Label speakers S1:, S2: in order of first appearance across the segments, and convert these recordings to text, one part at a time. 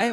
S1: 哎，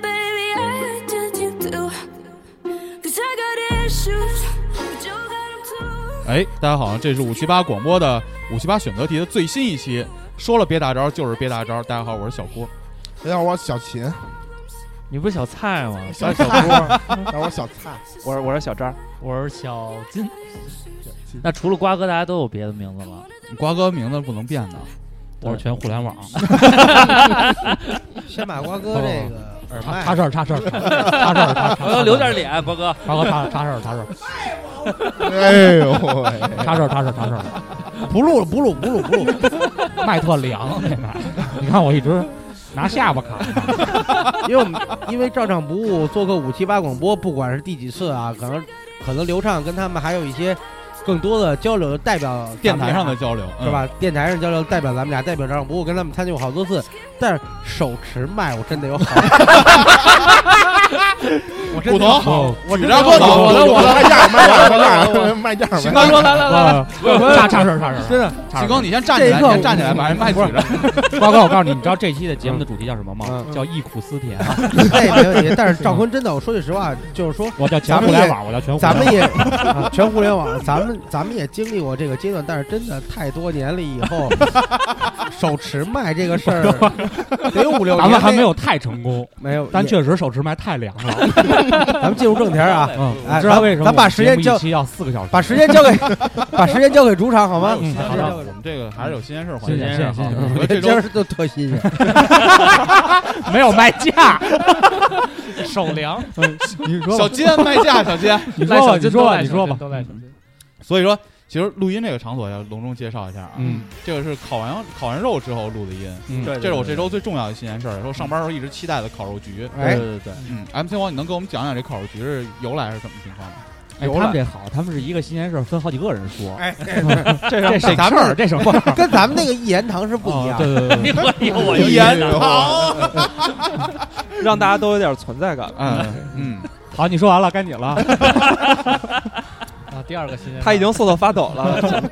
S2: baby, I would judge you too. Cause I got issues, but you got 'em too.
S3: 哎，大家好，这是五七八广播的五七八选择题的最新一期。说了别大招，就是别大招。大家好，我是小郭。
S4: 大家好，我是小秦，
S5: 你不是小蔡吗？
S4: 小小郭，然后我 小蔡，
S6: 我是我是小张，
S5: 我是小金。
S4: 金
S5: 那除了瓜哥，大家都有别的名字吗？
S3: 瓜哥名字不能 变的，
S5: 我是全互联网。
S7: 先把瓜哥这个耳麦
S8: 事儿，插事儿，插事儿，插
S5: 我要留点脸，波哥。
S8: 瓜哥插插事儿，插事儿，
S4: 哎呦喂，
S8: 插事儿，插事儿，插事儿。不录了，不录，不录，不录。麦特凉，那麦， 你看我一直拿下巴卡。
S7: 因为我们因为照常不误做个五七八广播，不管是第几次啊，可能可能刘畅跟他们还有一些更多的交流，代表
S3: 电台上
S7: 的。
S3: 的交流嗯
S7: 是？吧？电台上交流代表咱们俩，代表照常不误，跟他们参加过好多次，但是手持麦我真的有好，我真
S3: 古
S7: 的
S3: 潼
S7: 有好，我真的
S3: 举着郭
S7: 有好
S3: 董
S4: 我的我的卖价卖价卖价卖价卖
S3: 行
S4: 价，
S3: 哥说来来来，
S8: 插插事儿，插事儿。
S7: 真的，
S3: 行哥，你先站起来，
S7: 这一刻
S3: 你先站起来，把人麦举着。
S8: 瓜哥，我告诉你，你知道这期的
S5: 节目的主题叫什么吗？
S7: 嗯
S5: 叫忆苦思甜。
S8: 啊
S7: 那哎也没问题。但是赵坤真的，我说句实话，就是说
S8: 我叫全
S7: 咱们
S8: 互联
S7: 也
S8: 网，我叫全互联
S7: 咱
S8: 网。
S7: 们也、啊全互联网，咱们咱们也经历过这个阶段，但是真的太多年了，以后手持麦这个事儿得有五六年，
S6: 咱们还没有太成功，
S7: 没有，
S6: 但
S7: 也
S6: 确实手持麦太凉了。
S7: 咱们进入正题 儿啊，
S6: 嗯，
S7: 哎
S6: 知道为什么
S7: 咱把
S6: 我们
S7: 时间
S6: 节目
S7: 交
S6: 一期要四个小时？
S7: 把时间 交给把时间交给主场好吗？
S6: 嗯好
S3: 的，
S6: 的
S3: 我们这个还是有新鲜事儿环节。
S6: 新鲜事儿
S3: 哈
S6: 新鲜事儿
S3: 我觉得这
S7: 今
S3: 周
S7: 儿都特新鲜，
S6: 没有卖价，手凉。
S7: 嗯
S8: 你说
S3: 小金卖价，小金。
S6: 你
S5: 赖
S6: 说吧，
S5: 小
S6: 你
S5: 金
S6: 说吧，
S5: 都赖
S6: 你说吧
S5: 小金。都赖小金
S3: 所以说，其实录音这个场所要隆重介绍一下啊。
S6: 嗯，
S3: 这个是烤完羊烤完肉之后录的音，
S6: 嗯
S3: 这是我这周最重要的新鲜事儿，也是我上班时候一直期待的烤肉局。
S7: 哎
S3: 对对对，嗯，MC 王，你能给我们讲讲这烤肉局是由来是什么情况吗？
S6: 哎，他们这好，他们是一个新鲜事儿分好几个人说，
S7: 哎
S3: 这
S6: 这省事儿，这省事儿。
S7: 跟咱们那个一言堂是不
S8: 啊
S6: 哦
S7: 一样。
S6: 对 对
S1: 哎
S6: 对，
S3: 哎
S5: 我有
S8: 哎
S5: 我
S3: 一
S5: 有
S3: 言堂。
S6: 让大家都有点存在感。
S3: 嗯嗯，
S6: 好，你说完了，该你了。
S5: 啊，第二个新人
S9: 他已经瑟瑟发抖了。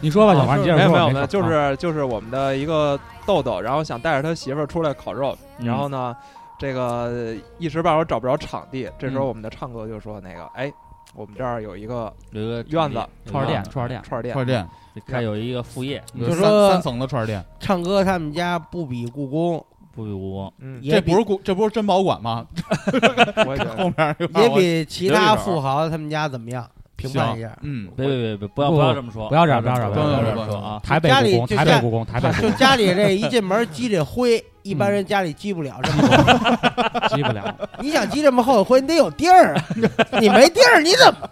S6: 你说吧，小王，你接着
S9: 没有
S6: 说。
S9: 没有
S6: 没
S9: 没有，
S6: 事
S9: 就
S6: 啊
S9: 是就是我们的一个豆豆，然后想带着他媳妇儿出来烤肉，然后呢，这个一时半会儿找不着场地，这时候我们的唱哥就说那个，哎，我们这儿有一个院子
S5: 串儿店，串儿店
S9: 串儿店嗯
S3: 串，儿店，
S5: 开有一个副业，
S7: 就
S3: 三
S7: 说
S3: 三层的串儿店，
S7: 唱歌他们家不比故宫，
S5: 不比无
S9: 嗯，
S7: 也
S3: 这
S7: 比
S3: 不是古，这不是珍宝馆吗？
S9: 我也觉得
S3: 后面又
S7: 也
S3: 让我
S7: 比其他富豪他们家怎么样？评判一下，
S3: 嗯，
S5: 别别别别，不要
S6: 不
S5: 不要这么说，
S6: 不要这样不要这样
S5: 不要
S3: 不
S5: 这
S3: 要
S5: 么
S3: 不要
S5: 说啊！
S6: 台北
S7: 家里
S6: 故宫，
S7: 就
S6: 台北
S7: 家
S6: 故宫，台北
S7: 就家里这一进门积这灰，一般人家里积不了这么多。
S6: 急不了。
S7: 你想积这么厚的灰，你得有地儿啊，你没地儿你怎么？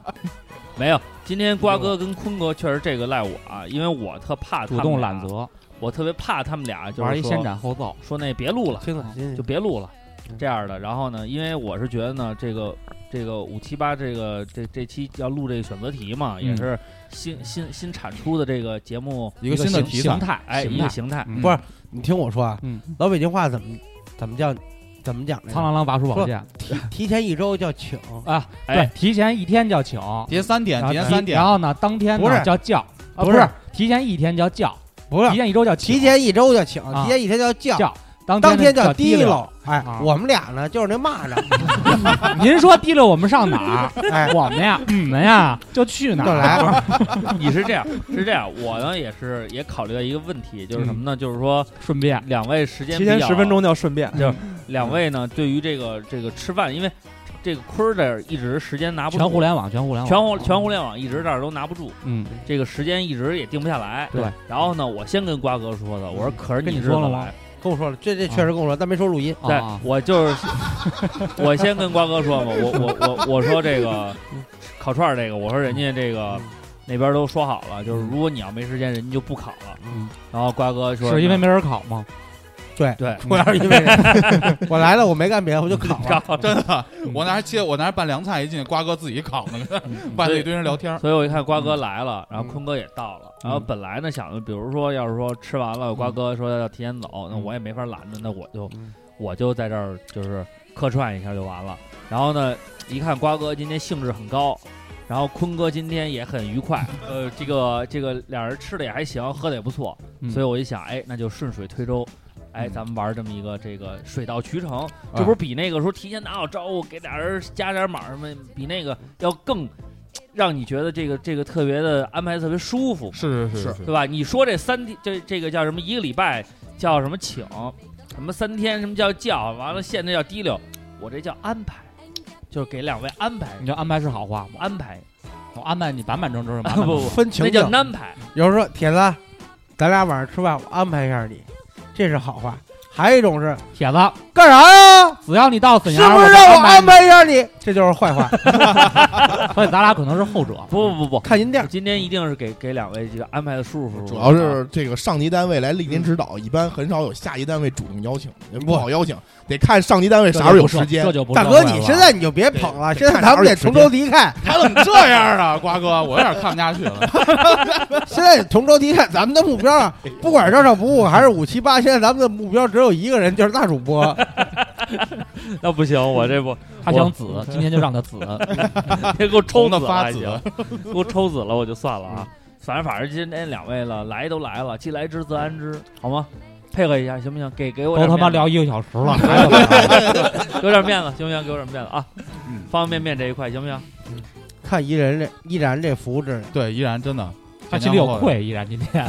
S5: 没有，今天瓜哥跟坤哥确实这个赖我啊，因为我特怕他
S6: 主
S5: 们
S6: 动
S5: 俩
S6: 揽，责，
S5: 我特别怕他们俩就是
S6: 玩一
S5: 说
S6: 先斩后奏。
S5: 说那别录了，啊
S7: 听了听
S5: 就
S7: 了
S5: 别录了，
S6: 嗯
S5: 这样的。然后呢，因为我是觉得呢，这个这个五七八这个这这期要录这个选择题嘛，也
S6: 嗯
S5: 是新新新产出的这个节目
S3: 一个新的
S5: 形
S3: 题材
S5: 形态，哎，
S6: 形
S5: 一
S6: 态
S5: 个形态。
S3: 嗯
S7: 不是你听我说啊，
S6: 嗯
S7: 老北京话怎么怎么叫 怎么讲来着？
S6: 苍狼狼拔出宝剑
S7: 提提前一周叫请，
S6: 啊，
S5: 哎
S6: 对，提前一天叫请，
S3: 提前三点，
S6: 然后
S3: 提前
S6: 提
S3: 三点
S6: 然，后呢，当天
S7: 不是
S6: 呢叫叫啊，
S7: 不
S6: 不
S7: 是
S6: 是提前一天叫叫，
S7: 不是
S6: 提前一周叫请
S7: 提前一周叫请，
S6: 啊
S7: 提前一天叫叫。
S6: 叫，当
S7: 当
S6: 天
S7: 天
S6: 呢
S7: 叫
S6: 叫
S7: 滴
S6: 溜。
S7: 溜，哎
S6: 啊，
S7: 我们俩呢就是那蚂 蚱，
S6: 您说滴溜，我们上哪儿？
S7: 哎，
S6: 我们呀，你们呀，就去哪
S7: 就
S6: 儿？
S7: 来，
S5: 你是这样，是这样，我呢也是也考虑到一个问题，就是什么呢？就是说
S6: 顺便
S5: 两位时间
S9: 提
S5: 比
S9: 前
S5: 较
S9: 十分，钟叫顺便，
S5: 两位呢对于这个这个吃饭，因为这个坤儿这儿一直时间拿不
S8: 全
S5: 住，
S8: 互联网，全互联网，
S5: 全互全互联网一直这儿都拿不住，
S8: 嗯，
S5: 这个时间一直也定不下来。
S8: 对，
S5: 然后呢，我先跟瓜哥说的，我啊说可是
S8: 跟
S5: 你
S8: 你
S5: 日子
S8: 说了吗
S5: 来，
S7: 嗯跟我说了，这这确实跟我说，但没说录音。
S5: 对
S8: 啊，
S5: 我 就是， 我先跟瓜哥说嘛，我我我我说这个
S8: 嗯
S5: 烤串儿这个，我说人家这个那边都说好了，就是如果你要没时间，人家就不烤了。
S8: 嗯，
S5: 然后瓜哥说
S8: 是因为没人考吗？
S5: 对，
S7: 我要是因为这我来了，我没干别的，我就考了。
S5: 烤
S3: 真的，我拿着切，我拿着拌凉菜一进，瓜哥自己烤呢， 拌着一堆人聊天儿。
S5: 所以我一看瓜
S8: 嗯
S5: 哥来了，然后坤哥也到了，然后本来呢想着，比如说要是说吃完了，瓜哥说要提前走，那我也没法拦着，那我就我就在这儿就是客串一下就完了。然后呢，一看瓜哥今天兴致很高，然后坤哥今天也很愉快，呃，这个这个俩人吃的也还行，喝的也不错，
S8: 嗯
S5: 所以我一想，哎，那就顺水推舟。哎，咱们玩这么一个这个水到渠成，这不是比那个时候提前打好招呼，给俩人加点码什么，比那个要更让你觉得这个这个特别的安排得特别舒服，
S3: 是是
S4: 是
S3: 是
S5: 对吧？你说这三天，这这个叫什么？一个礼拜叫什么请，什么三天，什么叫叫，完了现在叫提溜，我这叫安排，就是给两位安排
S8: 你就安排是好话吗？
S5: 安排，
S8: 我安排你板板正 正是
S5: 不不，
S7: 啊分情
S5: 那叫
S7: 景，
S5: 安排，
S7: 有人说铁子，咱俩晚上吃饭，我安排一下你，这是好话。还有一种是
S8: 铁子，
S7: 干啥呀？
S8: 只要你到沈
S7: 是
S8: 阳，
S7: 不是
S8: 就
S7: 让我
S8: 安
S7: 安？排一下你？这就是坏话。
S8: 所以咱俩可能是后者。
S5: 不不不不，
S7: 看您店儿，
S5: 今天一定是给给两位这个安排的舒服舒服，
S4: 主要是这个上级单位来莅临指导，一般很少有下级单位主动邀请，也不好邀请，得看上级单位啥时候有时间
S8: 这。就不
S7: 大哥，你现在你就别
S3: 对
S7: 捧了，
S3: 对
S7: 现在
S3: 看
S7: 咱
S3: 哪
S7: 们
S3: 儿
S7: 得
S3: 有
S7: 同
S3: 时间
S7: 舟敌忾，
S3: 他怎么这样啊，瓜哥？我有点看不下去了。
S7: 现在同舟敌忾，咱们的目标啊，不管是照照不误还是五七八，现在咱们的目标只有一个人，就是大主播。
S5: 那不行，我这不
S8: 他想紫，今天就 让 他紫。
S5: 别给我抽
S3: 红
S5: 紫
S3: 的
S5: 了
S3: 发
S5: 还
S3: 紫
S5: 行，给我抽紫了我就算了啊。
S8: 嗯
S5: 反正反正今天两位了，来都来了，既来之则安之，好吗？配合一下行不行？给给我
S8: 都
S5: 点
S8: 他妈
S5: 面子
S8: 聊一个小时 了，还有点儿
S5: 给我点面子行不行？给我点面子啊！
S8: 嗯
S5: 方便面这一块行不行？
S7: 看依人这依然这服务质量，
S3: 对，依然真的，
S8: 他心里有，愧，依然今天。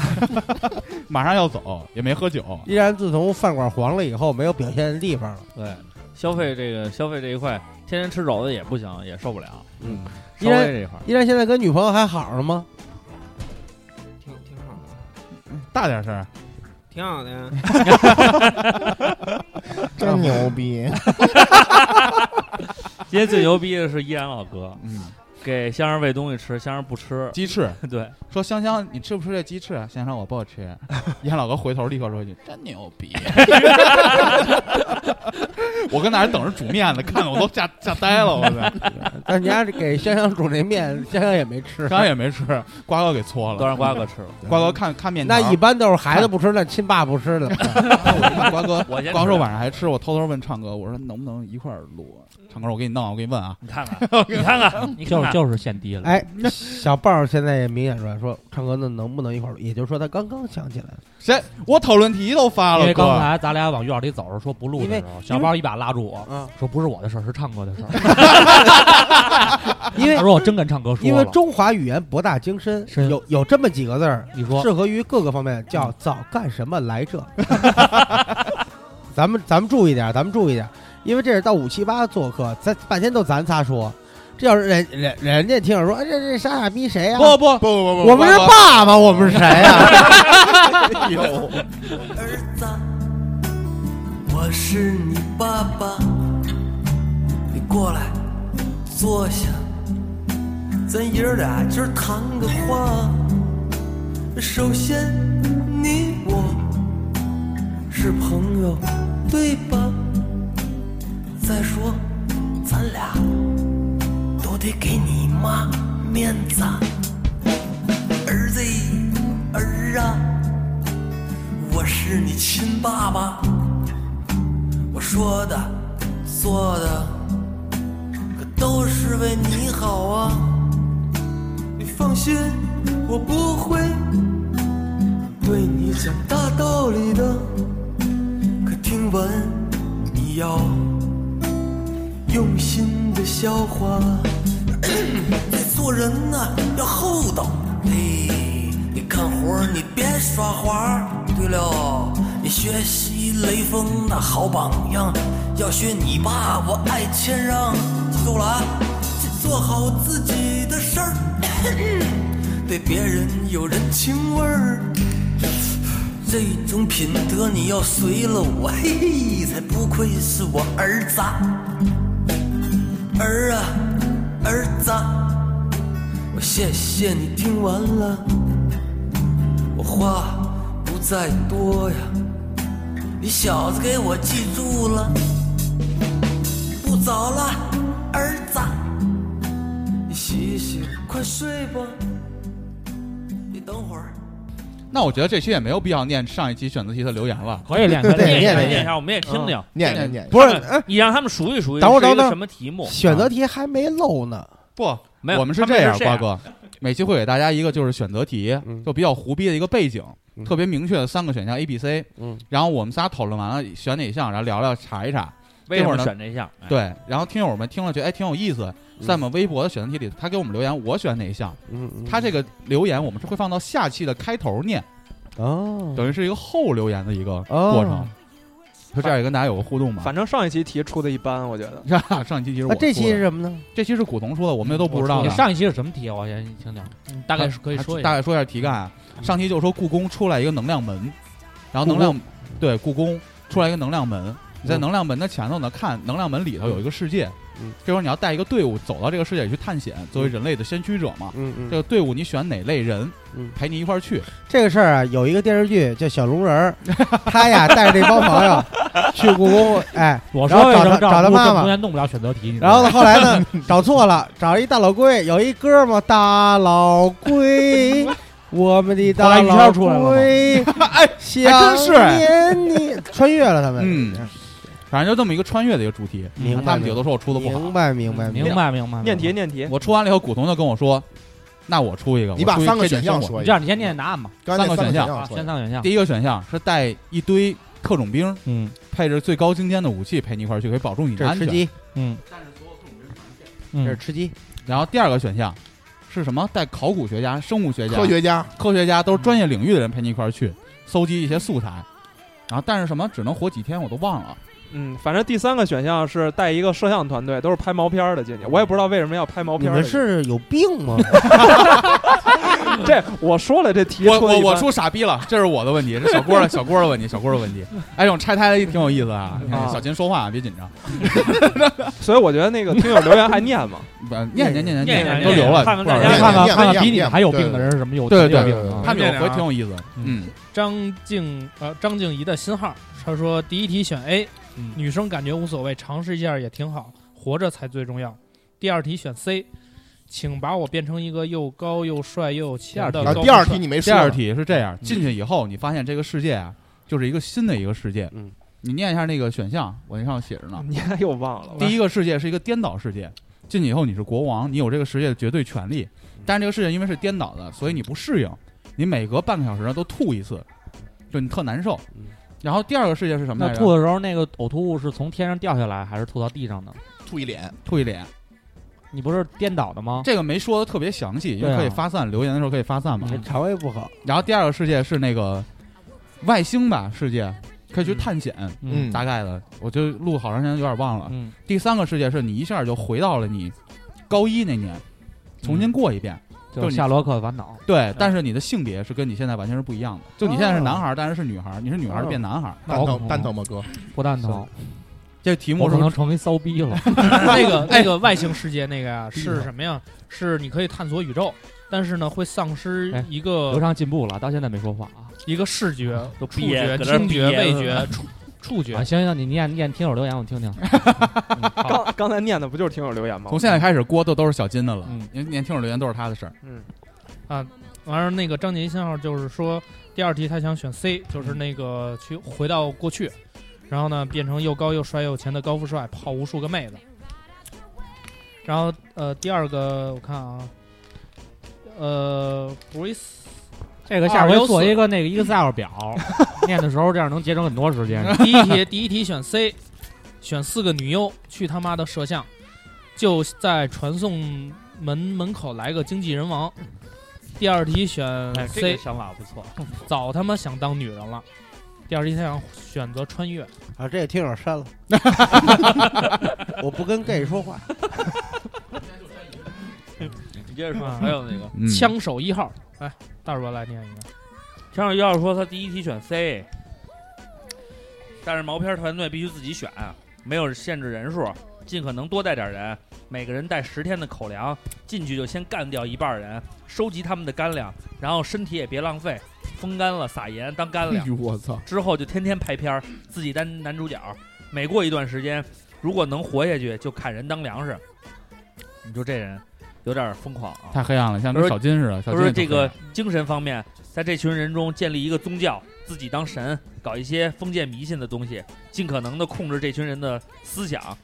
S3: 马上要走，也没喝酒。
S7: 依然自从饭馆黄了以后，没有表现的地方了。
S5: 对，消费这个消费这一块，天天吃肘子也不行，也受不了。
S7: 嗯，
S5: 消费这一块，
S7: 依然现在跟女朋友还好了吗？
S1: 挺挺好的，
S3: 大点声，
S1: 挺好的呀。
S4: 真牛逼！
S5: 今天最牛逼的是依然老哥
S3: 嗯，
S5: 给香儿喂东西吃，香儿不吃。
S3: 鸡翅。
S5: 对，
S3: 说香香，你吃不吃这鸡翅？啊香香，我不吃。燕老哥回头立刻说一句：“真牛逼！” 我跟那儿等着煮面呢，看的我都吓吓呆了。我在，
S7: 但你家给香香煮那面，香香也没吃。
S3: 香香也没吃，瓜哥给搓
S5: 都
S3: 了。
S5: 让瓜哥吃了。
S3: 瓜哥看看面条，
S7: 那一般都是孩子不吃，那 亲爸不吃 的。
S3: 瓜哥，
S5: 我先
S3: 瓜
S5: 吃
S3: 说晚上还吃，我偷偷问唱哥，我说能不能一块儿录？唱歌，我给你弄，我给你问啊。
S5: 你看看，你看看，你看
S8: 就是
S5: 看，
S8: 就是献低了。
S7: 哎，小豹现在也明显出来说，唱歌那能不能一块儿录？也就是说，他刚刚想起来了。
S3: 谁？我讨论题都发
S8: 因
S3: 了，
S8: 为
S3: 哥
S8: 刚才咱俩往院里走着，说不录的时候，小包一把拉住
S7: 嗯
S8: 我，说不是我的事儿，是唱歌的事儿。
S7: 因为
S8: 他说我真跟唱歌说了，
S7: 因为中华语言博大精深，
S8: 深
S7: 有有这么几个字儿，
S8: 你说
S7: 适合于各个方面，叫早干什么来着？ 咱们咱们注意点，咱们注意点，因为这是到五七八做客，咱半天都咱仨说，这要是人人人家听着说，哎，这这傻傻逼谁呀、
S3: 不不不不不，
S7: 我们是
S3: 瓜哥
S7: 爸爸，我们是谁啊呀、
S10: 儿子，我是你爸爸，哎你过来坐下，咱爷儿俩今儿谈个话。首先，你我是朋友，对吧？再说，咱俩都得给你妈面子。儿子，儿啊。我是你亲爸爸，我说的、做的，可都是为你好啊。你放心，我不会对你讲大道理的。可听完，你要用心的消化。 在做人呢、要厚道。哎，你干活儿你别耍滑儿。对了，你学习雷锋那好榜样，要学你爸我爱谦让。做够了啊，只做好自己的事儿，对别人有人情味儿。这种品德你要随了我，嘿嘿，才不愧是我儿子啊。儿啊，儿子啊，我谢谢你听完了，我话不再多呀，你小子给我记住了。不早了，儿子，你洗洗，快睡吧，你等会儿。
S3: 那我觉得这期也没有必要念上一期选择题的留言了，
S5: 可以念可以念念念念一下我们也听听嗯念念念不是他
S3: 嗯
S5: 们你让他们数一数一
S7: 等会儿
S5: 是一
S7: 等
S5: 个
S7: 会儿
S5: 什么题目
S7: 选择题还没漏呢。
S3: 不，
S5: 没有
S3: 我们是
S5: 他们是
S3: 样，
S5: 这样
S3: 瓜哥，每期会给大家一个就是选择题，就比较胡逼的一个背景，特别明确的三个选项 A、B、C，
S5: 嗯
S3: 然后我们仨讨论完了选哪项，然后聊聊查一查。
S5: 为什么
S3: 会儿呢
S5: 选这项哎
S3: 对，然后听友们听了觉得哎挺有意思，在我们微博的选择题里，他给我们留言，我选哪一项？他这个留言我们是会放到下期的开头念，
S7: 哦，
S3: 等于是一个后留言的一个过程
S5: 嗯
S9: 哦，
S3: 就这样也跟大家有个互动吧。
S9: 反正上一期题出的一般，我觉得。
S3: 上一期其实
S9: 那
S3: 我
S9: 这期
S3: 出的
S9: 是什
S7: 么呢？
S3: 这期是古潼说的，我们也都不知道
S8: 你
S3: 的。
S8: 上一期是什么题啊？我先听听，大概是可以说一
S3: 大
S8: 下。嗯
S3: 概说一下题干啊。上期就说故宫出来一个能量门，然后能
S8: 故宫
S3: 量对故宫出来一个能量门，你在能量门的前头呢，看能量门里头有一个世界。这会儿你要带一个队伍走到这个世界里去探险，作为人类的先驱者嘛。这个队伍你选哪类人，陪你一块儿去？
S7: 这个事儿啊，有一个电视剧叫《小龙人儿》， 他呀带着这帮朋 友去故宫，哎，
S8: 我
S7: 然
S8: 说
S7: 后
S8: 为
S7: 找
S8: 什么
S7: 他找他
S8: 故宫
S7: 妈
S8: 中
S7: 妈，
S8: 间弄不了选择题？你知
S7: 然后
S8: 道吗
S7: 呢，后来 呢找错了，找一大老龟，有一哥们儿大老龟，我们的
S8: 后
S7: 大
S8: 来于
S7: 老
S8: 谦出来了吗
S7: 龟，哎，想
S3: 真是
S7: 念你，穿越了他们，
S3: 嗯，反正就这么一个穿越的一个主题。
S7: 明白
S3: 他们有的说我出的不好。
S7: 明白明白
S8: 明白明白。
S9: 念题念题，
S3: 我出完了以后，古潼就跟我说：“那我出一个。”
S4: 你把三个选项说一下这样
S8: 你先念答案吧
S4: 刚才
S3: 三
S4: 那
S3: 个
S4: 三个选项说
S3: 项，
S4: 一下
S8: 先三个选项
S3: 第一个选项是带一堆特种兵，
S8: 嗯，
S3: 配着最高精尖的武器陪你一块儿去，可以保证你的
S7: 这是
S3: 安
S7: 吃
S3: 全。
S7: 鸡，
S8: 嗯，
S7: 这是吃鸡。
S3: 然后第二个选项是什么？带考古学家、生物学家、
S4: 科学家、
S3: 科学家都是专业领域的人陪你一块儿去，搜集一些素材。然后但是什么只能活几天，我都忘了。
S9: 嗯，反正第三个选项是带一个摄像团队，都是拍毛片儿的进去。我也不知道为什么要拍毛
S7: 你
S9: 片儿的
S7: 们
S9: 进去。
S7: 是有病 吗？
S9: 这我说 了，这题
S3: 我
S9: 出得
S3: 我
S9: 一般
S3: 我出傻逼了，这是我的问题，是小郭的小郭的问题，小郭的问题。哎，这种拆台的挺有意思啊！你看
S9: 啊
S3: 小秦说话别紧张，
S9: 所以我觉得那个听友留言还念吗？
S3: 不呃念念念念
S9: 念
S3: 都留了，
S9: 看看
S3: 不知道
S9: 大家
S8: 看看
S9: 念
S8: 看看
S9: 念
S8: 比你
S9: 念
S8: 还有
S9: 对
S8: 病的人是什么有
S3: 对对
S8: 有病
S3: 对
S8: 的啊
S3: 他们有
S11: 念
S3: 回
S11: 念啊
S3: 挺有意思。嗯，
S11: 张静呃张静怡的新号，她说第一题选 A，、女
S3: 嗯
S11: 生感觉无所谓，尝试一下也挺好，活着才最重要。第二题选 C，请把我变成一个又高又帅又有钱的高
S3: 啊
S11: 富帅。
S3: 第二题是这
S11: 嗯
S3: 样，进去以后你发现这个世界啊，就是一个新的一个世界。嗯，你念一下那个选项，我那上写着呢。
S9: 你还又忘了？
S3: 第一个世界是一个颠倒世界，进去以后你是国王，你有这个世界的绝对权利。但是这个世界因为是颠倒的，所以你不适应，你每隔半个小时呢都吐一次，就你特难受。然后第二个世界是什么
S8: 那
S3: 来着？
S8: 吐的时候，那个呕吐物是从天上掉下来，还是吐到地上的？
S4: 吐一脸，
S3: 吐一脸。
S8: 你不是颠倒的吗？
S3: 这个没说的特别详细，因
S8: 对
S3: 为
S8: 啊
S3: 可以发散，留言的时候可以发散嘛。
S7: 肠胃哎不好。
S3: 然后第二个世界是那个外星吧世界，可以去探险，
S4: 嗯
S3: 大概的，我就录好长时间有点忘了。
S8: 嗯
S3: 第三个世界是你一下就回到了你高一那年，重新过一遍，
S8: 就是
S3: 是你
S8: 夏洛克烦恼。
S3: 对，但是你的性别是跟你现在完全是不一样的。就你现在是男孩儿，但是是女孩儿，你是女孩儿
S8: 哦
S3: 变男孩儿，
S8: 蛋疼蛋疼
S4: 吗，哥？
S8: 不蛋疼。
S3: 这题目
S8: 我
S3: 是
S8: 可
S3: 不
S8: 能
S3: 是
S8: 成为骚 逼了。
S11: 那个
S8: 哎
S11: 那个外星世界那个
S3: 哎
S11: 呀、是什么呀？是你可以探索宇宙，但是呢会丧失
S8: 哎
S11: 一个
S8: 刘畅进步了，到现在没说话啊。
S11: 一个视觉、
S3: 嗯
S8: 都
S11: 触
S8: 憋
S11: 觉、
S8: 搁这儿
S11: 听觉、
S8: 憋
S11: 味
S8: 着
S11: 觉
S8: 呢、
S11: 触触觉
S8: 啊，。行行，你念念听友留言，我听 听。
S9: 刚刚才念的不就是听友留言吗？
S3: 从现在开始锅都都是小金的了，因为年轻人留言都是他的事儿。
S9: 嗯
S11: 啊，完了那个张杰信号就是说，第二题他想选 C，就是那个去回到过去，然后呢变成又高又帅又有钱的高富帅，泡无数个妹子。然后呃，第二个我看啊，呃，Grace，啊
S8: 这个下回
S11: 214
S8: 做一个那个 Excel 表，念的时候这样能节省很多时间。
S11: 第一题，第一题选 C，选四个女优，去他妈的摄像，就在传送门门口来个经纪人王。第二题选
S5: 哎
S11: C，、
S5: 这个想法不错，
S11: 早他妈想当女人了。第二题他想 选择穿越，
S7: 啊，这个听友删了，我不跟 gay 说话。
S5: 你接着说，还有那个
S3: 嗯
S11: 啊枪手一号，来，大主播来念一个。
S5: 枪手一号说他第一题选 C，但是毛片团队必须自己选，没有限制人数，尽可能多带点人，每个人带十天的口粮，进去就先干掉一半人，收集他们的干粮，然后身体也别浪费，风干了撒盐当干粮
S4: 哎呦。我操！
S5: 之后就天天拍片儿，自己当男主角。每过一段时间，如果能活下去，就砍人当粮食。你说这人有点疯狂啊！
S3: 太黑暗了像跟小金似的
S5: 他
S3: 小
S5: 说
S3: 金
S5: 他
S3: 也不
S5: 说这个呃精神方面，在这群人中建立一个宗教，自己当神，搞一些封建迷信的东西，尽可能的控制这群人的思想。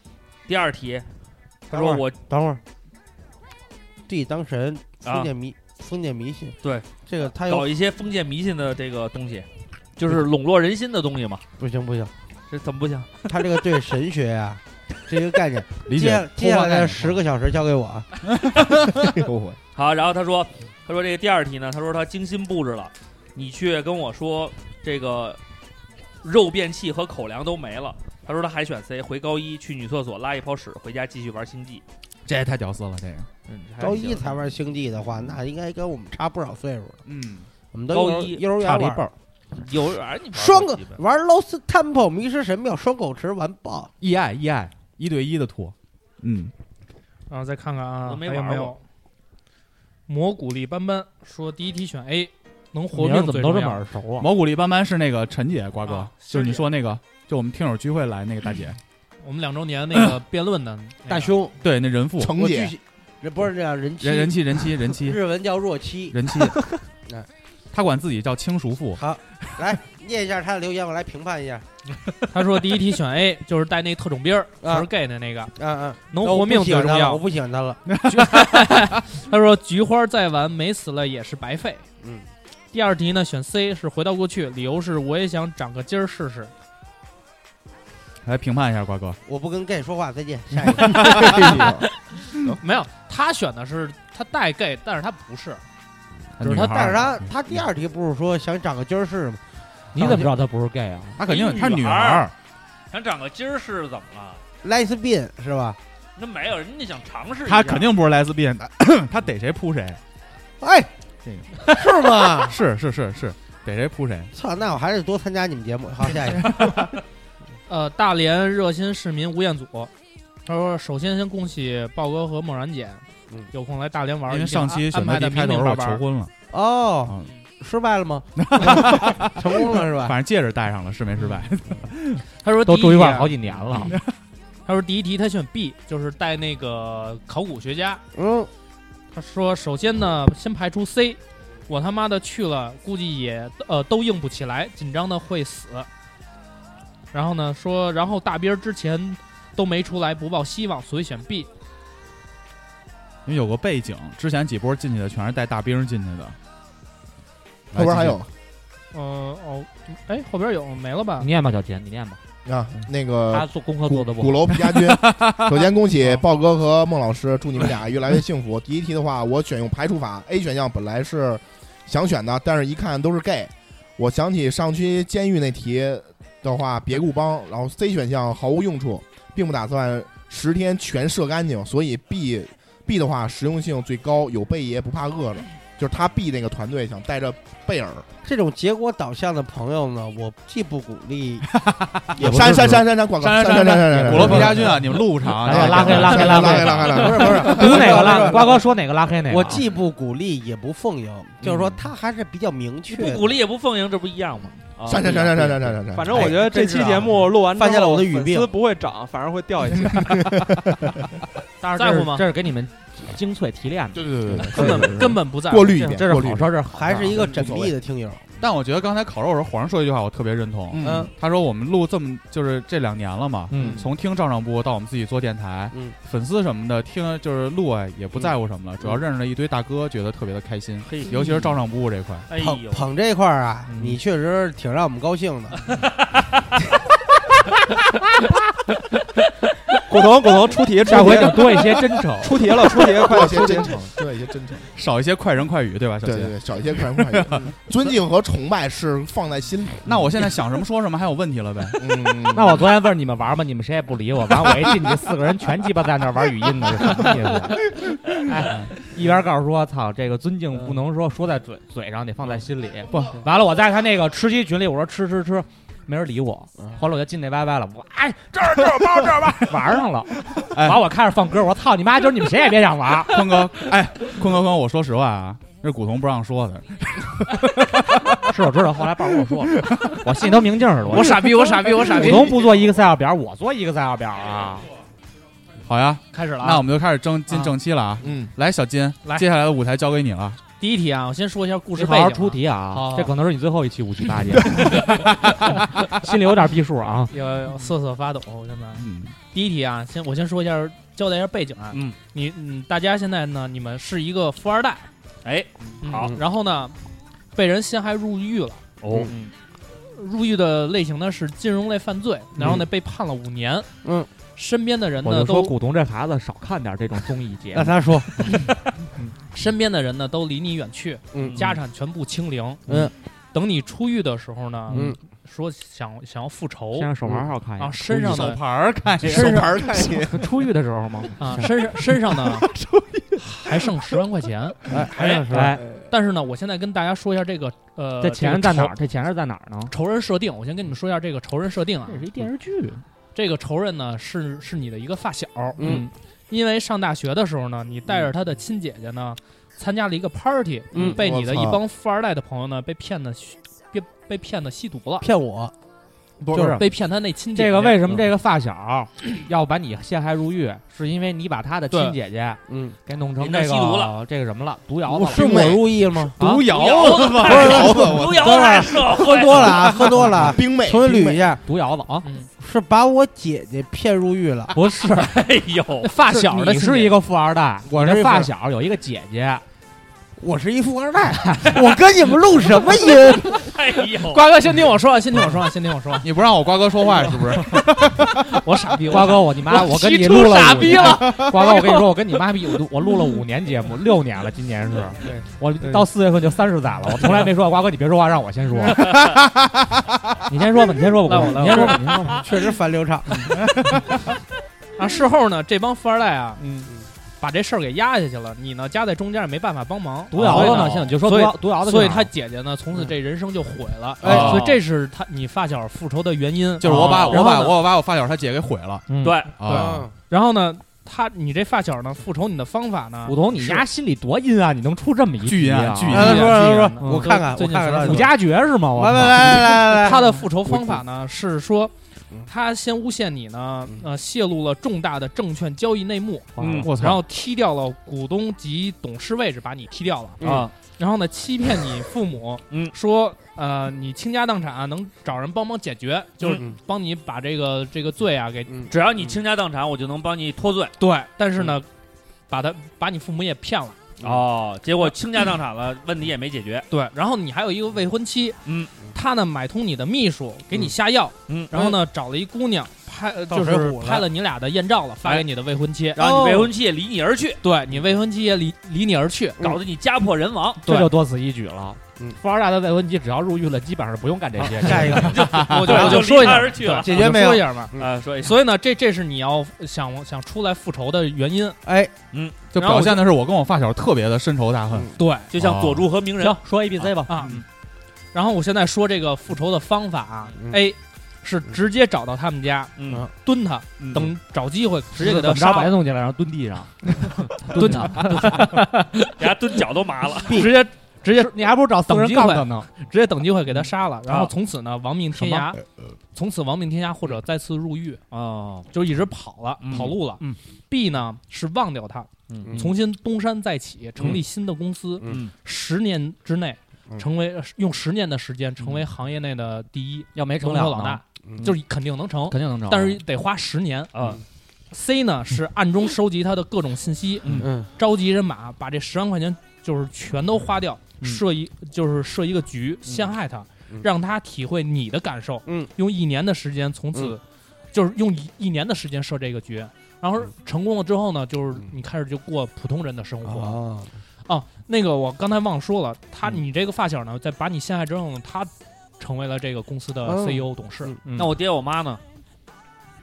S5: 第二题，他
S7: 啊
S5: 说我
S7: 等会儿，自己当神，
S5: 啊
S7: 封建迷，封建迷信。
S5: 对
S7: 这个他
S5: 搞
S7: 有
S5: 一些封建迷信的这个东西，就是笼络人心的东西嘛。
S7: 不行不行，
S5: 这怎么不行？
S7: 他这个对神学 啊，这个概念，
S5: 理解
S7: 接下接
S5: 偷
S7: 下
S5: 换
S7: 来
S5: 概念哎
S7: 的十个小时交给我 啊。
S5: 好，然后他说，他说这个第二题呢，他说他精心布置了，你却跟我说这个肉便器和口粮都没了。他说他还选 C，回高一去女厕所拉一泡屎，回家继续玩星际。
S3: 这也太屌丝了，这个。
S5: 嗯，
S7: 高一才玩星际的话，那应该跟我们差不少岁数了。
S3: 嗯，
S7: 我们都幼
S5: 高
S7: 儿
S5: 一
S7: 幼儿园
S5: 差
S7: 玩
S5: 了一半儿，幼儿园你玩
S7: 双个
S5: 过几遍
S7: 玩 Lost Temple 迷失神庙双口池完爆，
S3: 一爱一爱一对一的拖，嗯，
S11: 然后再看看啊，
S5: 我没
S11: 还有
S5: 玩
S11: 没
S5: 过
S11: 有？蘑菇力斑斑说第一题选 A，能活
S3: 名
S11: 命
S3: 儿
S11: 最重要。
S3: 熟啊？毛骨力斑斑是那个陈姐，瓜哥，就是你说那个，就我们听友聚会来那个大姐，
S11: 我们两周年 那个辩论的那个
S7: 胸
S3: 对，那人妇，
S7: 我具体，人不是这样人妻
S3: 人人妻人妻人妻
S7: 日文叫若妻
S3: 人妻
S7: 哎，
S3: 她管自己叫轻熟妇，
S7: 好，来念一下他的留言，我来评判一下。
S11: 他说第一题选 A，就是带那特种兵儿，
S7: 啊
S11: 全是 gay 的那个，
S7: 嗯嗯，
S11: 能活命最重要。
S7: 我不喜欢他了。
S11: 他说菊花再完美死了也是白费。
S7: 嗯，
S11: 第二题呢选 C 是回到过去，理由是我也想长个筋儿试试。
S3: 来评判一下瓜哥，
S7: 我不跟 gay 说话，再 见。下一个，
S11: 没有，他选的是他带 gay，但是他不是，
S7: 就是他，
S3: 女孩儿
S7: 但是他他第二题不是说想长个今儿是吗？
S8: 你怎么知道他不是 gay 啊？
S3: 她肯定
S5: 一
S3: 她
S5: 女
S3: 女
S5: 孩
S3: 孩儿，
S5: 想长个筋儿是怎么了？
S7: ？Lesbian 是吧？
S5: 那没有，人家想尝试一下。
S3: 她肯定不是莱斯宾，她逮谁扑谁，
S7: 哎，
S3: 这个
S7: 是 吗？
S3: 是是是是，逮谁扑谁，
S7: 操，那我还是多参加你们节目。好，下 一个。
S11: 呃，大连热心市民吴彦祖，他说：“首先先恭喜豹哥和梦然姐，
S7: 嗯
S11: 有空来大连玩儿，
S3: 因为
S11: 一定
S3: 上期
S11: 安
S3: 选
S11: 安排
S3: 择
S11: 的
S3: 题开
S11: 明
S3: 头
S11: 明白
S3: 我
S11: 白
S3: 求
S11: 儿。
S3: 婚了，
S7: 哦
S3: 嗯，
S7: 失败了吗？ 成功了是吧？
S3: 反正戒指戴上了是没失 败，
S11: 他说：“
S8: 都住一块儿好几年了，
S11: 啊 他说：“第一题他选 B，就是带那个考古学家。
S7: 嗯，
S11: 他说：首先呢，先排除 C，我他妈的去了，估计也呃都硬不起来，紧张的会死。然后呢，说然后大兵儿之前都没出来，不抱希望，所以选 B。
S3: 因为有个背景，之前几波进去的全是带大兵进去的，
S4: 后边还有
S11: 呃哦，哎，后边有没了吧
S8: 你？念吧，小秦，你念吧。嗯
S4: 啊，那
S8: 他
S4: 个
S8: 做功课
S4: 鼓
S8: 做的不
S4: 鼓
S8: 好，
S4: 楼皮 家军。首先恭喜豹哥和孟老师，祝你们俩越来越幸 福。第一题的话，我选用排除法，A 选项本来是想选的，但是一看都是 gay，我想起上期监狱那题的话，别故帮，然后 C 选项毫无用处，并不打算十天全射干净，所以 B B 的话实用性最高，有贝爷不怕饿着，就是他 B 那个团队想带着贝尔
S7: 这种结果导向的朋友呢，我既不鼓励，也不
S4: 删
S7: 支持
S4: 删删删删广告删删删删删哎
S3: 鼓楼皮家军啊，你们路不长
S8: 来
S3: 啊，
S8: 拉黑拉黑
S4: 拉
S8: 黑
S4: 黑拉黑拉
S7: 不
S4: 黑
S7: 是不是，
S8: 读哪个
S7: 不
S8: 拉？
S7: 是
S8: 瓜哥说哪个拉黑哪个？
S7: 我既不鼓励也不奉迎，就是说他还是比较明确。
S5: 不鼓，励也不奉迎，这不一样吗？啊
S4: 删删删删删删删删删，
S9: 反
S7: 哎
S9: 正我觉得这期节目录完之
S7: 发现了
S9: 后，
S7: 我的语
S9: 粉
S7: 病
S9: 丝不会涨，反而会掉 一些。
S8: 但是
S11: 在乎吗
S8: 这是给你们精粹提炼的，
S4: 对对对对，
S11: 根本根本不在乎
S4: 过滤一遍，
S8: 这是
S4: 过滤
S8: 好事儿，这是好事儿
S7: 还是一个缜密的听友。
S3: 但我觉得刚才烤肉的时候，皇上说一句话，我特别认同。
S7: 嗯，
S3: 他说我们录这么就是这两年了嘛，
S8: 嗯
S3: 从听照上播到我们自己做电台，
S7: 嗯
S3: 粉丝什么的听就是录哎也不在乎什么了，主要认识了一堆大哥，觉得特别的开心，
S5: 嘿
S3: 尤其是照上播这块。
S5: 哎
S7: 嗯捧
S5: 呦，
S7: 捧这块儿啊，
S3: 嗯
S7: 你确实挺 让我们高兴的。
S9: 古潼，古�潼出题，
S8: 下回
S9: 出题
S8: 得多一些真诚
S9: 出题了，出 题了，
S4: 多
S9: 快点
S4: 一些
S9: 出题
S4: 真
S3: 哦
S4: 诚，多一些真诚，
S3: 少一些快人快语，对吧？小
S4: 对
S3: 杰
S4: 对对，少一些快人 快语。 嗯尊敬和崇拜是放在心里。
S3: 那我现在想什么说什么，还有问题了呗？
S4: 嗯
S8: 那我昨天问你们玩吗？你们谁也不理我。完，我一进去，四个人全鸡巴在那儿玩语音呢，是什么意思？ 哎，一边告诉说，操，这个尊敬不能说说在嘴嘴上，得放在心里。不，
S11: 嗯
S8: 完了，我在他那个吃鸡群里，我说吃吃吃，没人理我。
S11: 嗯
S8: 后来我就进那 YY 了，我哎，这儿这儿包这儿包，玩上了。
S3: 哎
S8: 完，我开始放歌，我说操你妈，就是你们谁也别想玩。
S3: 坤哥，哎，坤哥，坤哥，我说实话啊，这古潼不让说的，
S8: 是我知道，后来爸跟 我说，我心里都明镜似的。
S11: 我傻逼，我傻逼，我傻逼
S8: 股！东不做 Excel 表，我做 Excel 表啊。
S3: 好呀。
S11: 开始了
S3: 那我
S11: 啊！
S3: 们就开始正进
S11: 啊
S3: 正题了啊！
S4: 嗯，
S3: 来，小金，
S11: 来
S3: 接下来的舞台交给你了。
S11: 第一题啊，我先说一下故事
S8: 你
S11: 背
S8: 好
S11: 景啊。
S8: 好出题啊
S11: 好，
S8: 这可能是你最后一期五七 八节，心里有点逼数啊。
S11: 有有瑟瑟发抖，现在。
S3: 嗯，
S11: 第一题啊，先我先说一下，交代一下背景啊。
S8: 嗯，
S11: 你嗯，大家现在呢，你们是一个富二代，哎，好，然后呢，被人陷害入狱了。
S4: 哦
S11: 嗯，入狱的类型呢是金融类犯罪，然后
S8: 嗯
S11: 呢被判了五年。
S7: 嗯，
S11: 身边的人
S6: 我就
S11: 呢
S6: 说
S11: 都
S6: 古潼这孩子少看点这种综艺节
S7: 那
S6: 目，
S7: 他 说，
S11: 身边的人呢都离你远去，
S7: 嗯
S11: 家产全部清零。
S7: 嗯，
S11: 等你出狱的时候呢，
S7: 嗯，
S11: 说想想要复仇
S6: 先让手牌好看一
S11: 啊，
S6: 眼。
S11: 身上
S3: 手
S11: 的
S3: 牌儿看一下
S4: 手牌儿太紧，
S6: 出狱的时候吗？
S11: 啊，身上身上呢还剩十万块钱。
S6: 哎，还
S11: 有
S6: 是哎，
S11: 但是呢，我现在跟大家说一下这个呃，
S6: 这钱在哪
S11: 这
S6: 儿？这钱是在哪儿呢？
S11: 个仇？仇人设定，我先跟你们说一下这个仇人设定啊
S6: 这。是一电视剧，
S11: 这个仇人呢是是你的一个发小，
S7: 嗯，
S11: 因为上大学的时候呢，你带着他的亲姐姐呢，参加了一个 party，
S7: 嗯
S11: 被你的
S4: 我
S11: 一
S4: 操
S11: 帮富二代的朋友呢被骗的，被被骗的吸毒了，
S7: 骗我，
S8: 不
S7: 就是
S11: 被骗他那亲姐姐。
S8: 这个为什么这个发小 要把你陷害入狱，是因为你把他的亲
S11: 对
S8: 姐姐
S7: 嗯，
S8: 给弄成
S11: 给他
S8: 这个
S11: 吸毒了
S8: 这个什么了，毒药
S7: 不
S8: 了。
S7: 是我入狱吗？
S8: 啊
S3: 毒
S11: 毒
S3: 窑
S11: 窑子吧？
S4: 摇子，我
S11: 毒窑
S7: 等会
S11: 子
S7: 儿
S11: 社
S7: 喝
S11: 会。
S7: 多了啊，喝多了啊，
S4: 冰妹，
S7: 重新
S4: 冰
S7: 捋
S4: 妹
S7: 一下，
S8: 毒窑子啊，
S11: 嗯，
S7: 是把我姐姐骗入狱了，
S8: 不是，
S11: 哎呦，发小的
S8: 你
S11: 亲姐
S8: 是一个富二代，我
S7: 是
S8: 是
S7: 一富
S8: 发
S7: 二
S8: 小，有一个姐姐。
S7: 我 是一富二代， 我跟你们录什么音？
S11: 哎呦，瓜哥，先听我说啊，先听我说啊，先听我说啊，
S3: 你不让我瓜哥说话是不是？
S11: 我傻逼，
S8: 瓜哥，我你妈，
S11: 我
S8: 我跟你
S11: 提
S8: 录
S11: 出
S8: 了
S11: 傻
S8: 五
S11: 逼
S8: 年
S11: 了。
S8: 瓜哥，我跟你说，我跟你妈逼，我都我录了五年节目，六年了，今年
S3: 哎
S8: 是，我到四月份就三十载了，我从来没说。瓜哥，你别说话，让我先 说。你先说吧，你先说吧，
S11: 那
S8: 瓜
S11: 我
S8: 哥
S11: 来
S8: 你先说吧，你先说吧。
S7: 确实烦流畅，
S11: 啊，事后呢，这帮富二代啊，嗯，把这事儿给压下去了。你呢，夹在中间也没办法帮忙。
S8: 毒窑子
S11: 所以
S8: 呢？
S11: 呢，
S8: 现在你就说毒
S11: 所以
S8: 窑毒窑子，
S11: 所以他姐姐呢，从此这人生就毁了。
S8: 哦
S3: 哎
S11: 所以这是他你发小复仇的原因。
S3: 就是我把
S11: 啊
S3: 我
S11: 然后
S3: 把
S11: 呢
S3: 我把我发小他姐给毁了
S8: 嗯，
S5: 对，
S3: 啊！
S11: 然后呢，他你这发小呢，复仇你的方法呢
S8: 古？潼，你丫心里多阴暗，你能出这么一
S3: 巨阴暗
S8: 啊
S3: 巨阴
S7: 来
S3: 暗
S7: 来说来说
S11: 嗯
S7: 说，我看看，我
S11: 最
S7: 看看
S11: 近什么
S7: 到底怎
S8: 武
S7: 么样，
S8: 家爵是吗？我
S7: 来来来来来来，
S11: 他的复仇方法呢是说，
S7: 嗯
S11: 他先诬陷你呢，呃，泄露了重大的证券交易内幕，
S3: 嗯我
S11: 然
S3: 操！
S11: 后踢掉了股东及董事位置，把你踢掉了。
S7: 嗯
S5: 啊，
S11: 然后呢，欺骗你父母，
S5: 嗯，
S11: 说呃，你倾家荡产啊、能找人帮忙解决，就是
S9: 嗯
S11: 帮你把这个这个罪啊给
S7: 嗯
S5: 只要你倾家荡产，我就能帮你脱罪。
S11: 对，但是呢，把他把你父母也骗了，嗯
S5: 哦，结果倾家荡产了，问题也没解决。
S11: 对，然后你还有一个未婚妻，
S5: 嗯，
S11: 他呢买通你的秘书给你下药，
S5: 嗯
S11: 然后呢找了一姑娘拍，呃
S7: 到
S11: 就
S7: 水
S11: 是
S7: 浒了
S11: 拍了你俩的艳照了，发给你的未婚妻，
S5: 哎
S11: 哦
S5: 然后你未婚妻也离你而去，嗯
S11: 对你未婚妻也离离你而去，
S5: 搞得你家破人亡。
S8: 这
S11: 对
S8: 就多此一举了
S4: 嗯。
S8: 富二代的未婚妻只要入狱了，基本上是不用干这 些。
S7: 下一个
S11: 我就
S5: 对，
S11: 我
S5: 我
S11: 就
S5: 就
S11: 说一
S5: 离他
S11: 下，
S5: 而去了。
S7: 解决没
S11: 我就说一
S7: 有？
S11: 下吧。
S5: 啊，所以
S11: 所以呢，这这是你要想想出来复仇的原因。
S7: 哎，
S5: 嗯
S3: 就表现的是我跟我发小特别的深仇大恨。哦
S11: 对
S5: 就像佐助和鸣人嗯
S8: 行，说 A B C 吧。
S11: 啊，然后我现在说这个复仇的方法啊
S4: 嗯
S11: ，A 是直接找到他们家
S5: 嗯
S11: 蹲他，
S5: 嗯
S11: 等找机会直接给
S8: 怎
S11: 他
S8: 么着把
S11: 杀
S8: 他
S11: 了，
S8: 弄进来，然后蹲地上，
S11: 蹲他，
S5: 给他蹲脚都麻了。
S8: 直接直接，你还不如找四个
S11: 等
S8: 人
S11: 机
S8: 杠
S11: 会
S8: 他呢。
S11: 直接等机会给他杀了，然后
S5: 啊
S11: 从此呢亡命天涯，
S4: 呃
S11: 从此亡命天涯或者再次入狱，
S5: 哦，
S11: 就一直跑了
S5: 嗯
S11: 跑路了
S8: 嗯。
S11: B 呢是忘掉他，
S5: 嗯
S11: 重新东山再起，成立新的公司
S5: 嗯，
S11: 十年之内
S4: 嗯
S11: 成为用十年的时间成为行业内的第一，
S8: 嗯要没
S11: 成
S8: 成
S11: 为
S8: 了
S11: 老大，
S4: 嗯
S11: 就是肯定能成。
S8: 肯定能成。
S11: 但是得花十年啊。C 呢是暗中收集他的各种信息，
S7: 嗯，
S11: 召集人马把这十万块钱就是全都花掉，设一就是设一个局陷害他，让他体会你的感受。
S7: 嗯，
S11: 用一年的时间从此，就是用一一年的时间设这个局，然后成功了之后呢，就是你开始就过普通人的生活
S9: 啊。
S11: 哦，那个我刚才忘说了，他你这个发小呢，在把你陷害之后呢，他成为了这个公司的
S9: 哦
S11: CEO 董事
S9: 嗯。嗯
S11: 那我爹我妈呢？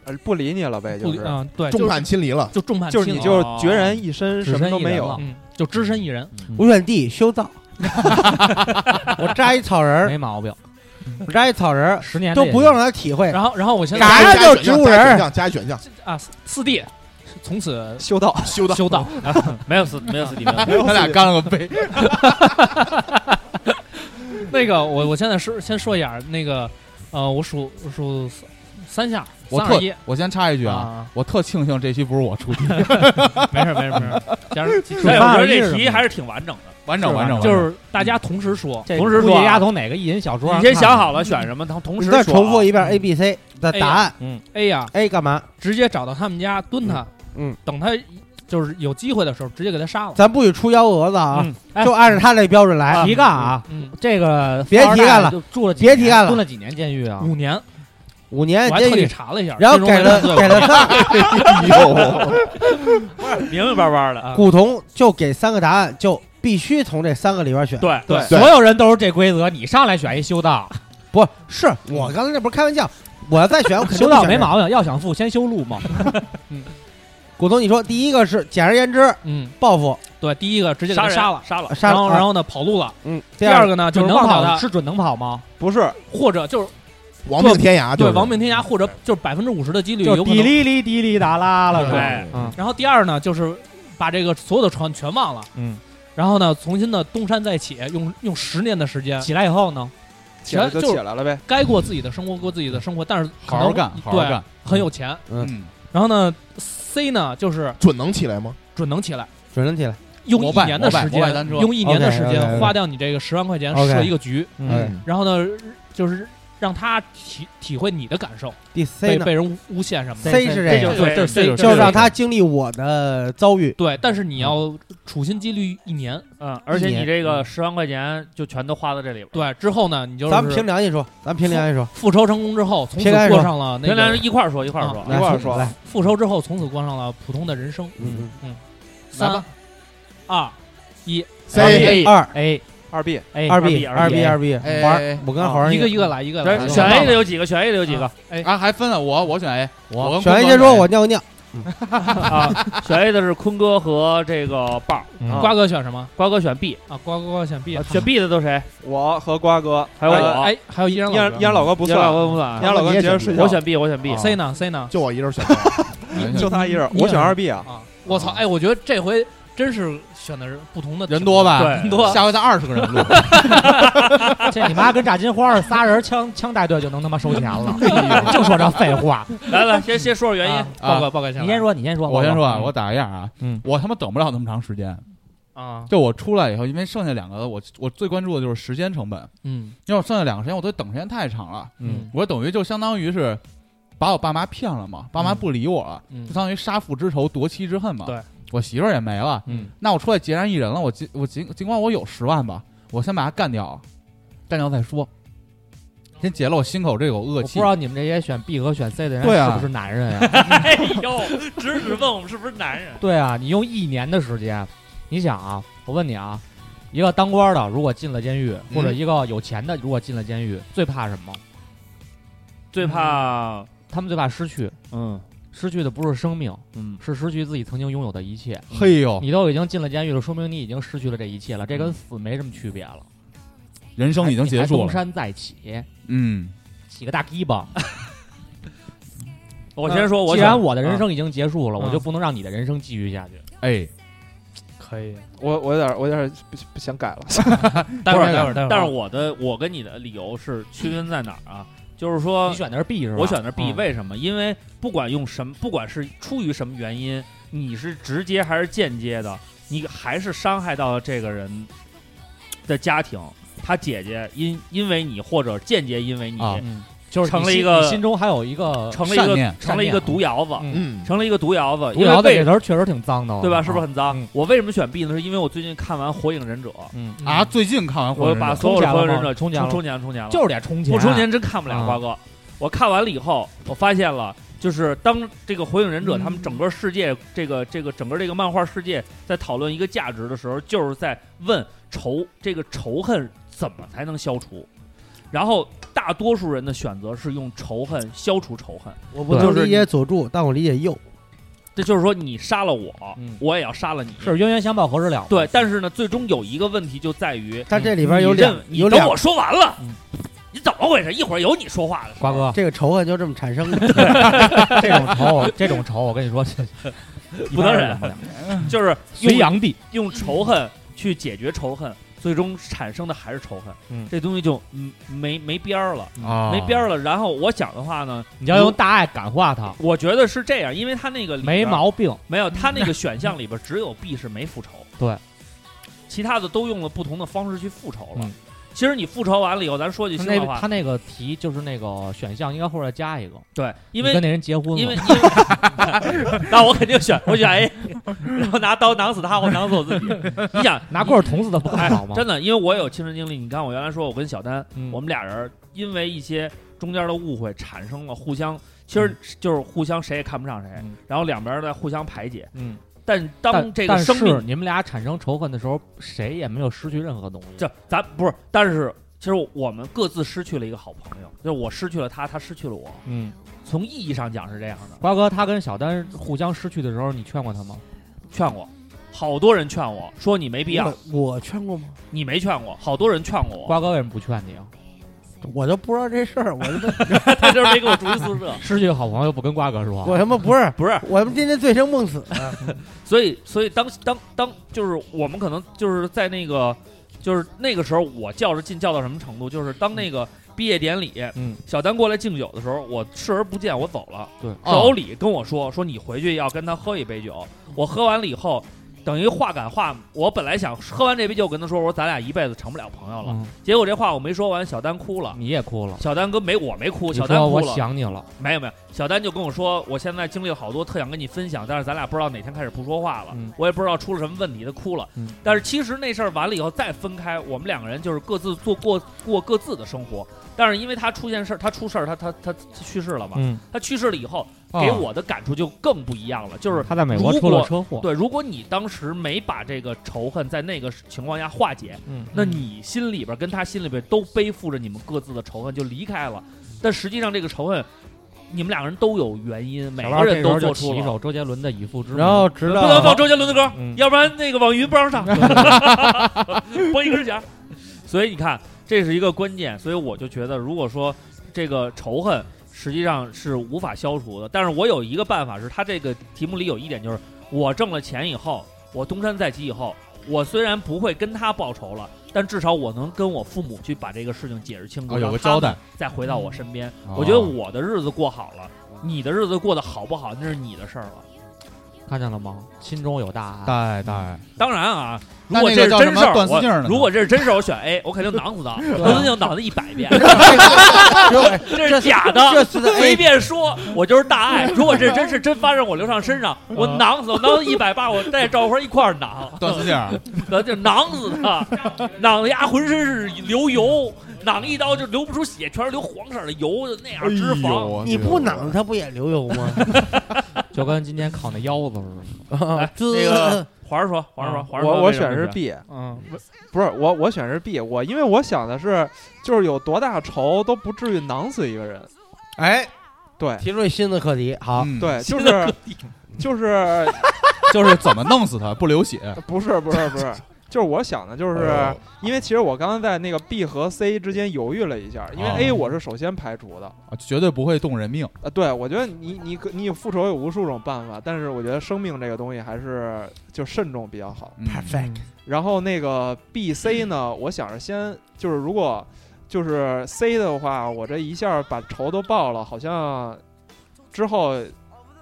S9: 呃不理你了呗，
S11: 不
S9: 就
S11: 理
S9: 是
S11: 啊 对就是众叛亲离了就众叛
S9: 就是
S11: 亲
S9: 你
S11: 离
S9: 就是
S11: 了
S9: 孑然一身，
S11: 只
S9: 什么
S11: 身
S9: 都
S11: 一
S9: 没
S11: 人
S9: 有
S11: 了，嗯就只身一人。
S7: 我远地修道， 我扎一草人儿
S8: 没毛病，
S7: 我扎一草人儿，
S8: 十年
S7: 都
S8: 内
S7: 不用让他体会。
S11: 然后，然后我现在
S7: 嘎
S11: 加一
S7: 就
S11: 选
S7: 植物
S11: 项加
S7: 人
S11: 一选
S7: 儿
S11: 项
S4: 加一选项
S11: 啊，四弟从此
S9: 修道，
S4: 修道，
S11: 修道，
S5: 没有四，没有四弟，
S11: 没有四弟
S5: 他
S11: 他俩干了个
S5: 杯。
S11: 那个，我我现在是先说一下那个，呃，我数我数三三下，
S3: 我
S11: 三二
S3: 特
S11: 一，
S3: 我先插一句
S11: 啊
S3: 啊，我特庆幸这期不是我出题，
S11: 没事没事没事， 加 上
S3: 其实
S5: 哎我觉得
S3: 是
S5: 这
S3: 什
S5: 题
S3: 么
S5: 还是挺完整的，
S3: 完整完整
S11: 就是大家同时说，
S5: 这
S11: 同
S5: 同
S11: 时
S5: 时
S11: 说
S5: 说
S11: 啊，
S5: 啊你先想好
S11: 了
S5: 了选什么，同同
S7: 你
S5: 时
S7: 再
S5: 说啊
S7: 重复一遍
S11: 嗯
S7: A、B、C 的
S11: A
S7: 答
S11: 呀
S7: 案。
S5: 嗯
S11: ，A 呀
S7: ，A 干嘛？
S11: 直接找到他们家蹲他，
S4: 嗯，
S11: 等他就是有机会的时候，直接给他杀了。
S7: 咱不许出幺蛾子啊
S11: 嗯哎，嗯
S7: 就按照他这标准来。
S8: 提干啊，
S7: 嗯
S8: 这个
S7: 别
S8: 富二
S7: 提
S8: 代
S7: 干了
S8: 就住了几
S7: 别
S8: 年
S7: 提干了
S8: 蹲了几年监狱啊？
S11: 五年，
S7: 五年
S11: 我还
S7: 监
S11: 特
S7: 狱
S11: 地查了一下
S7: 然后
S11: 最终
S7: 给了
S11: 没有
S7: 给了他
S11: 哎
S8: 啊
S11: 呦
S5: 明明白白的啊。
S7: 古潼就给三个答案，就必须从这三个里边选。
S5: 对对
S8: 所有人都是这规则，你上来选一修道，
S7: 不是我刚才这不是开玩笑，我要再选，我肯定
S8: 修
S7: 不
S8: 道
S7: 选
S8: 没
S7: 这个
S8: 毛病，要想富先修路 嘛。嗯
S7: 古潼，你说第一个是简而言之，
S11: 嗯，
S7: 报复，
S11: 对，第一个直接给他杀了，
S5: 杀了
S7: 杀了
S11: 然后
S7: 啊
S11: 然后呢跑路了，
S4: 嗯，
S11: 第二个呢就是
S8: 准能
S11: 忘掉
S8: 跑
S11: 他，
S8: 是准能跑吗？
S9: 不是，
S11: 或者就是
S4: 亡命天涯就
S11: 对，
S4: 是
S11: 亡命天涯，或者就是百分之五十的几率
S8: 就
S11: 有可
S8: 滴
S11: 能。
S8: 哩哩滴哩达啦了是吧
S5: 对？
S8: 嗯
S11: 哎然后第二呢，就是把这个所有的船全忘了，
S8: 嗯，
S11: 然后呢重新的东山再起，用用十年的时间
S8: 起来以后呢？
S9: 起来就
S11: 就是
S9: 起来了呗。
S11: 该过自己的生活，过自己的生活，但是可
S3: 好好
S11: 能
S3: 干好好
S11: 对
S3: 干
S11: 很有钱。
S3: 嗯，
S11: 然后呢，C 呢就是
S4: 准能起来吗？
S11: 准能起来，
S7: 准能起来。
S11: 用
S3: 摩
S11: 一
S3: 拜
S11: 年的
S3: 摩拜
S11: 时
S3: 摩拜
S11: 间
S3: 单车，
S11: 用一年的时间
S7: OK，OK，OK
S11: 花掉你这个十万块钱
S7: OK
S11: 设一个局，
S8: 嗯，
S11: 然后呢就是让他体体会你的感受，
S7: 第
S11: 被
S7: C 呢
S11: 被人诬陷什么的。
S7: ？C 是
S8: 这
S7: 样
S8: 就，对，这
S11: 这
S8: 这
S7: 就让
S8: 他
S7: 他经历我的遭遇。嗯
S11: 对，但是你要处心积虑一年，
S5: 嗯，而且
S7: 一
S5: 你
S7: 年
S5: 这个十万块钱就全都花在这里边。
S11: 对，之后呢，你就是
S7: 咱们凭良心说，咱们凭良心说，
S11: 复仇成功之后，从此
S7: 凭良心
S11: 过
S7: 说
S11: 上了那
S5: 平
S11: 个啊
S5: 常一块儿说一块儿说，
S7: 来
S9: 一会儿说
S7: 来，
S11: 复仇之后，从此过上了普通的人生。
S7: 嗯
S11: 嗯，
S3: 来
S11: 三
S3: 吧
S11: 二一，
S4: C
S7: 二
S8: A
S9: 二 B，
S8: A
S7: 二
S5: B，
S7: 二 B 二 B，
S3: 哎
S7: 玩我跟好好
S11: 一个一个来，一个来，
S5: 对
S3: 嗯
S5: 选
S3: 哎
S5: A 的有几个？选 A 的有几个？
S11: 哎
S3: 啊还分了我，我选 A，我跟坤
S7: 选完
S3: 哥
S7: 先说，
S3: 选 A
S7: 我尿个尿，
S5: 啊，选 A 的是坤哥和这个豹儿，啊
S8: 嗯
S11: 瓜哥选什么？
S5: 瓜哥选 B，
S11: 啊，瓜瓜瓜选 B，
S5: 啊选 B 的都谁？
S9: 我和瓜哥
S5: 还有
S9: 呃
S5: 我
S11: 哎，还有依然
S9: 燕
S11: 老
S9: 燕老哥不
S5: 不
S9: 算，啊
S5: 我不
S9: 燕
S5: 算，
S9: 老哥直接
S4: 我
S9: 睡觉，
S5: 我选 B，我选 B。
S11: 哥 C 呢？C 呢？
S4: 就我一人选，
S9: 就他一人，
S11: 你
S9: 我选二 B 啊。
S11: 啊，我操！哎，我觉得这回真是选的是不同的
S3: 人多吧？
S5: 对人多
S3: 下回咱二十个人录，
S8: 这你妈跟炸金花儿仨人枪枪带队就能他妈收钱了，净说这废话。
S5: 来来，先先说说原因
S11: 啊。报告报告一下，
S8: 你先说，你先说，
S3: 我先说啊，
S8: 嗯
S3: 我打个样啊，
S8: 嗯
S3: 我他妈等不了那么长时间。
S11: 啊，
S3: 就我出来以后，因为剩下两个，我我最关注的就是时间成本。
S11: 嗯
S3: 要是剩下两个时间，我都等时间太长了。
S11: 嗯
S3: 我等于就相当于是把我爸妈骗了嘛，爸妈不理我了，
S11: 嗯
S3: 就相当于杀父之仇，夺妻之恨嘛。
S11: 对，
S3: 我媳妇儿也没了，
S11: 嗯，
S3: 那我出来孑然一人了。我尽我尽尽管我有十万吧，我先把它干掉，干掉再说。先解了我心口这口恶
S8: 我不
S3: 气
S8: 知。道你们这些选 B 和选 C 的人
S3: 对啊
S8: 是不是男人呀？
S5: 哎呦，指指问我们是不是男人？
S8: 对啊，你用一年的时间，你想啊，我问你啊，一个当官的如果进了监狱，
S3: 嗯
S8: 或者一个有钱的如果进了监狱，最怕什么？嗯
S5: 最怕
S8: 他们最怕失去，
S5: 嗯
S8: 失去的不是生命，
S5: 嗯
S8: 是失去自己曾经拥有的一切。
S3: 嘿呦，
S8: 你都已经进了监狱了，说明你已经失去了这一切了，这跟死没什么区别了。
S3: 人生已经结
S8: 哎你还
S3: 束
S8: 东
S3: 了。
S8: 山再起，
S3: 嗯，
S8: 起个大鸡巴。
S5: 我先说，我啊
S8: 既
S5: 选
S8: 然我的人生已经结束了，
S11: 嗯
S8: 我就不能让你的人生继续下去。
S3: 哎，
S11: 可以。
S9: 我我有点我有点不不想 改了，
S11: 待会儿待会儿待会儿，
S5: 但是我的我跟你的理由是区分在哪儿啊？就是说
S8: 嗯你，选的是 B 是吧？
S5: 我选的是 B，
S8: 嗯
S5: 为什么？因为不管用什么，不管是出于什么原因，你是直接还是间接的，你还是伤害到了这个人的家庭。他姐姐因因为你，或者间接因为你，
S3: 啊
S8: 嗯，就是
S5: 成
S8: 你
S5: 了一
S8: 心
S5: 个
S8: 你心中还有一个
S5: 成了一
S3: 善
S5: 个
S3: 念
S5: 成了一个
S8: 善念啊
S5: 毒窑子，
S8: 嗯
S4: 嗯，
S5: 成了一个毒窑子。因
S8: 毒
S5: 为
S8: 窑子
S5: 为
S8: 这词儿确实挺脏的，
S5: 对吧？
S8: 啊
S5: 是不是？很脏？
S8: 嗯
S5: 我为什么选 B 呢？是因为我最近看完《火影忍者》，
S8: 嗯，
S3: 啊，最近看完《火
S5: 我
S3: 影忍者
S5: 把所有的《火影忍者》
S8: 充钱了吗
S5: 充钱充钱了，
S8: 就是得充钱，
S5: 不充钱真看不了
S8: 啊
S5: 瓜哥。我看完了以后，我发现了，就是当这个火影忍者他们整个世界，这个这个整个这个漫画世界在讨论一个价值的时候，就是在问仇这个仇恨怎么才能消除。然后大多数人的选择是用仇恨消除仇恨。
S7: 我不能理解佐助，但我理解鼬。
S5: 这就是说，你杀了我，我也要杀了你，
S8: 是冤冤相报何时了？
S5: 对，但是呢，最终有一个问题就在于，
S7: 但这里边有
S5: 你认
S7: 两
S5: 你
S7: 有
S5: 等
S7: 两嗯
S5: 我说完了，你怎么回事？一会儿有你说话了，
S8: 瓜哥，
S7: 这个仇恨就这么产 生的。
S8: 这种仇，这种仇，我跟你说，这
S5: 不能忍
S8: 一般人忍不了，
S5: 就是
S8: 隋
S5: 用
S8: 炀帝
S5: 用仇恨去解决仇恨，最终产生的还是仇恨，
S8: 嗯
S5: 这东西就嗯没没边儿了，
S8: 啊
S5: 没边儿了。然后我讲的话呢，
S8: 你要用大爱感化他，
S5: 我觉得是这样，因为他那个里边
S8: 没毛病。
S5: 没有他那 个选项里边只有 B 是没复仇，
S8: 对，
S5: 其他的都用了不同的方式去复仇了。
S8: 嗯
S5: 其实你复仇完了以后，咱说句
S8: 他
S5: 心
S8: 那
S5: 里话，
S8: 他那个题就是那个选项应该后边加一个，
S5: 对，因
S8: 你
S5: 为
S8: 跟那人结婚了，
S5: 因为因为 那我肯定选我选 A，然 后拿刀囊死他或囊死我自己。你想
S8: 拿棍儿捅死他 不更
S5: 哎
S8: 好吗？
S5: 真的，因为我有亲身经历。你看，我原来说我跟小丹，
S8: 嗯
S5: 我们俩人因为一些中间的误会，产生了互相，其实就是互相谁也看不上谁，
S8: 嗯
S5: 然后两边儿在互相排解。
S8: 嗯，
S5: 但当
S8: 但
S5: 这个
S8: 但
S5: 生
S8: 是
S5: 命，
S8: 你们俩产生仇恨的时候，谁也没有失去任何东西。
S5: 这咱不是，但是其实我们各自失去了一个好朋友，就是我失去了他，他失去了我。
S8: 嗯，
S5: 从意义上讲是这样的。
S8: 瓜哥他跟小丹互相失去的时候，你劝过他吗？
S5: 劝我，好多人劝我说你没必要，
S7: 我我劝过吗？
S5: 你没劝我，好多人劝过我，
S8: 瓜哥为什么不劝你啊？
S7: 我就不知道这事儿，我他妈
S5: 他就是没给我住一宿舍。
S8: 失去好朋友不跟瓜哥说，啊
S7: 我他妈不是，
S5: 啊不是，
S7: 我他妈天天醉生梦死。
S5: 所以，所以当当当，就是我们可能就是在那个，就是那个时候，我较着劲较到什么程度？就是当那个毕业典礼，
S8: 嗯，
S5: 小丹过来敬酒的时候，我视而不见，我走了。
S8: 对
S5: 是欧里跟我说，说你回去要跟他喝一杯酒。
S8: 嗯
S5: 我喝完了以后，等于话赶话，我本来想喝完这杯酒，我跟他说，我说咱俩一辈子成不了朋友了。
S8: 嗯
S5: 结果这话我没说完，小丹哭了。
S8: 你也哭了，
S5: 小丹跟没我没哭，
S8: 你
S5: 小丹
S8: 说
S5: 哭
S8: 我
S5: 了。
S8: 想你了，
S5: 没有没有，小丹就跟我说，我现在经历了好多，特想跟你分享，但是咱俩不知道哪天开始不说话了，
S8: 嗯
S5: 我也不知道出了什么问题，他哭了。
S8: 嗯
S5: 但是其实那事儿完了以后再分开，我们两个人就是各自做过过各自的生活。但是因为他出现事儿，他出事儿，他他他他去世了嘛，
S8: 嗯，
S5: 他去世了以后，
S8: 哦
S5: 给我的感触就更不一样了，就是
S8: 他在美国
S5: 如
S8: 出了
S5: 果
S8: 车祸，
S5: 对，如果你当时没把这个仇恨在那个情况下化解，
S8: 嗯，
S5: 那你心里边跟他心里边都背负着你们各自的仇恨，就离开了。但实际上这个仇恨，你们两个人都有原因，每
S8: 小
S5: 个
S8: 浪
S5: 人
S8: 这时
S5: 都
S8: 候就
S5: 做出
S8: 起一
S5: 了。
S8: 首周杰伦的《以父之名》，
S7: 然后直
S5: 不
S11: 啊
S5: 能
S7: 到
S5: 放周杰伦的歌，
S8: 嗯
S5: 要不然那个网易云不让 上， 播一根弦。所以你看，这是一个关键。所以我就觉得，如果说这个仇恨实际上是无法消除的，但是我有一个办法是，他这个题目里有一点就是，我挣了钱以后，我东山再起以后，我虽然不会跟他报仇了，但至少我能跟我父母去把这个事情解释清楚，
S3: 哦有个交
S5: 让他们
S3: 代，
S5: 再回到我身边。
S3: 哦
S5: 嗯我觉得我的日子过好了，你的日子过得好不好，那是你的事儿了。
S8: 看见了吗？心中有大爱，
S3: 大爱大爱，
S5: 当然啊，如
S3: 那
S5: 果
S3: 那
S5: 这
S3: 个
S5: 是
S3: 叫
S5: 真
S3: 什
S5: 事
S3: 么
S5: 儿，
S3: 段思
S5: 我
S3: 静儿呢
S5: 如果这是真事儿，我选 A，我肯定囊死他，段思静囊他一百遍，
S7: 对，
S5: 这是假
S7: 这
S5: 的。
S7: 次的 A
S5: 随便说，我就是大爱。如果这真是真发生我刘畅身上，我囊死，我囊一百八，我带赵辉一块儿囊，
S3: 段思静，
S5: 咱就囊死他，囊的丫浑身是流油，囊一刀就流不出血，全是流黄色的油，就那样脂肪。
S7: 你不囊他不也流油吗？
S8: 就跟今天烤那腰子似的。
S7: 啊，这
S5: 哎个华儿说，华儿说，华儿说
S9: 嗯我
S5: 为
S9: 我
S5: 什么
S9: 选是
S5: 选
S9: B，
S8: 嗯，
S9: 不是我我选是 B，我因为我想的是就是有多大仇都不至于囊死一个人，
S7: 哎，
S9: 对
S7: 提出一新的课题，好，
S3: 嗯，
S9: 对，就是就是
S3: 就是怎么弄死他不流血，
S9: 不是不是不是，就是我想的就是
S4: 哦
S9: 因为其实我刚刚在那个 B 和 C 之间犹豫了一下，因为
S3: 哦
S9: A 我是首先排除的，
S3: 啊绝对不会动人命。
S9: 呃，对，我觉得你你可你有复仇有无数种办法，但是我觉得生命这个东西还是就慎重比较好。
S3: 嗯
S7: perfect，
S9: 然后那个 B、C 呢，我想着先就是如果就是 C 的话，我这一下把仇都报了，好像之后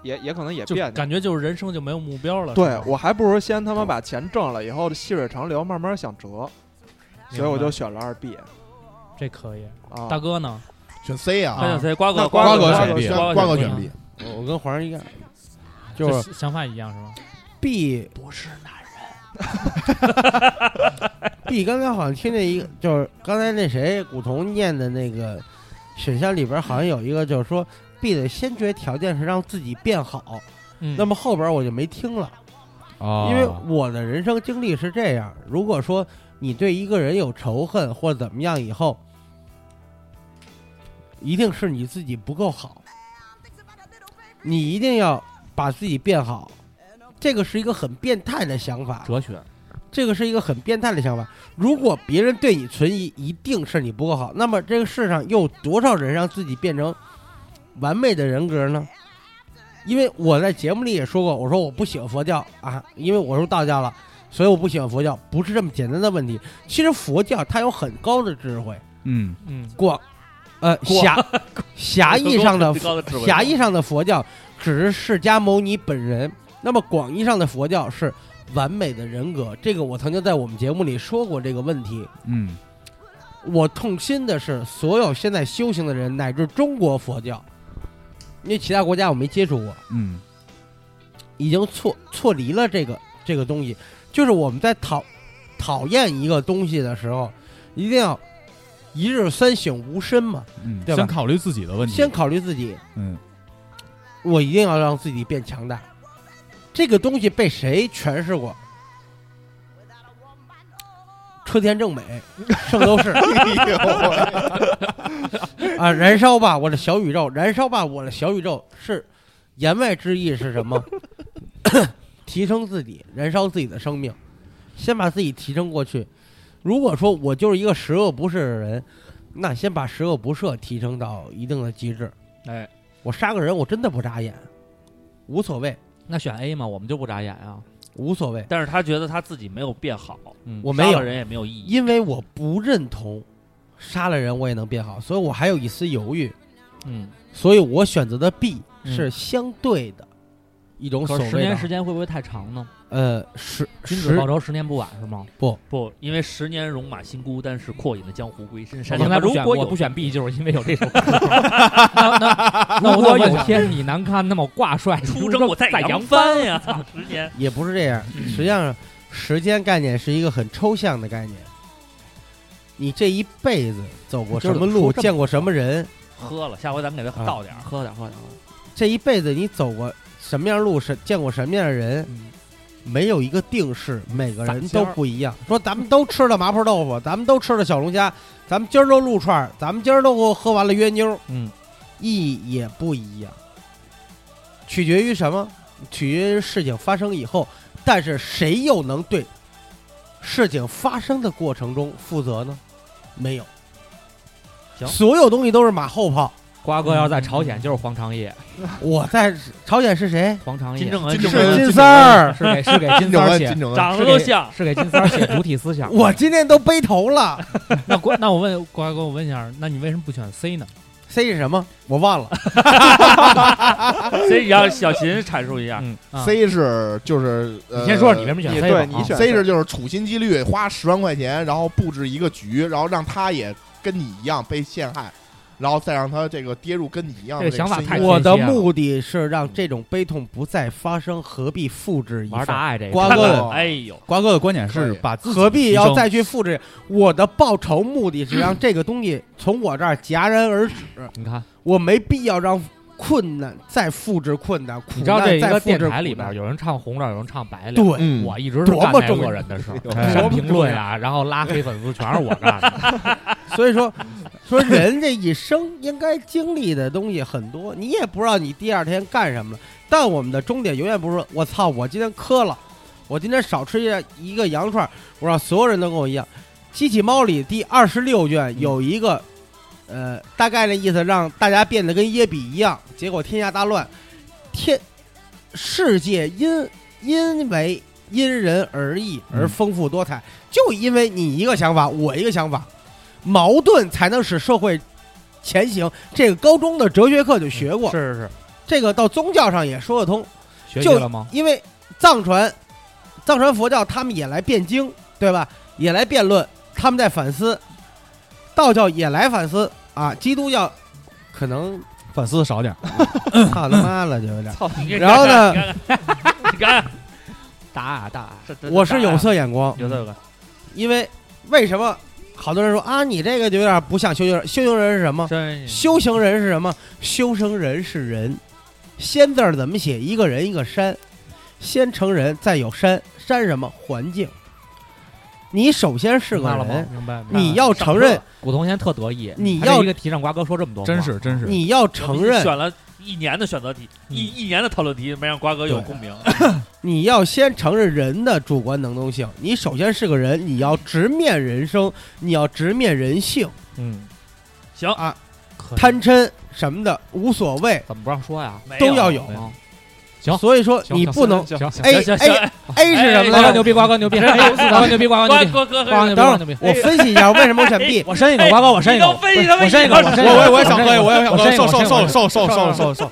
S9: 也也可能也
S11: 就
S9: 变。
S11: 感觉就是人生就没有目标了。
S9: 对我还不如先
S5: 哦
S9: 他妈把钱挣了，以后细水长流，慢慢想辙。所以我就选了二 B
S11: 这可以。
S9: 啊，
S11: 大哥呢？
S4: 选 C 啊，
S5: 关键谁？瓜
S9: 那
S5: 哥，
S9: 瓜
S3: 哥
S5: 瓜
S3: 选 B
S4: 选瓜
S5: 瓜
S4: 哥
S5: 哥
S4: 选 B，
S7: 我我跟皇上一样，就是
S11: 这想法一样是吗？
S7: B 不是男人。B 刚才好像听见一个，就是刚才那谁古潼念的那个选项里边好像有一个，就是说 B 的先决条件是让自己变好，
S11: 嗯
S7: 那么后边我就没听了。
S3: 哦
S7: 因为我的人生经历是这样：如果说你对一个人有仇恨或怎么样，以后一定是你自己不够好，你一定要把自己变好。这个是一个很变态的想法，
S8: 哲学。
S7: 这个是一个很变态的想法。如果别人对你存疑，一定是你不够好。那么这个世上又有多少人让自己变成完美的人格呢？因为我在节目里也说过，我说我不喜欢佛教啊，因为我是道教了，所以我不喜欢佛教，不是这么简单的问题。其实佛教它有很高的智慧，
S3: 嗯
S11: 嗯，
S7: 广，呃，
S11: 广
S7: 狭 狭义上的
S5: 有高的智慧
S7: 狭义上的佛教只是释迦牟尼本人，那么广义上的佛教是完美的人格。这个我曾经在我们节目里说过这个问题。
S3: 嗯
S7: 我痛心的是，所有现在修行的人，乃至中国佛教，因为其他国家我没接触过，
S3: 嗯
S7: 已经错错离了这个这个东西。就是我们在讨讨厌一个东西的时候，一定要一日三省吾身嘛，
S3: 嗯，
S7: 对吧
S3: 先考虑自己的问题，
S7: 先考虑自己，
S3: 嗯
S7: 我一定要让自己变强大。这个东西被谁诠释过？车田正美，圣斗士啊，燃烧吧我的小宇宙，燃烧吧我的小宇宙是言外之意是什么？ 提升自己，燃烧自己的生命，先把自己提升过去。如果说我就是一个十恶不赦的人，那先把十恶不赦提升到一定的极致。
S5: 哎，
S7: 我杀个人，我真的不眨眼，无所谓，
S8: 那选 A 嘛，我们就不眨眼啊。
S7: 无所谓，
S5: 但是他觉得他自己没有变好，
S8: 嗯，
S7: 我没有
S5: 杀了人也没有意义。
S7: 因为我不认同杀了人我也能变好，所以我还有一丝犹豫，
S8: 嗯，
S7: 所以我选择的 B
S8: 嗯
S7: 是相对的、一种所
S8: 可是十
S7: 谓的
S8: 年时间会不会太长呢？
S7: 呃十
S8: 君子
S7: 十
S8: 报仇，十年不晚是吗？
S5: 不，因为十年戎马辛孤单，是阔饮的江湖归。深山
S8: 我
S5: 两
S8: 从来不
S5: 如
S8: 选，
S5: 果
S8: 我
S5: 有
S8: 不选 B，就是因为有这首歌。那那那
S11: 我
S8: 如
S11: 再
S8: 果
S11: 问一
S8: 有
S11: 下
S8: 天你难堪，那么挂帅
S5: 出征，我
S8: 在啊
S5: 在
S8: 扬
S5: 扬
S8: 帆
S5: 帆呀！操， 十年
S7: 也不是这样，实际上时间概念是一个很抽象的概念。你这一辈子走过什么路，
S8: 就是说这么
S7: 见过什么人，
S5: 喝了，下回咱们给他
S7: 啊
S5: 倒点儿。
S8: 喝点喝点，
S7: 这一辈子你走过什么样路，是见过什么样的人，
S8: 嗯
S7: 没有一个定式，每个人都不一样。说咱们都吃了麻婆豆腐， 咱们都吃了小龙虾，咱们今儿都撸串儿，咱们今儿都喝完了约妞，
S8: 嗯，
S7: 意义也不一样，取决于什么？取决于事情发生以后，但是谁又能对事情发生的过程中负责呢？没有。
S8: 行
S7: 所有东西都是马后炮。
S8: 瓜哥要在朝鲜就是黄长业，
S7: 我在朝鲜是谁？
S8: 黄长
S5: 金
S8: 业
S5: 正恩
S4: 金
S5: 正
S4: 正
S7: 是
S4: 恩
S7: 金三儿。
S8: 是给是给金
S4: 金正
S8: 三儿
S4: 恩，
S8: 写
S4: 金，正恩，
S5: 长得都像，
S8: 是给金三儿写主体 思想。
S7: 我今天都背头了
S11: 那瓜那我问瓜哥，我问一下，那你为什么不选 C 呢？
S7: ，C 是什么？我忘了。
S5: 所以让小秦阐述一下。
S8: 嗯啊
S4: C 是就是呃，
S8: 你先说说你为什么选
S9: 你
S8: C
S9: 对
S8: 吧
S9: 你
S8: 啊
S9: 选
S4: C 是就是处心积虑花十万块钱，然后布置一个局，然后让他也跟你一样被陷害，然后再让他这个跌入跟你一样 的
S8: 这个
S4: 个
S8: 想法
S4: 深
S8: 太
S4: 渊
S7: 我的
S8: 天蝎啊
S7: 目的是让这种悲痛不再发生，何必复制一
S8: 玩
S7: 番
S8: 大爱这个哎
S7: 瓜 哥的
S5: 哎呦，
S3: 瓜哥的观点是
S4: 可以
S3: 把自己
S7: 何必要
S3: 提升
S7: 再去复制？我的报仇目的是让这个东西从我这儿戛然而止，
S8: 你看，
S7: 我没必要让困难再复制困难，苦
S8: 你知道
S7: 难
S8: 这一
S7: 再
S8: 个
S7: 复制
S8: 电
S7: 苦
S8: 台里
S7: 难
S8: 边有人唱红脸，有人唱白脸，
S7: 对，
S4: 嗯
S8: 我一直是
S7: 多
S8: 干
S7: 么
S8: 那
S7: 重
S8: 恶
S7: 要
S8: 人的事 儿，
S3: 哎
S8: 删评论啊，然后拉黑粉丝全是我干的。
S7: 所以说，说人这一生应该经历的东西很多，你也不知道你第二天干什么了。但我们的终点永远不是说“我操，我今天磕了，我今天少吃一一个羊串儿”，我让所有人都跟我一样。《机器猫》里第二十六卷有一个，呃，大概那意思让大家变得跟耶比一样，结果天下大乱，天世界因因为因人而异
S8: 嗯
S7: 而丰富多彩，就因为你一个想法，我一个想法，矛盾才能使社会前行。这个高中的哲学课就学过，
S8: 嗯是是是，
S7: 这个到宗教上也说得通，
S8: 学习
S7: 就
S8: 了吗？
S7: 因为藏传、藏传佛教他们也来辩经，对吧？也来辩论，他们在反思，道教也来反思啊，基督教可能
S3: 反思的少点儿，
S7: 操他妈了就有点。
S5: 操！你看
S7: 然后呢？
S5: 你看看你看看，
S8: 大爱大爱，
S5: 这 这
S7: 我是有色眼光，
S5: 有色有色。
S7: 因为为什么好多人说啊，你这个就有点不像修行人。修行人是什么？修行人是什么？修行人是人，仙字儿怎么写？一个人一个山，先成人，再有山。山是什么？环境。你首先是个
S8: 明白了
S7: 人
S8: 吗，明白明白
S7: 你要承认
S8: 上课。古潼现在特得意，
S7: 你
S8: 他这
S7: 要
S8: 一个题上瓜哥说这么多话，
S3: 真是真是
S7: 你要承认
S5: 选了一年的选择题，一
S8: 嗯
S5: 一年的讨论题，没让瓜哥有共鸣。
S7: 你要先承认人的主观能动性。你首先是个人，你要直面人生，你要直面人性。
S8: 嗯，
S5: 行
S7: 啊，贪嗔什么的无所谓，
S8: 怎么不让说呀？
S7: 都要有。
S8: 行，
S7: 所以说
S8: 行
S7: 你
S8: 行
S7: 不能
S8: 行行行
S7: A
S8: 行
S7: A
S8: 行
S7: A 是什么
S8: 瓜
S7: 呢
S8: 哥？牛逼，瓜哥牛逼，
S7: 哎
S8: 哎瓜哥牛逼，瓜哥牛逼，
S5: 瓜哥
S8: 瓜哥
S7: 等会
S8: 牛逼，瓜哥
S7: 儿
S8: 牛逼。
S7: 我分析一下为什么我选 B。
S8: 我申一个，瓜哥我申一个，我我申一个，申一个，
S3: 我我
S8: 我
S3: 也想喝一个，我也想喝，
S8: 申一个
S3: 瘦瘦瘦
S8: 我申一
S3: 瘦
S8: 个
S3: 瘦瘦瘦 瘦，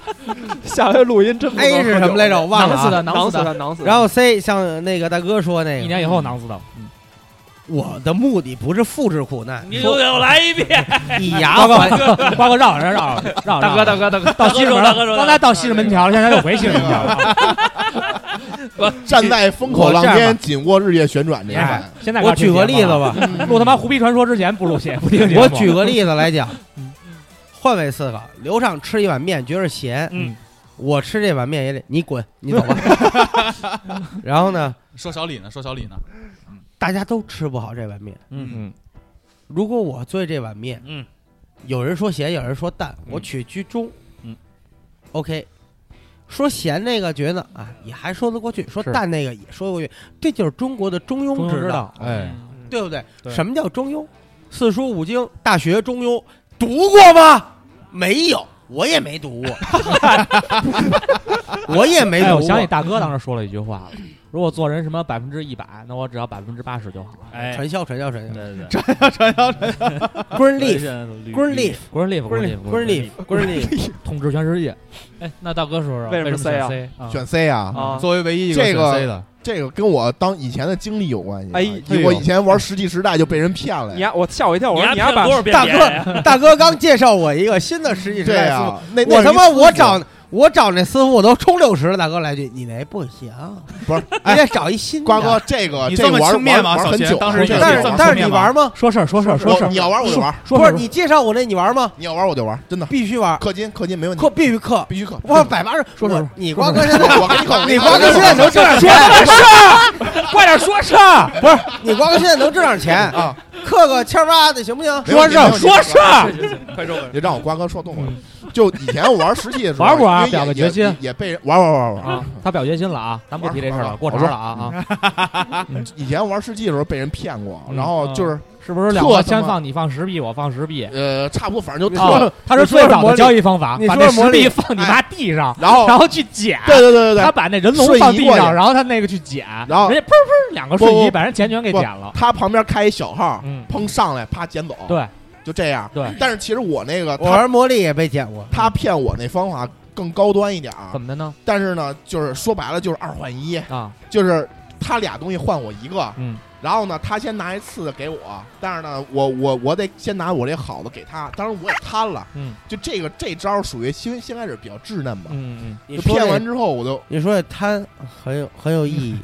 S3: 下回录音真不能
S7: A 是什么来着？我忘了、啊。
S8: 囊死的囊
S9: 囊
S8: 死
S9: 死
S8: 的
S9: 他，囊死他。
S7: 然后 C 像那个大哥说那个，
S8: 一年以后囊死的。嗯
S7: 我的目的不是复制苦难，
S5: 你
S7: 说
S5: 又给我来 一遍，
S7: 以牙
S8: 瓜哥
S7: 还
S8: 瓜哥绕绕绕绕，
S5: 大哥大哥大哥，
S8: 到西直门
S5: 大哥说，
S8: 刚才到西直门桥了，现在又回西直 门桥了。
S4: 站在风口浪尖，紧握日月旋转这一
S8: 哎
S4: 版。
S8: 现在
S7: 我举个例子
S8: 吧，嗯
S7: 吧，
S8: 录他妈胡逼传说之前不录写 不听节目
S7: 我举个例子来讲，换位思考，刘畅吃一碗面觉着咸，
S8: 嗯，
S7: 我吃这碗面也得你滚，你走吧。 然后呢，嗯
S3: 说小李呢？说小李呢？嗯
S7: 大家都吃不好这碗面，
S8: 嗯
S7: 如果我做这碗面，
S5: 嗯，
S7: 有人说咸，有人说淡，我取居中，
S5: 嗯
S7: ，OK。说咸那个觉得啊也还说得过去，说
S8: 是
S7: 淡那个也说得过去，这就是中国的中
S8: 嗯，
S7: 庸
S8: 知
S7: 之道，
S8: 道
S3: 哎，
S7: 对不对？
S8: 对
S7: 什么叫中庸？四书五经、大学中庸读过吗？没有，我也没读过， 我也没读
S8: 哎，
S7: 过。
S8: 我想起大哥当时说了一句话了，如果做人什么百分之一百，那我只要百分之八十就好了。
S5: 哎，
S7: 传销，传销，传
S5: 对
S7: 销
S5: 对
S7: ，Green
S5: 对
S7: leaf，Green
S5: 绿
S7: leaf，
S8: Green leaf
S7: Green
S8: Green leaf
S7: leaf，Green leaf，
S8: 统治全世界，
S11: 哎，那大哥说说
S9: 为什么
S11: 么
S9: 塞啊
S11: 选 C 啊？
S4: 选 C 啊，
S9: 啊，
S3: 作为唯一一个
S4: 这
S3: 选
S4: 个
S3: C 的，
S4: 这个跟我当以前的经历有关系啊。
S9: 哎
S4: 因为我以前玩《石器时代》就被人骗了
S9: 你
S4: 呀。
S9: 丫我吓我一跳，我说
S5: 你
S9: 你丫
S5: 还
S9: 把
S5: 多少遍
S7: 大
S5: 别人呀？
S7: 哥，大哥刚介绍我一个新的实际时
S4: 对
S7: 代思
S4: 啊
S7: 路，，
S4: 那那
S7: 我
S4: 是
S7: 他
S4: 一
S7: 妈我
S4: 次
S7: 找我找那师傅我都充六十了，大哥来句你那不行，
S4: 不是
S7: 你得找一新的。
S4: 瓜哥，这个
S3: 你
S4: 这
S3: 这么
S4: 玩
S3: 轻蔑
S4: 玩
S3: 吗
S4: 玩
S3: 小
S4: 很
S3: 贤
S4: 久了，
S3: 当时
S4: 这个
S3: 也
S7: 但
S4: 我
S7: 是
S4: 玩
S3: 这
S7: 但
S4: 很久
S7: 是你
S4: 了
S7: 玩吗？
S8: 说事儿说事儿说事
S4: 我
S8: 儿，
S4: 你要玩我就玩，
S8: 说
S7: 不
S8: 事
S7: 是
S8: 儿
S7: 你介绍我那你玩吗？
S4: 你要玩我就玩，真的
S7: 必须玩，
S4: 氪金氪金没问题
S7: 课，必须课。
S4: 必须氪。
S7: 我百八十，
S8: 说
S7: 我
S8: 说
S7: 你
S8: 说
S7: 瓜
S8: 说
S7: 哥现在
S4: 我跟你讲，
S7: 你
S4: 我
S7: 瓜
S4: 跟
S7: 哥现在能挣点钱，
S8: 快点说事儿，
S7: 不是你瓜哥现在能挣点钱
S4: 啊？
S7: 刻个千八的行不行？
S4: 没问题没问题
S8: 说事儿，
S5: 快收回
S4: 你让我瓜哥说动了。就以前我玩石器的时候，
S8: 嗯玩不玩
S4: 因
S8: 啊
S4: 为也
S8: 表个决心
S4: 也也被人玩玩玩玩玩
S8: 啊。，他表决心了啊，咱不提这事儿了，过场了啊啊！
S4: 嗯
S8: 嗯
S4: 以前玩石器的时候被人骗过，然后就是
S8: 是不是两个先放你放十币，我放十币？
S4: 呃，差不多，反正就特。
S8: 啊，他是最早的交易方法，
S7: 你
S8: 把
S7: 说
S8: 那
S7: 是
S8: 十
S7: 魔
S8: 币
S7: 力
S8: 放你妈地上，
S4: 然后
S8: 然后去捡。
S4: 对对对对
S8: 他
S4: 对，
S8: 把那人龙
S4: 瞬移
S8: 放地
S4: 过去
S8: 上，然后他那个去捡，
S4: 然后
S8: 人家砰砰两个瞬
S4: 不
S8: 移
S4: 不
S8: 把人钱全给
S4: 不
S8: 捡了。
S4: 他旁边开一小号，
S8: 嗯，
S4: 砰上来，啪捡走，
S8: 对
S4: 就这样。
S8: 对，
S4: 但是其实我那个
S7: 我
S4: 他
S7: 玩魔力也被捡过，
S4: 他骗我那方法更高端一点儿
S8: 怎，么的呢？
S4: 但是呢，就是说白了就是二换一，
S8: 啊，
S4: 就是他俩东西换我一个，
S8: 嗯，
S4: 然后呢，他先拿一次的给我，但是呢，我我我得先拿我这好的给他，当然我也贪了，
S8: 嗯，
S4: 就这个这招儿属于先先开始比较稚嫩吧，
S8: 嗯
S7: 你
S4: 就
S7: 说
S4: 骗
S7: 这
S4: 完之后我就
S7: 你说这贪很有很有意义，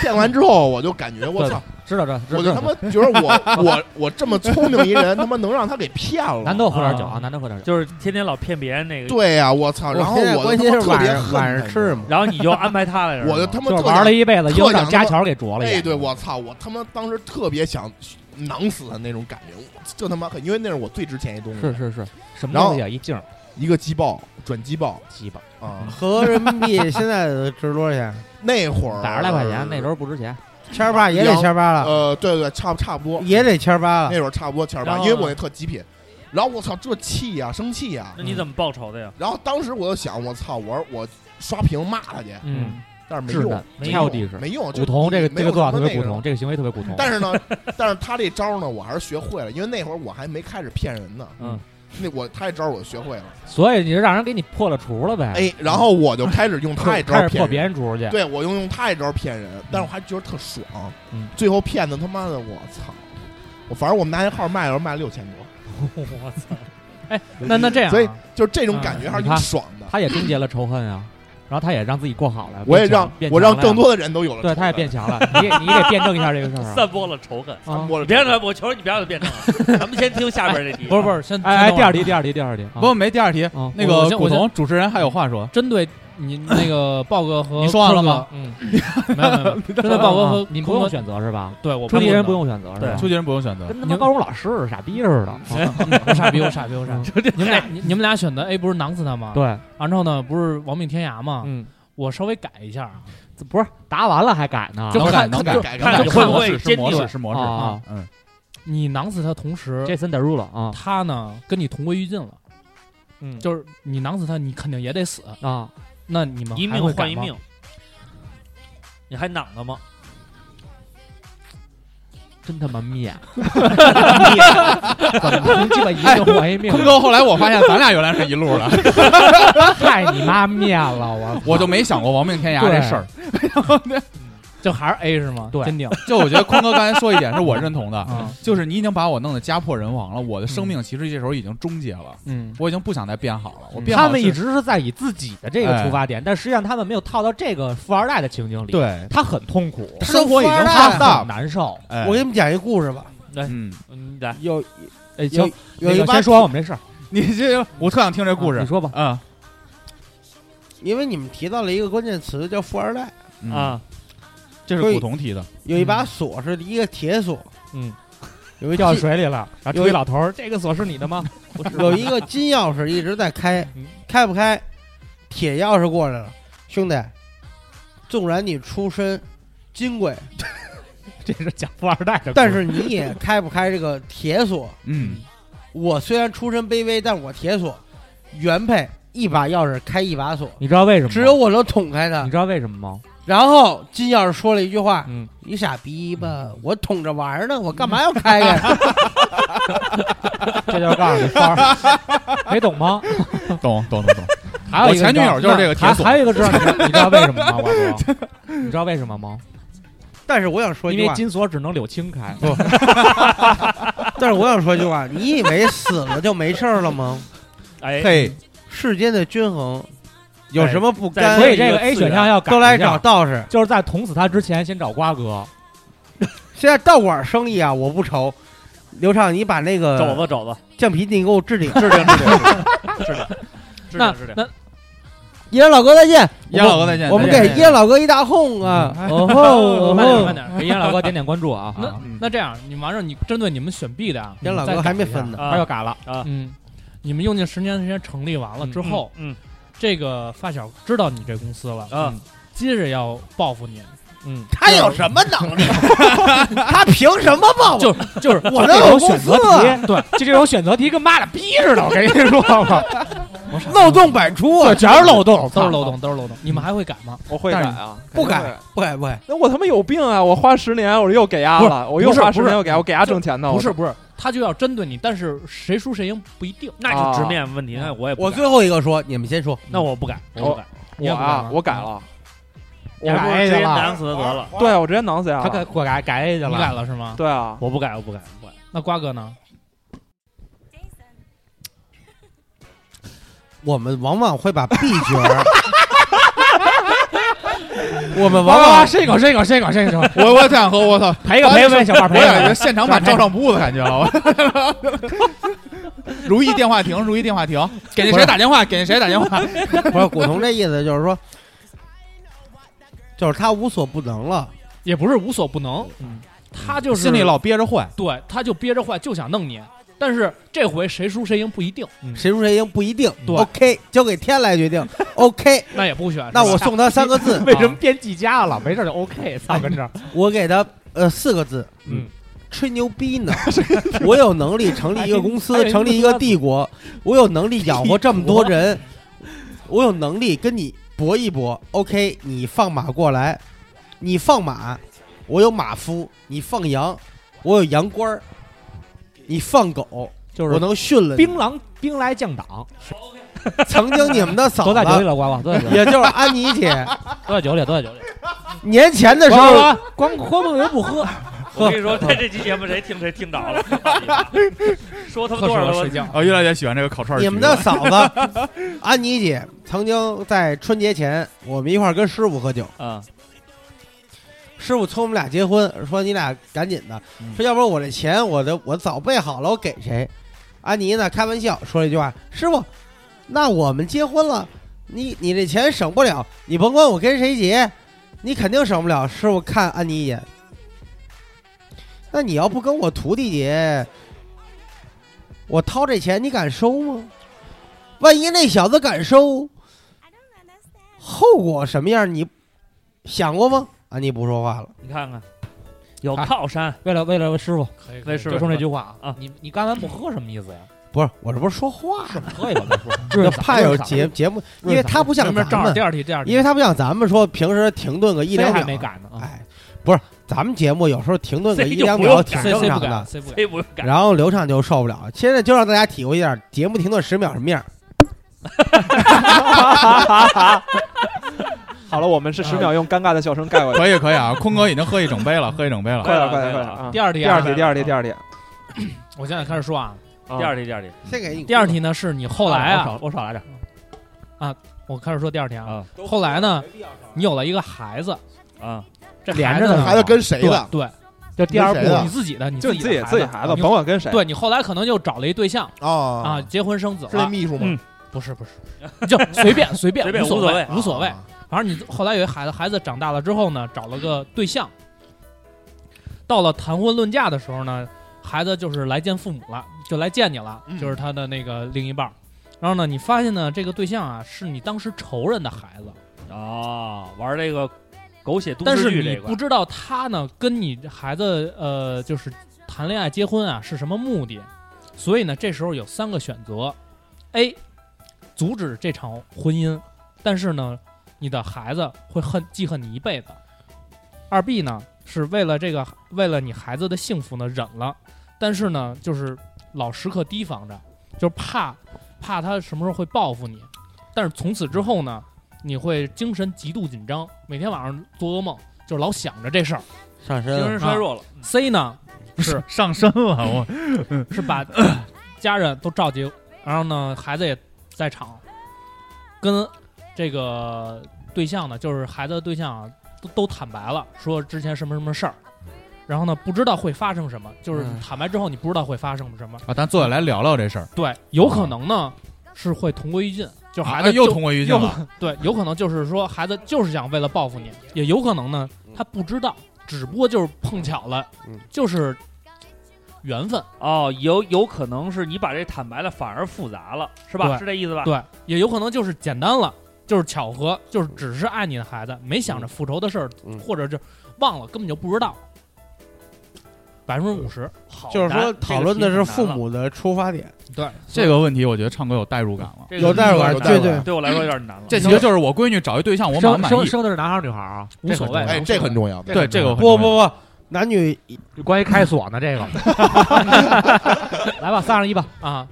S4: 骗完之后我就感觉我操，
S8: 嗯，知道这，知
S4: 我就
S8: 道 这
S4: 他妈觉得我我我这么聪明一 人，他妈能让他给骗了，
S8: 难得我喝点酒
S5: 啊
S8: 啊，难得喝点酒。
S5: 就是天天老骗别人那个，
S4: 对呀、我操，然后
S7: 现在
S4: 我
S7: 关
S4: 就
S7: 心
S4: 他妈
S7: 是
S4: 特
S7: 晚
S4: 别
S7: 上
S4: 恨
S7: 晚上
S4: 他
S7: 吃嘛，
S5: 然后你就安排他来着，
S4: 我就他妈
S8: 就
S4: 特
S8: 是
S4: 想
S8: 玩 了一辈子，
S4: 特
S8: 樱
S4: 想
S8: 长家桥给啄了一
S4: 哎，
S8: 眼。
S4: 对我操，我他妈当时特别想囊死他那种感觉，我这他妈很，因为那是我最值钱一东西，
S8: 是是是，什
S4: 嗯
S8: 么
S4: 然后
S8: 东西啊？一镜儿
S4: 一个击爆转击爆
S8: 鸡巴，
S4: 啊、
S7: 合人民币现在值多少钱？
S4: 那会儿
S8: 打十来块钱，那时候不值钱。
S7: 千儿八也得
S4: 两
S7: 千儿八了，
S4: 呃，对对，差不差不多，
S7: 也得千儿八了。
S4: 那会儿差不多千
S5: 然
S4: 八，
S5: 后
S4: 因为我那特极品，然后我操，这气呀、生气呀、
S5: 那你怎么报仇的呀？
S4: 然后当时我就想，我操，我说我刷屏骂他去，
S8: 嗯，
S4: 但是没
S8: 是
S4: 用
S8: 的，
S4: 没
S8: 跳
S4: 用
S8: 地是
S4: 没用，就
S8: 古潼这个
S4: 没
S8: 这
S4: 有
S8: 个做法
S4: 什
S8: 特
S4: 么
S8: 别古
S4: 那
S8: 潼，
S4: 个
S8: 这个行为特别古潼。
S4: 但是呢，但是他这招呢，我还是学会了，因为那会儿我还没开始骗人呢。
S8: 嗯，
S4: 那我他这招我学会了，
S8: 所以你就让人给你破了除了呗。嗯
S4: 哎，然后我就开始用他
S8: 开
S4: 这招
S8: 始
S4: 骗
S8: 破
S4: 人
S8: 别人除去。
S4: 对我用用他这招骗人，但是我还觉得特爽。
S8: 嗯
S4: 最后骗的他妈的，我操！我反正我们拿那号卖的时候卖六千多，
S5: 我操！
S11: 那那这样啊，
S4: 所以就是这种感觉
S8: 嗯
S4: 还是挺
S8: 你看
S4: 爽的。
S8: 他也终结了仇恨啊。然后他也让自己过好了，
S4: 我也
S8: 变强
S4: 让
S8: 变
S4: 我
S8: 强
S4: 让
S8: 了
S4: 更
S8: 呀
S4: 多的人都有了
S8: 对，
S4: 仇
S8: 他也
S4: 恨
S8: 变强了，你也你也得辩证一下这个事儿啊。
S5: 散播了仇恨，
S8: 散
S4: 播了
S5: 别让他，我求你别让他变成 了。咱们先听下边这啊题，
S11: 不是不是，先
S8: 哎哎，第二题，第
S11: 二
S8: 二题，第二题。
S3: 不，没第二题
S11: 啊。
S3: 那
S11: 我
S3: 个
S11: 先
S3: 古
S11: 我先
S3: 潼主持人还有话说，
S11: 针对你那个豹哥和
S3: 你说完了吗
S11: 坤哥嗯，没有没有，没有针对豹哥和
S8: 啊你
S11: 坤
S8: 不
S11: 哥
S8: 用选择是吧？
S11: 对我
S8: 出题
S11: 不
S8: 人
S11: 能
S8: 不用选择是吧？
S3: 出题人不用选择。哎
S8: 跟他妈高中老师似的，嗯傻逼 似 的。
S11: 我嗯傻逼，我傻逼，我傻逼！ 你们俩，你你们俩选的 A 不是囊死他吗？
S8: 对，
S11: 然后呢，不是亡命天涯吗？
S8: 嗯，
S11: 我稍微改一下啊，
S8: 不是答完了还改呢？
S11: 就
S3: 能改
S11: 看
S3: 能改
S11: 就
S3: 改
S11: 看
S3: 改
S11: 就
S3: 会
S11: 看
S3: 模
S11: 会
S3: 式是
S11: 监
S3: 模
S11: 狱
S3: 式是模式
S8: 啊
S3: 啊
S8: 啊，
S3: 嗯，
S11: 你囊死他，同时
S8: Jason Derulo 啊
S11: 他呢跟你同归于尽了，
S8: 嗯
S11: 就是你囊死他，你肯定也得死。
S8: 啊，
S11: 那你们
S5: 一
S11: 还会
S5: 命
S11: 改
S5: 换一
S11: 吗
S5: 命，， 你还囊着吗？
S8: 真他妈面，
S3: 哎
S8: 面怎么能鸡巴一命换一命？
S3: 坤哥，后来我发现咱俩原来是一 路 的，
S8: 太你妈面了！我
S3: 我就没想过亡命天涯这事儿。
S11: 就还是 A 是吗？
S8: 对
S11: 坚定。
S3: 就我觉得坤哥刚才说一点是我认同的，
S8: 嗯
S11: 啊，
S3: 就是你已经把我弄得家破人亡了，我的生命其实这时候已经终结了，
S11: 嗯，
S3: 我已经不想再变好了。哎我变好
S8: 嗯他们
S3: 是
S8: 一直是在以自己的这个出发点，但实际上他们没有套到这个富二代的情境里。，
S3: 对，
S8: 他很痛苦，
S7: 生活已经发
S8: 他很
S7: 丧。
S8: 难受。
S3: 哎
S7: 我给你们讲一故事吧。
S3: 嗯，
S5: 嗯，来，
S7: 有
S8: 哎，
S7: 有
S8: 行，
S7: 有
S8: 那
S7: 一
S8: 个
S7: 帮
S8: 先，说完我们这事儿，
S3: 你这我特想听这故
S8: 啊
S3: 事
S8: 你，说吧。
S3: 嗯
S7: 因为你们提到了一个关键词叫富二代，
S3: 嗯
S5: 啊，
S3: 这是
S7: 所以
S3: 古潼提的，
S7: 有一把锁是一个铁锁，
S8: 嗯，
S7: 有一
S8: 掉
S7: 金
S8: 水里了，然后
S7: 有
S8: 出一
S7: 一
S8: 老头儿，这个锁是你 的吗？
S7: 有一个金钥匙一直在 开，
S8: 嗯
S7: 开不开，铁钥匙过来了，兄弟，纵然你出身金贵，
S8: 这是讲富二代的故事，
S7: 但是你 也开不开这个铁锁。
S3: 嗯，
S7: 我虽然出身卑微，但我铁锁原配一把钥匙开一把锁，
S8: 你知道为什么吗？
S7: 只有我能捅开它
S8: 你。知道为什么吗？
S7: 然后金钥匙说了一句话
S8: 嗯，：“
S7: 你傻逼吧，我捅着玩呢，我干嘛要开呀
S8: 这就是告诉你富二，没懂吗？
S3: 懂懂懂懂，
S8: 还有一个
S3: 我前女友就是这个
S8: 你知道
S3: 铁锁
S8: 还还有一个知道你你知道为什么吗？我说，你知道为什么吗？？”
S7: 但是我想说一
S8: 因
S7: 句
S8: 为
S7: 话，
S8: 金锁只能柳青开，
S7: 但是我想说一句话，你以为死了就没事儿了吗？
S5: 哎，
S3: 嘿，
S7: 世间的 均衡有什么不
S5: 在
S7: 甘？
S8: 所以这个 A 选项要改一
S7: 啊
S8: 下
S7: 都来找，道士。
S8: 就是在捅死他之前先找瓜哥。
S7: 现在道馆生意啊，我不愁。刘畅，你把那
S5: 肘
S7: 个
S5: 子肘子，
S7: 酱皮你给我置顶。
S5: 制定制定制定制
S11: 那
S5: 定制定，
S11: 那
S7: 野老哥再见，
S3: 杨老哥再见，
S7: 我们
S3: 再见
S7: 给野老哥一大哄啊！哦吼，哦
S11: 嗯哎慢点慢
S7: 吼，嗯
S11: 点。
S8: 给燕老哥点点关注啊！
S11: 那
S9: 嗯
S11: 那这样，你完事儿，你针对你们选 B 的啊，
S7: 野老
S11: 你
S7: 哥
S11: 再
S7: 还没
S11: 改一下
S7: 分呢。
S8: 他又
S5: 啊
S8: 改了，
S11: 嗯，你们用尽十年的时间成立完了之后，
S5: 嗯，
S11: 这个发小知道你这公司了，
S5: 啊
S11: 嗯，接着要报复你，
S8: 嗯，
S7: 他有什么能力？ 他啊凭什么报复？
S11: 就是就是
S7: 我
S8: 这
S7: 能有
S8: 种选
S7: 公
S8: 择
S7: 司
S8: 题，对，就这种选择题跟妈了逼似的，我跟你说吧，
S7: 漏洞百出啊
S8: 对，！全是漏 洞，
S11: 都是漏洞，都是漏洞。你们还会改吗？
S9: 我会改
S3: 但是
S9: 啊，
S7: 不
S9: 肯定会
S7: 改，不改，不改。
S9: 那我他妈有病啊！我花十年，我又给丫了，啊我又
S11: 不是
S9: 花
S11: 不
S9: 十
S11: 是
S9: 年，我给丫，我给丫挣钱呢。
S11: 不
S9: 我
S11: 是不是，他就要针对你，但是谁输谁赢不一定。啊
S5: 那就直面问题，那我也不
S7: 我
S5: 改
S7: 最后一个说，你们先说。
S5: 那我不改，我不改，
S11: 你也
S9: 我
S11: 不改吗
S9: 啊，我改了，
S8: 我
S5: 还不如
S8: 改
S5: 直
S8: A
S5: 接
S8: 去了，
S5: 囊死他得了。
S9: 对我直接囊死丫
S8: 他改
S9: 了。
S8: 我改改 A 去
S11: 你改
S8: 了，
S11: 了是吗？
S9: 对啊，
S5: 我不改，我不改，我不改。
S11: 那瓜哥呢？
S7: 我们往往会把 B 角 儿，我们往往
S8: 伸一口，伸一口，伸一口，伸一口，
S3: 我我特想喝，我操，哎
S8: 赔个赔个小
S3: 我
S8: 胖，赔
S3: 感觉
S8: 个。
S3: 现场版照上不误的感觉了。我 如意电话亭，如意电话亭，给那谁打电话？给那谁打电话？
S7: 不是古潼这意思，就是说，就是他无所不能了。
S11: 也不是无所不能，
S5: 嗯
S11: 他就是
S3: 心里老憋着坏。
S11: 对，他就憋着坏，就想弄你。但是这回谁输谁赢不一定，
S7: 谁输谁赢不一定。
S11: 对
S7: OK，交给天来决定。OK，
S11: 那也不选。
S7: 那
S11: 是
S7: 我
S11: 吧啊
S7: 送他三个 字， 啊哎
S8: 为什么编辑家了？没事就 OK，操，跟这儿
S7: 我给他呃四个字。
S8: 嗯，
S7: 吹牛逼 呢！我有能力成立一个公
S8: 还
S7: 司，
S8: 有
S7: 成立一个帝国，
S8: 哎
S7: 我有能力养活这么多人，我有能力跟你搏一搏。OK，你放马过来，你放马，我有马夫；你放羊，我有羊倌儿；你放狗，
S8: 就
S7: 我
S8: 是
S7: 能训了你。
S8: 兵狼兵来将挡，
S7: 曾经你们的嫂
S8: 都在酒里
S7: 子，
S8: 了，瓜瓜，都在酒里
S7: 也就是安妮姐，
S8: 都在酒里，都在酒里。
S7: 年前的时
S8: 瓜
S7: 候
S8: 瓜，光光梦游不喝，
S5: 我跟你说，在这期节目谁听谁听着了，说他们多少都
S3: 啊，越来越喜欢这个烤串儿局
S7: 你
S3: 了。
S7: 们的嫂子安妮姐曾经在春节前，我们一块儿跟师傅喝酒
S5: 啊。
S7: 师傅催我们俩结婚，说你俩赶紧的，说要不然我这钱我的我早备好了，我给谁？安妮呢开玩笑说了一句话：“师傅，那我们结婚了，你你这钱省不了，你甭管我跟谁结，你肯定省不了。”师傅看安妮一眼，那你要不跟我徒弟结，我掏这钱你敢收吗？万一那小子敢收，后果什么样？你想过吗？安妮不说话了。
S5: 你看看，有靠山。
S8: 为了为了师傅，
S5: 可以可以为师傅
S8: 就冲这句话
S5: 啊！
S8: 你你刚才不喝什么意思呀？
S7: 不是，我这不是说话呢吗？。
S8: 喝一口再说
S7: 就怕有节节目，因为他不像
S11: 没事
S7: 咱
S11: 照着
S7: 们
S11: 第，二题，第二题，
S7: 因为他不像咱们说平时停顿个一两
S8: 还
S7: 秒
S8: 没赶呢，
S7: 哎，不是，咱们节目有时候停顿个
S5: C
S7: 一
S5: 就
S7: 两
S5: 不
S7: 秒
S5: 用
S7: 挺
S5: 改
S11: 谁
S7: 正
S11: 谁不
S7: 常
S11: 敢，
S7: 的，
S11: 谁不敢？
S5: 谁不敢？
S7: 然后刘畅就受不了。现在就让大家体会一下节目停顿十秒什么样。
S9: 好了，我们是十秒用尴尬的笑声盖过去。
S3: 可以可以啊，坤哥已经喝一整杯了，喝一整杯了。
S9: 快点，快点，快点啊！
S11: 第二题
S9: 第
S11: 啊，
S9: 二题，第二题，第二题。
S11: 我现在开始说啊。
S9: 嗯
S5: 第二题，第二题，
S7: 先给你
S11: 第二题呢是你后来
S8: 我
S11: 啊，
S8: 少我少来点。
S11: 我开始说第二题啊
S5: 啊。
S11: 后来呢，你有了一个孩子，
S5: 啊，
S11: 这
S8: 连
S11: 孩
S8: 着
S11: 子
S8: 呢
S11: 呢
S4: 孩子跟谁的？
S11: 对，这第二步
S4: 跟谁的
S11: 你自己的，你
S9: 就
S11: 自
S9: 你
S11: 己
S9: 自己
S11: 的
S9: 自己孩
S11: 孩
S9: 子，
S11: 你
S9: 甭管跟谁。
S11: 对你后来可能又找了一对象
S4: 哦
S11: 啊，结婚生子
S4: 是那
S11: 了，
S4: 秘书吗
S5: 嗯？
S11: 不是不是，你 就随便随便
S5: 随便
S11: 无所
S5: 无所谓
S11: 无所谓。
S4: 啊
S11: 反正你后来有一孩子，孩子长大了之后呢，找了个对象，到了谈婚论嫁的时候呢，孩子就是来见父母了，就来见你了，
S5: 嗯
S11: 就是他的那个另一半儿。然后呢，你发现呢，这个对象啊是你当时仇人的孩子，
S5: 啊，玩这个狗血都
S11: 但
S5: 市
S11: 是
S5: 剧
S11: 你
S5: 这一块
S11: 不，知道他呢跟你孩子呃就是谈恋爱结婚啊是什么目的，所以呢这时候有三个选择：A，阻止这场婚姻，但是呢你的孩子会恨记恨你一辈子；二 B 呢是为了这个为了你孩子的幸福呢忍了，但是呢就是老时刻提防着，就是怕怕他什么时候会报复你，但是从此之后呢。你会精神极度紧张，每天晚上做噩梦，就是老想着这事儿。
S7: 上身啊
S5: 精
S7: 了
S5: 神衰弱了。
S11: C 呢 是
S3: 上身了，我
S11: 是把家人都召集，然后呢孩子也在场，跟这个对象呢，就是孩子的对象啊，都都坦白了，说之前什么什么事儿，然后呢不知道会发生什么，就是
S7: 嗯
S11: 坦白之后你不知道会发生什么，
S3: 啊，咱坐下来聊聊这事儿。
S11: 对，有可能呢是会同归于尽，就
S3: 啊
S11: 孩子
S3: 又
S11: 就
S3: 同归于尽了。
S11: 对，有可能就是说孩子就是想为了报复你，也有可能呢他不知道，只不过就是碰巧了，
S4: 嗯
S11: 就是缘分。
S5: 哦，有有可能是你把这坦白了，反而复杂了，是吧？
S11: 对
S5: 是这意思吧？
S11: 对，也有可能就是简单了，就是巧合，就是只是爱你的孩子，没想着复仇的事儿，
S4: 嗯
S11: 或者就忘了，根本就不知道。百分之五十，
S5: 好
S7: 就是
S5: 难
S7: 说讨论的是父，母的出发点，
S11: 对，
S3: 这个问题，我觉得唱歌有代入感了。
S5: 这个
S7: 有
S5: 题挺
S7: 代
S5: 难
S7: 入感
S5: 了这个
S7: 对对
S5: 对我来说有点难了。
S3: 这其实就是我闺女找一对象，我满不
S8: 生
S3: 满
S8: 生
S3: 意。
S8: 生的是男孩儿女孩儿啊？
S11: 无所谓。
S4: 哎，这个很重要。
S3: 对这个我很
S7: 不不
S3: 同意
S7: 不，男女
S8: 关于开锁 呢，这个。 来吧，三二一吧，
S11: 啊，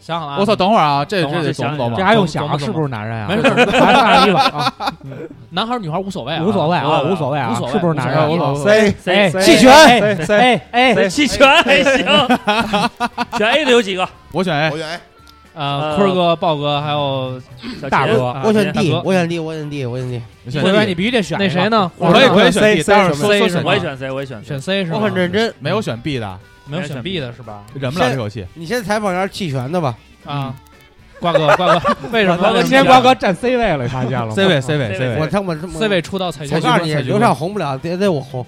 S11: 想好了啊，
S3: 我操，等会儿啊，这
S5: 等会儿
S3: 这得
S5: 这
S3: 琢
S5: 想
S3: 磨琢
S5: 想
S3: 磨。
S8: 这还用
S11: 琢磨
S8: 想
S11: 琢磨
S8: 是不是男人啊？
S11: 没 事
S8: 事， 来三二一吧， 啊，
S11: 嗯男孩儿女孩儿无所谓啊，
S8: 无所谓啊，
S5: 无所谓
S8: 无所谓啊，
S11: 无所谓
S8: 是不是男人啊？
S11: 无所
S3: 谓
S4: ，C
S8: 哎，
S9: C
S7: 弃权
S8: 哎哎哎，
S5: 哎弃权还行，选 A 的有几个？
S3: 我选 A，
S4: 我选 A，
S11: 呃，坤儿哥、豹哥还有
S5: 小
S8: 大
S5: 杰
S8: 哥
S11: 啊
S7: 我选
S11: 大
S7: D，
S11: 哥
S7: 我选 D，我选 D，我选 D。
S3: 我选
S8: 回头
S3: D
S8: 你。必须得选一
S11: 那
S8: 个
S11: 谁？呢？
S3: 我可以可以选
S9: C，
S3: D，但
S9: 什
S3: 是
S9: 么
S3: 说
S11: C
S3: 说
S11: 是吗
S3: 选
S5: 我也选 C，我也选 C。
S11: 选 C 是
S7: 我
S11: 吗？
S7: 很认真。
S3: 没有选 B 的，
S11: 没有选 B 的是吧？
S3: 忍不了这口气。
S7: 你先采访一下弃权的吧。
S11: 啊，瓜哥，瓜 哥，为什么？
S8: 瓜哥，今天瓜哥占 C 位了，你发现了吗
S3: C 位，C 位，C
S5: 对
S7: 我
S3: 位。
S7: 他我他妈
S11: C 位出道才
S7: 我
S11: 俊，
S7: 告诉
S3: 蔡
S7: 你，
S3: 徐坤
S7: 刘畅红不了，得得我红。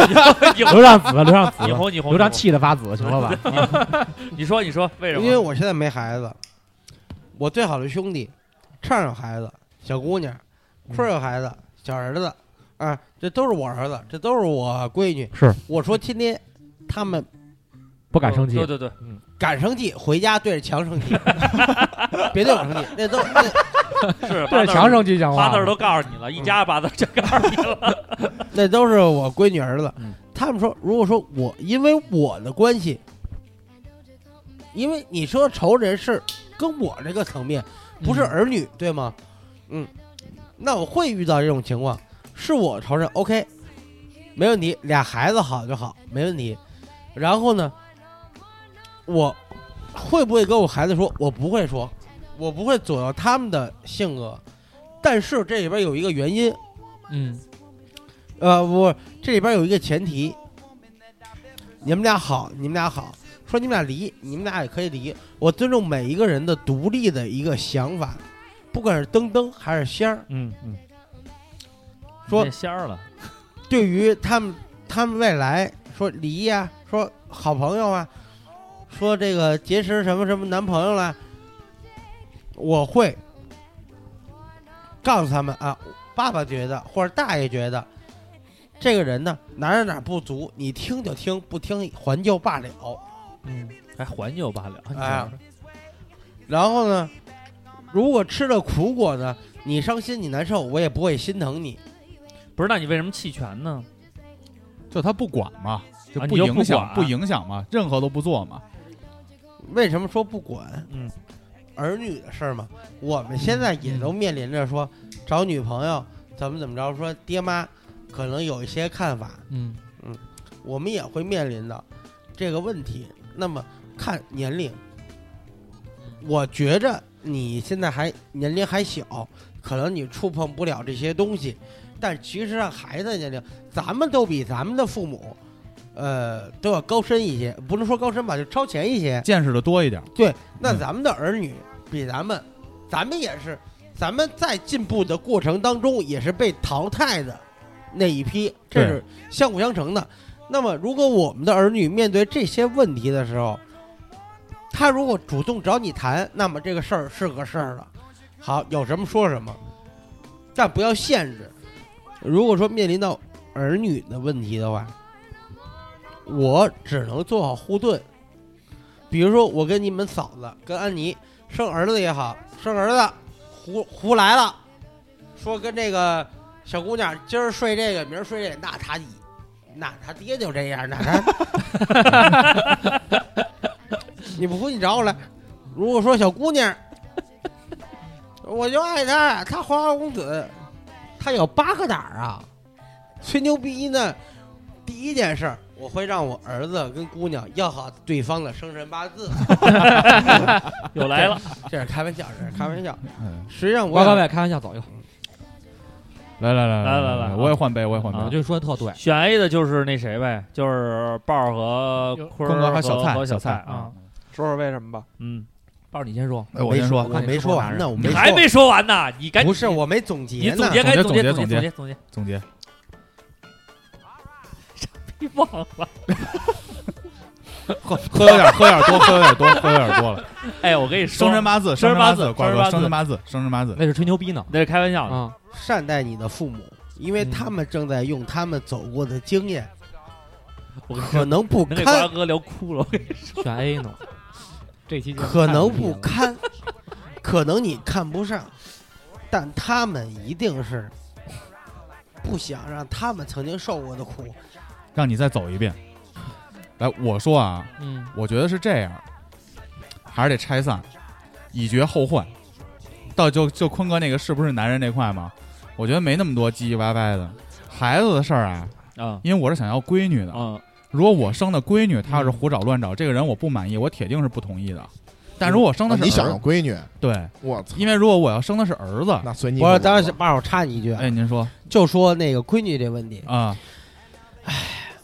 S5: 以后
S8: 刘让子，刘让子，
S5: 以后以后
S8: 刘让气得发紫，行了吧？
S5: 你说你说为什
S7: 因为
S5: 么？
S7: 我现在没孩子，我最好的兄弟，畅有孩子，小姑娘，
S8: 嗯
S7: 坤儿有孩子，小儿子，啊，这都是我儿子，这都是我闺女。
S8: 是，
S7: 我说天天他们
S8: 不敢生气
S5: 哦
S8: 嗯
S5: 对，对对，
S7: 敢生气，回家对着墙生气， 别对我生气，那都那
S5: 是
S8: 对着墙生气讲
S5: 八
S8: 话
S5: 字。儿都告诉你了，一家八字儿就告诉你了。
S7: 那都是我闺女儿子
S5: 嗯。
S7: 他们说，如果说我因为我的关系，因为你说仇人是跟我这个层面，不是儿女、对吗？嗯，那我会遇到这种情况，是我仇人，OK，没问题，俩孩子好就好，没问题。然后呢，我会不会跟我孩子说？我不会说，我不会左右他们的性格。但是这里边有一个原因，
S11: 嗯，
S7: 呃，我这里边有一个前提，你们俩好，你们俩好，说你们俩离，你们俩也可以离。我尊重每一个人的独立的一个想法，不管是登登还是仙儿，
S8: 嗯嗯，
S7: 说
S5: 变仙儿了，
S7: 对于他们他们未来说离呀、说好朋友啊，说这个结识什么什么男朋友啦，我会告诉他们啊，爸爸觉得或者大爷觉得这个人呢哪儿哪儿不足，你听就听，不听还就罢了。
S11: 嗯，
S5: 还还就罢了。
S7: 哎，然后呢，如果吃了苦果呢，你伤心你难受，我也不会心疼你。
S5: 不是，那你为什么弃权呢？
S3: 就他不管嘛，就
S5: 啊
S3: 不
S5: 你就不
S3: 影响，
S5: 管
S3: 不影响嘛，任何都不做嘛。
S7: 为什么说不管？
S5: 嗯，
S7: 儿女的事儿嘛，我们
S3: 嗯
S7: 现在也都面临着说找女朋友怎么怎么着，说爹妈可能有一些看法，
S11: 嗯
S7: 我们也会面临的这个问题。那么看年龄，
S3: 嗯
S7: 我觉着你现在还年龄还小，可能你触碰不了这些东西，但其实上孩子的年龄，咱们都比咱们的父母，呃，都要高深一些，不能说高深吧，就超前一些。
S3: 见识的多一点，
S7: 对，那
S3: 嗯
S7: 咱们的儿女比咱们，咱们也是，咱们在进步的过程当中也是被淘汰的那一批，这
S3: 对
S7: 是相辅相成的。那么，如果我们的儿女面对这些问题的时候，他如果主动找你谈，那么这个事儿是个事儿了。好，有什么说什么，但不要限制。如果说面临到儿女的问题的话，我只能做好护盾。比如说，我跟你们嫂子、跟安妮生儿子也好，生儿子胡胡来了，说跟这个小姑娘今儿睡这个，明儿睡这个，那他那他爹就这样，那他，你不服你找我来。如果说小姑娘，我就爱她，她花花公子，她有八个胆儿啊，吹牛逼呢。第一件事儿，我会让我儿子跟姑娘要好对方的生辰八字。
S5: 又来了，
S7: 这是开玩笑，这是开玩笑。
S3: 嗯，
S7: 实际上我
S8: 瓜哥别开玩笑，走一个，
S3: 来来来来
S5: 来来来啊
S3: 我也换杯，我也换
S8: 我
S3: 杯。
S8: 觉得说的特对，
S5: 选 A 的就是那谁呗，就是豹儿和坤
S3: 坤哥
S5: 儿
S3: 和小蔡
S5: 和小
S3: 小蔡
S5: 啊，
S9: 说说为什么吧？
S5: 嗯，
S8: 豹儿你先说，
S3: 哎我先说
S7: 我没说完呢，我
S5: 你
S7: 说
S5: 还没 说完呢，你赶紧
S7: 不是我没总
S5: 你
S7: 结
S5: 总
S7: 呢。
S5: 结赶紧
S3: 总
S5: 结
S3: 结
S5: 总
S3: 总结
S5: 总结总结，
S3: 总结，
S5: 别忘了。
S3: 喝喝有点，喝有点多，喝有点多，喝有点多了。
S5: 哎，我跟你说
S3: 生，辰八字，
S5: 生
S3: 生辰
S5: 辰八
S3: 八
S5: 字
S3: 字，瓜
S5: 生
S3: 哥，
S5: 辰八字
S3: 生辰八字，生辰八字。
S8: 那是吹牛逼呢
S5: 那是开玩笑的。
S8: 啊，
S7: 善待你的父母，因为他们正在用他们走过的经验，
S5: 我跟你
S7: 可
S5: 说，
S7: 能不
S5: 能给瓜
S7: 堪，
S5: 哥聊哭了。我跟你说
S8: 选 A 呢，这期节目
S7: 可
S8: 太
S7: 能
S8: 牛逼
S7: 不
S8: 了
S7: 堪，可能你看不上，但他们一定是不想让他们曾经受过的苦。
S3: 让你再走一遍。来，我说啊，
S11: 嗯
S3: 我觉得是这样，还是得拆散，以绝后患。到就就坤哥那个是不是男人那块嘛，我觉得没那么多唧唧歪歪的。孩子的事儿啊，
S5: 啊
S3: 因为我是想要闺女的。
S5: 啊，嗯
S3: 如果我生的闺女，她要是胡找乱找，这个人我不满意，我铁定是不同意的。但如果我生的是
S4: 啊你想
S3: 儿
S4: 要闺女，
S3: 对，
S4: 我操，
S3: 因为如果我要生的是儿子，
S4: 那随你
S7: 我
S4: 吧。
S7: 当时爸，我插你一句啊，
S3: 哎，您说
S7: 就说那个闺女这问题，
S3: 啊、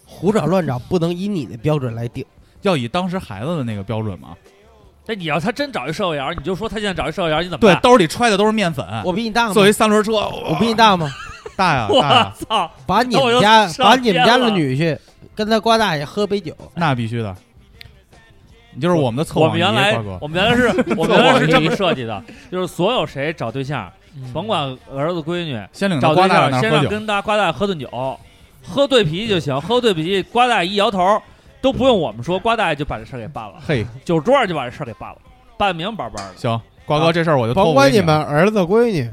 S7: 胡找乱找不能以你的标准来定。
S3: 要以当时孩子的那个标准嘛？
S5: 那哎你要他真找一瘦眼儿，你就说他现在找一瘦眼儿，你怎么
S3: 对，
S5: 办？
S3: 兜里揣的都是面粉。
S7: 我比你大吗？
S3: 坐一三轮车，
S7: 我
S3: 我
S7: 比你大吗？
S3: 大呀，
S5: 我
S3: 大呀，
S5: 操！
S7: 把你
S5: 那我
S7: 们
S5: 又
S7: 家
S5: 上
S7: 把你们家
S5: 天
S7: 的
S5: 了
S7: 女婿跟他瓜大爷喝杯酒，
S3: 那必须的。你就是我们的测
S5: 我
S3: 谎
S5: 们
S3: 仪，
S5: 原来
S3: 瓜哥，
S5: 我们原 来是 我们原来是这么设计的，就是所有谁找对象，
S11: 嗯
S5: 甭管儿子闺女，
S3: 先领着
S5: 找
S3: 瓜
S5: 对
S3: 大爷
S5: 象
S3: 那
S5: 先
S3: 儿
S5: 让
S3: 喝酒，
S5: 跟大瓜大爷喝顿酒，喝对啤就行，喝对啤，瓜大爷一摇头，都不用我们说，瓜大爷就把这事儿给办了，
S3: 嘿，
S5: 酒桌上就把这事儿给办了，办明明白白的。
S3: 行，瓜哥
S5: 啊
S3: 这事儿我就托付
S7: 甭管
S3: 给你
S7: 你
S3: 了
S7: 们儿子闺女，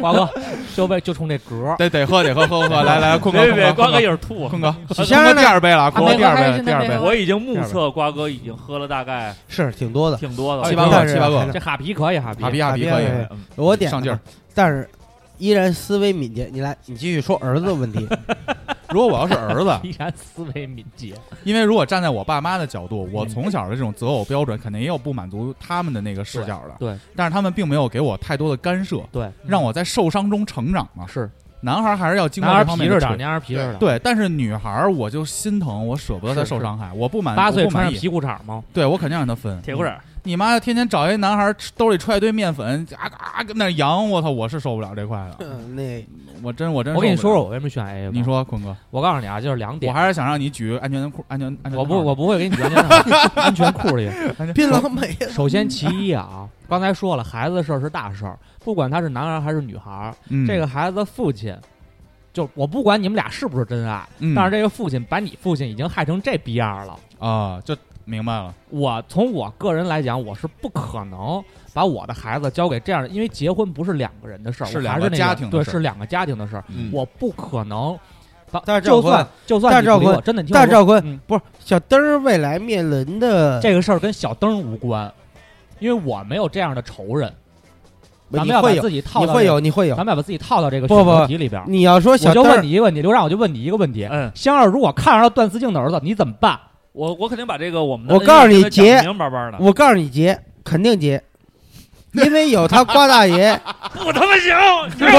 S8: 瓜哥就为就冲这格儿，
S3: 得得喝得喝喝喝，来来，坤哥
S5: 别别别，
S3: 坤
S5: 瓜哥
S3: 哥
S5: 一会儿吐，
S3: 坤哥，
S7: 许
S3: 坤
S7: 先
S3: 哥
S7: 生呢
S3: 第二杯了啊，坤哥
S8: 没
S3: 第二杯
S8: 喝
S3: 了，
S8: 还
S3: 第二
S8: 是那
S3: 杯
S8: 个，
S5: 我已经目测瓜哥已经喝了大概
S7: 是挺哎多的。
S5: 挺多的了，
S3: 七八
S7: 但
S3: 个
S7: 是
S3: 七八个，
S8: 这哈皮可以哈皮，
S5: 嗯
S3: 哈皮哈皮
S7: 哈
S3: 可
S7: 皮
S3: 以
S7: 哈皮，我点
S3: 上劲儿
S7: 但是依然思维敏捷。你来，你继续说儿子的问题。
S3: 如果我要是儿 子
S8: 依然思维敏捷，
S3: 因为如果站在我爸妈的角度，
S8: 嗯
S3: 我从小的这种择偶标准肯定也有不满足他们的那个视角的。
S5: 对对
S3: 但是他们并没有给我太多的干涉，
S5: 对，
S3: 让我在受伤中成长嘛。
S5: 是，
S3: 男孩还是要经过
S8: 男孩
S3: 这方面的
S8: 皮着长
S3: 锤
S8: 男孩皮着长
S3: 对，但是女孩儿我就心疼，我舍不得她受伤害，我不满，
S8: 八岁
S3: 我不满
S8: 穿
S3: 意
S8: 着皮裤衩吗？
S3: 对我肯定让她分
S5: 铁裤衩。
S3: 你妈天天找一男孩儿兜里揣一堆面粉，啊嘎跟那扬，我操，我是受不了这块的。
S7: 嗯那
S3: 我真我真
S8: 我跟你
S3: 受
S8: 说
S3: 不了
S8: 说我为什么选 AA 吧。
S3: 你说坤哥，
S8: 我告诉你啊，就是两点。
S3: 我还是想让你举安全裤、安全安全套。
S8: 我不我不会给你安全套安全 裤里
S3: 安全
S7: 槟榔没了
S8: 首先其一啊，刚才说了，孩子的事儿是大事儿，不管他是男孩还是女孩，
S3: 嗯
S8: 这个孩子的父亲。就我不管你们俩是不是真爱，
S3: 嗯
S8: 但是这个父亲把你父亲已经害成这逼样了。
S3: 啊，就明白了。
S8: 我从我个人来讲，我是不可能把我的孩子交给这样的，因为结婚不是两个人的事儿，
S3: 是
S8: 我
S3: 两
S8: 还
S3: 个
S8: 是那
S3: 家庭的
S8: 对，
S3: 事儿
S8: 是两个家庭的事儿，
S3: 嗯
S8: 我不可能把。
S7: 但是赵
S8: 就
S7: 坤
S8: 算就算
S7: 但是
S8: 你
S7: 赵
S8: 不理我
S7: 坤
S8: 真的你听我
S7: 但是
S8: 说
S7: 赵坤、
S8: 嗯
S7: 不是小灯儿未来面临的
S8: 这个事儿跟小灯无关，因为我没有这样的仇人。
S7: 你
S8: 咱们要把
S7: 会有
S8: 自己套
S7: 你
S8: 到
S7: 会
S8: 这
S7: 有
S8: 个
S7: 你会有
S8: 咱们要把自己套到这个
S7: 不
S8: 选
S7: 不
S8: 择题里边儿。
S7: 你要说小
S8: 我就
S7: 灯
S8: 问
S7: 儿
S8: 你一个问题，刘让我就问你一个问题。
S5: 嗯，
S8: 香儿如果看上了段思静的儿子，你怎么办？
S5: 我我肯定把这个我们的
S7: 我告诉你
S5: 恩怨给他
S7: 结
S5: 讲明白白 的，
S7: 我告诉你结，肯定结，因为有他瓜大爷
S5: 不他妈行，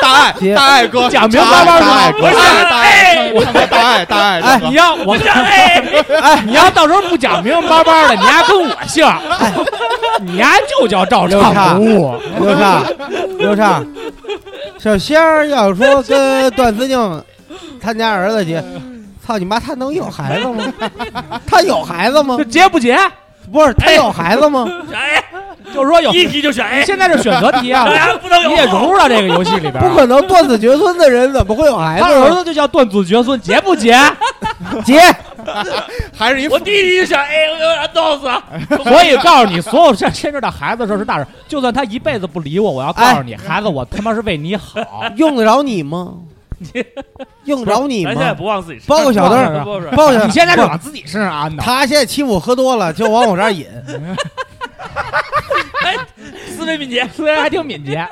S3: 大爱
S7: 结。
S3: 大爱哥，
S8: 讲明白白
S3: 大爱
S8: 说，
S3: 哥，大爱哥，大爱大爱大
S7: 哎
S3: 爱哥
S8: 你，要我 哎，你要到时候不讲明明白白的，你还跟我姓儿，你还就叫赵
S7: 刘
S8: 畅
S7: 畅
S8: 哦不误。
S7: 刘畅，刘畅，小仙儿要说跟段思静他家儿子结，
S8: 嗯
S7: 操你妈，他能有孩子吗？ 他有孩子吗
S8: 就？结不哎结？
S7: 不是，他有孩子吗？
S8: 就是说有，
S5: 一题就选 A，
S8: 现在是选择题啊，
S5: 哎不能有
S8: 你也融入到这个游戏里边
S7: 不
S8: 儿。
S7: 可能，断子绝孙的人怎么会有孩
S8: 他儿
S7: 子呢？啊
S8: 子就叫断子绝孙，结不结？
S7: 结，
S3: 还是一
S5: 我第一题就选 A，我要弄死。啊
S8: 所以告诉你，所有牵牵扯到孩子的事儿是大事。就算他一辈子不理我，我要告诉你，孩子，我他妈是为你好。
S7: 用得着你吗？用得着你
S5: 咱现在
S7: 吗？
S5: 不往自己身
S7: 包括小灯儿，
S5: 上说出来，
S7: 包括小
S8: 你现在是往自己身上安的。
S7: 他现在欺负我喝多了，就往我这儿 引。
S5: 思维敏捷，
S8: 思维还挺敏捷。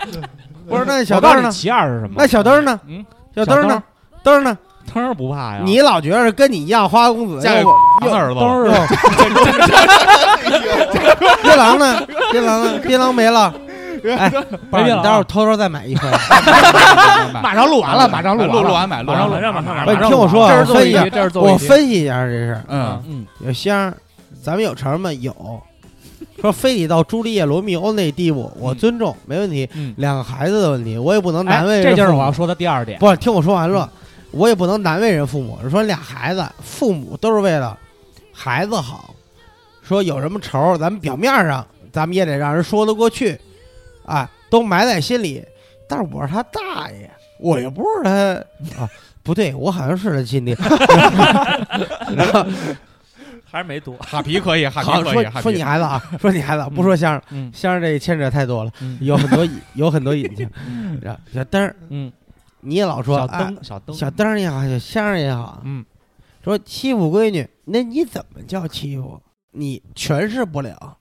S7: 不是，那小
S8: 我
S7: 灯
S8: 告诉
S7: 儿
S8: 你，
S7: 呢？
S8: 其二是什么？
S7: 那小灯儿呢？
S8: 嗯，
S7: 小灯儿呢？灯儿呢？
S8: 当然不怕呀。
S7: 你老觉着跟你一样花花公子，哎
S3: 嫁给
S7: 又
S3: 他儿子
S8: 当
S3: 了，
S8: 然 是
S7: 槟榔呢？槟榔呢？槟�ng没了。 哎，不是，
S8: 没
S7: 你
S8: 了啊
S7: 待会儿偷偷再买一 份。
S8: 马上录完了，马上录
S3: 录
S8: 完
S3: 录
S8: 了。
S3: 完买，录
S8: 马上
S3: 完
S8: 录
S3: 买
S5: 马上马上
S8: 马
S7: 不是，
S8: 上
S7: 你
S8: 录
S7: 听我说啊，
S8: 这
S7: 我
S8: 是最后
S7: 分析啊
S8: 一题，这是最后
S7: 我
S8: 一题。
S7: 分析一下这事儿。
S3: 嗯，
S8: 嗯，
S7: 有香儿，咱们有仇人吗？有。说非得到朱丽叶·罗密欧那地步，我尊重，没问题。
S8: 嗯
S7: 两个孩子的问题，我也不能
S8: 哎
S7: 难为人
S8: 这
S7: 父母。
S8: 就是我要说的第二点。
S7: 不是，听我说完了，我也不能难为人父母。说俩孩子，父母都是为了孩子好，说有什么仇，咱们表面上咱们也得让人说得过去，啊，都埋在心里。但是我是他大爷，我又不是他啊，不对，我好像是他亲爹。
S5: 还是没多。
S3: 哈皮可以，哈
S7: 好，
S3: 皮可
S7: 说
S3: 以，哈
S7: 说你
S3: 皮。
S7: 孩子啊，说你孩子，不说相声，
S8: 嗯
S7: 相声这牵扯太多了
S8: 嗯，
S7: 有很 多有很多隐情。然后小灯儿，
S8: 嗯，
S7: 你也老说
S8: 小
S7: 啊
S8: 灯，小灯，
S7: 小灯儿也好，小仙儿也好，
S8: 嗯，
S7: 说欺负闺女，那你怎么叫欺负？你诠释不了。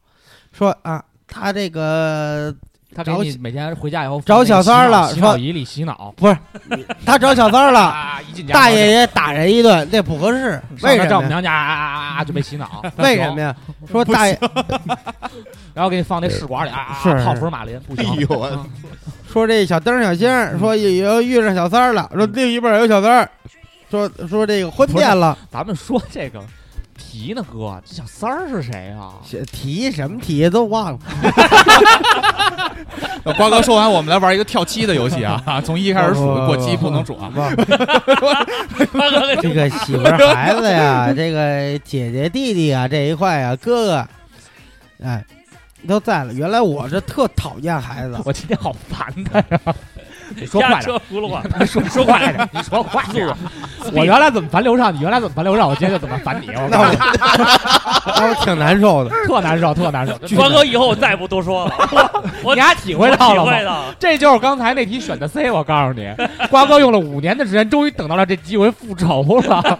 S7: 说啊，他这个
S8: 他给你每天回家以后
S7: 找小三儿了
S8: 洗脑
S7: 说
S8: 仪里洗脑
S7: 他找小三儿了，
S8: 啊，一进家
S7: 大爷爷打人一顿，那不合适。为
S8: 上他
S7: 什么
S8: 丈母
S7: 呀？
S8: 娘家啊啊啊啊就被洗脑，
S7: 为什么呀？说大 爷，
S8: 然后给你放那试管里啊啊，
S7: 是
S8: 啊泡芙马林不
S4: 哎
S8: 行，
S4: 呦 我，
S7: 说这小灯儿小仙
S8: 嗯
S7: 儿，说有遇上小三儿了，说另一半儿有小三儿，说说这个婚
S8: 不是
S7: 变 了。
S8: 咱们说这个题呢，哥，这小三儿是谁啊？
S7: 写题什么题都忘了，
S3: 呃瓜哥说完，我们来玩一个跳七的游戏啊， 从一开始数过七不能数啊。
S7: 忘了 这个媳妇儿孩子呀，这个姐姐弟弟啊，这一块啊，哥哥，哎，都在了。原来我是特讨厌孩子，
S8: 我今天好烦他呀！你说
S5: 压
S8: 快
S5: 车
S8: 点，
S5: 轱辘话，
S8: 你说说快点，啊 你说快点。我原来怎么烦刘畅，你原来怎么烦刘畅，我今天就怎么烦你，我
S7: 那我 那我挺难受的。
S8: 特难受，特难 受。
S5: 瓜哥，以后我再也不多说了。我
S8: 你还体会到了
S5: 我体
S8: 吗
S5: 会？到了，
S8: 这就是刚才那题选的 C，我告诉你，瓜哥用了五年的时间，终于等到了这机会复仇了。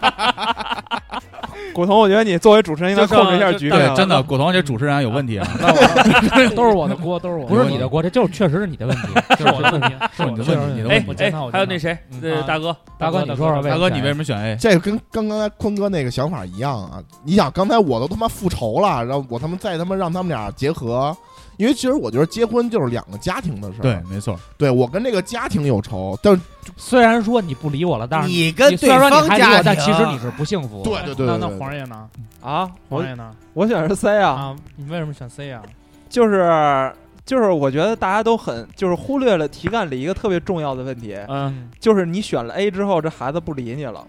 S9: 古潼，我觉得你作为主持人应该控制一下局面啊。
S3: 对，真的，古潼这主持人有问题啊！
S11: 都是我的锅，都是我的锅
S8: 不是你的锅，这就是确实是你的问
S3: 哎
S8: 题，
S11: 是我的问题，
S3: 是你的
S11: 确实
S3: 问题，你的
S5: 哎
S3: 问题。
S5: 哎
S11: 检讨我，
S5: 还有
S11: 检
S5: 那
S11: 讨
S5: 谁，
S11: 嗯
S5: 呃
S11: 啊
S5: 大哥，
S8: 大哥你说说为
S3: 大哥，
S8: 啥
S3: 你为什么选 A？
S4: 这跟刚刚才坤哥那个想法一样啊！你想，刚才我都他妈复仇了，然后我他妈再他妈让他们俩结合，因为其实我觉得结婚就是两个家庭的事儿。啊
S3: 对，，没错，
S4: 对我跟这个家庭有仇，但
S8: 虽然说你不理我了，但是你
S7: 你跟对
S8: 虽然说
S7: 方
S8: 你还理
S7: 家
S8: 我，
S7: 庭，
S8: 但其实你是不幸福。
S4: 对对对
S11: 那
S4: 对
S11: 那
S4: 对
S11: 黄爷呢？
S9: 啊，我
S11: 黄爷呢？
S9: 我选的是 C 啊，
S11: 啊，你为什么选 C 啊？
S9: 就是就是，我觉得大家都很就是忽略了题干里一个特别重要的问题，
S5: 嗯，
S9: 就是你选了 A 之后，这孩子不理你了。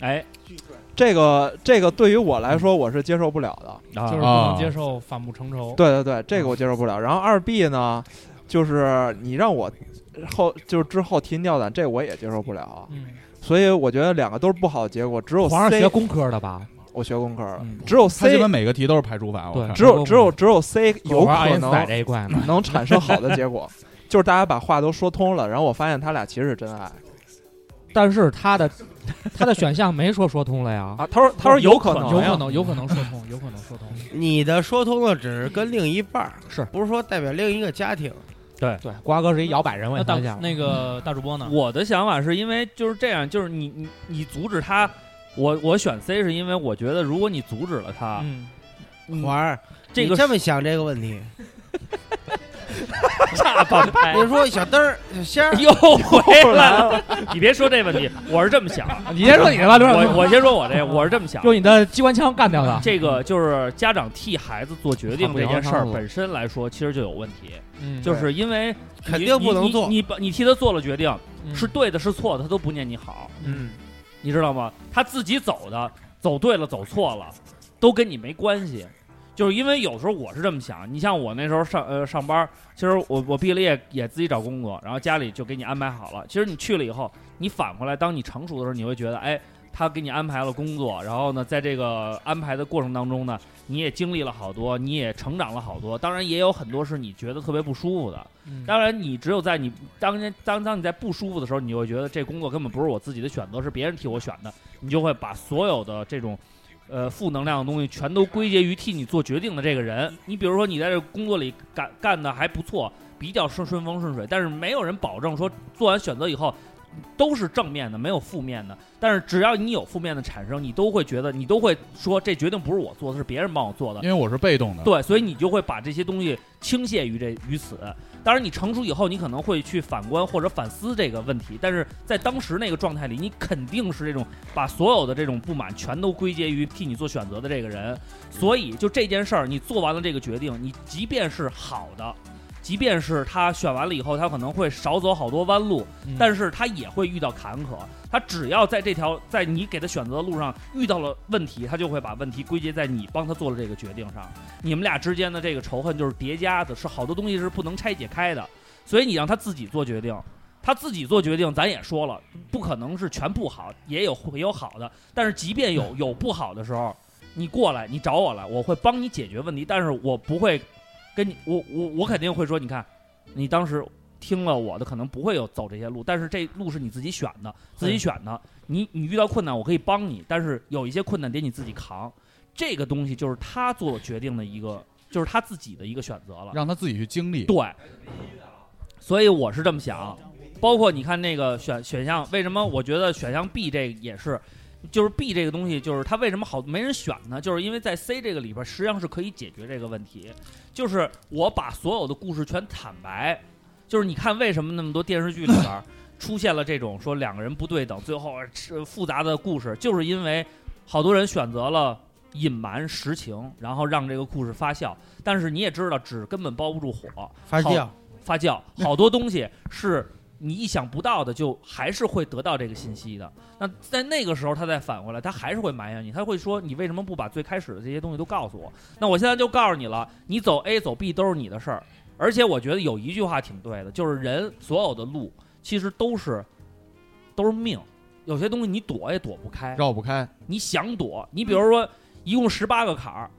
S5: 哎，
S9: 这个这个对于我来说，我是接受不了的。
S11: 就是
S5: 啊
S11: 不能接受反目成仇。
S9: 对对对，这个我接受
S8: 啊
S9: 不了。然后二 B 呢，就是你让我后就是之后提心吊胆，这我也接受不了。
S11: 嗯，
S9: 所以我觉得两个都是不好的结果，只有
S8: 皇上学
S9: C
S8: 工科的吧？
S9: 我学工科了
S8: 嗯，
S9: 只有
S3: 他基
S9: C
S3: 本每个题都是排除法，我
S8: 对
S3: 看
S9: 只有只有只有 C 有
S8: 爱
S9: 可
S8: 因斯坦
S9: 能
S8: 这 一块呢？
S9: 能产生好的结果，就是大家把话都说通了，然后我发现他俩其实是真爱
S8: 但是他的他的选项没说说通了呀。
S9: 啊。他说他说有可
S11: 有
S9: 能
S11: 可
S9: 呀，
S11: 能，有可能说通，有可能说通。
S6: 你的说通了，只是跟另一半儿
S8: 是
S6: 不是说代表另一个家庭？
S8: 对，瓜哥是一摇摆人，我
S11: 那
S8: 啊也
S11: 大
S8: 发现了。
S11: 那个大主播
S8: 嗯
S11: 呢？
S5: 我的想法是因为就是这样，就是你你你阻止他，我我选 C 是因为我觉得如果你阻止了他，
S11: 嗯，
S5: 嗯
S6: 环儿，
S5: 这
S6: 你
S5: 个
S6: 这么想这个问 题，
S5: 大反派
S6: 你说小灯儿、小仙儿，
S5: 又回来了。 你别说这问题，我是这么想，
S8: 你先说你的吧，刘老师
S5: 我我先说我这，我是这么想。
S8: 用你的机关枪干掉他。
S5: 这个就是家长替孩子做决定这件事儿本身来说，其实就有问题，
S11: 嗯
S5: 就是因为你
S6: 肯定不能做
S5: 你你你把你替他做了决定，
S11: 嗯
S5: 是对的，是错的，他都不念你好，
S11: 嗯，
S5: 你知道吗？他自己走的，走对了，走错了，都跟你没关系。就是因为有时候我是这么想，你像我那时候上呃上班，其实我我毕了业也自己找工作，然后家里就给你安排好了。其实你去了以后，你反过来，当你成熟的时候，你会觉得，哎，他给你安排了工作，然后呢，在这个安排的过程当中呢，你也经历了好多，你也成长了好多。当然，也有很多是你觉得特别不舒服的。
S11: 嗯
S5: 当然，你只有在你当然当当你在不舒服的时候，你会觉得这工作根本不是我自己的选择，是别人替我选的，你就会把所有的这种。呃，负能量的东西全都归结于替你做决定的这个人。你比如说，你在这工作里干干的还不错，比较顺顺风顺水，但是没有人保证说做完选择以后都是正面的，没有负面的。但是只要你有负面的产生，你都会觉得，你都会说这决定不是我做的，是别人帮我做的。
S3: 因为我是被动的。
S5: 对，所以你就会把这些东西倾泻于这于此。当然，你成熟以后，你可能会去反观或者反思这个问题，但是在当时那个状态里，你肯定是这种把所有的这种不满全都归结于替你做选择的这个人。所以，就这件事儿，你做完了这个决定，你即便是好的。即便是他选完了以后，他可能会少走好多弯路，
S11: 嗯
S5: 但是他也会遇到坎坷。他只要在这条在你给他选择的路上遇到了问题，他就会把问题归结在你帮他做了这个决定上。你们俩之间的这个仇恨就是叠加的，是好多东西是不能拆解开的。所以你让他自己做决定，他自己做决定，咱也说了，不可能是全不好，也有也有好的。但是即便有有不好的时候，你过来，你找我来，我会帮你解决问题，但是我不会跟你，我我我肯定会说，你看，你当时听了我的，可能不会有走这些路，但是这路是你自己选的，自己选的。你你遇到困难，我可以帮你，但是有一些困难得你自己扛。这个东西就是他做决定的一个，就是他自己的一个选择了。
S3: 让他自己去经历。
S5: 对，所以我是这么想。包括你看那个选选项，为什么我觉得选项 B 这个也是，就是 B 这个东西，就是它为什么好没人选呢？就是因为在 C 这个里边，实际上是可以解决这个问题。就是我把所有的故事全坦白，就是你看为什么那么多电视剧里边儿出现了这种说两个人不对等，最后呃是复杂的故事，就是因为好多人选择了隐瞒实情，然后让这个故事发酵。但是你也知道，纸根本包不住火，
S6: 发酵
S5: 好，发酵，好多东西是你意想不到的，就还是会得到这个信息的。那在那个时候，他再返回来，他还是会埋怨你，他会说你为什么不把最开始的这些东西都告诉我？那我现在就告诉你了，你走 A 走 B 都是你的事儿。而且我觉得有一句话挺对的，就是人所有的路其实都是都是命，有些东西你躲也躲不开，
S3: 绕不开，
S5: 你想躲，你比如说一共十八个坎儿，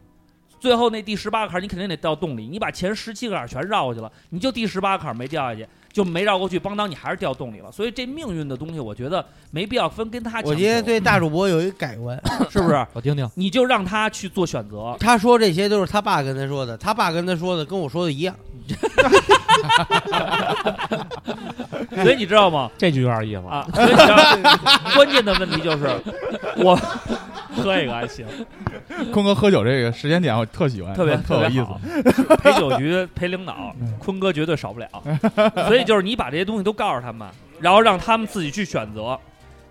S5: 最后那第十八个坎儿你肯定得掉洞里，你把前十七个坎儿全绕过去了，你就第十八坎儿没掉下去，就没绕过去，邦当你还是掉洞里了。所以这命运的东西，我觉得没必要分跟他。
S7: 我觉得对大主播有一改观，
S5: 是不是？
S8: 我听听，
S5: 你就让他去做选择。
S7: 他说这些都是他爸跟他说的，他爸跟他说的跟我说的一样。
S5: 所以你知道吗？
S8: 这就有点意思
S5: 啊！所以你知道， 关键的问题就是， 我 喝一个还行，
S3: 坤哥喝酒这个时间点我特喜欢，
S5: 特别
S3: 特有嗯意思。
S5: 思。陪酒 局陪领导，坤哥绝对少不了。所以就是你把这些东西都告诉他们，然后让他们自己去选择，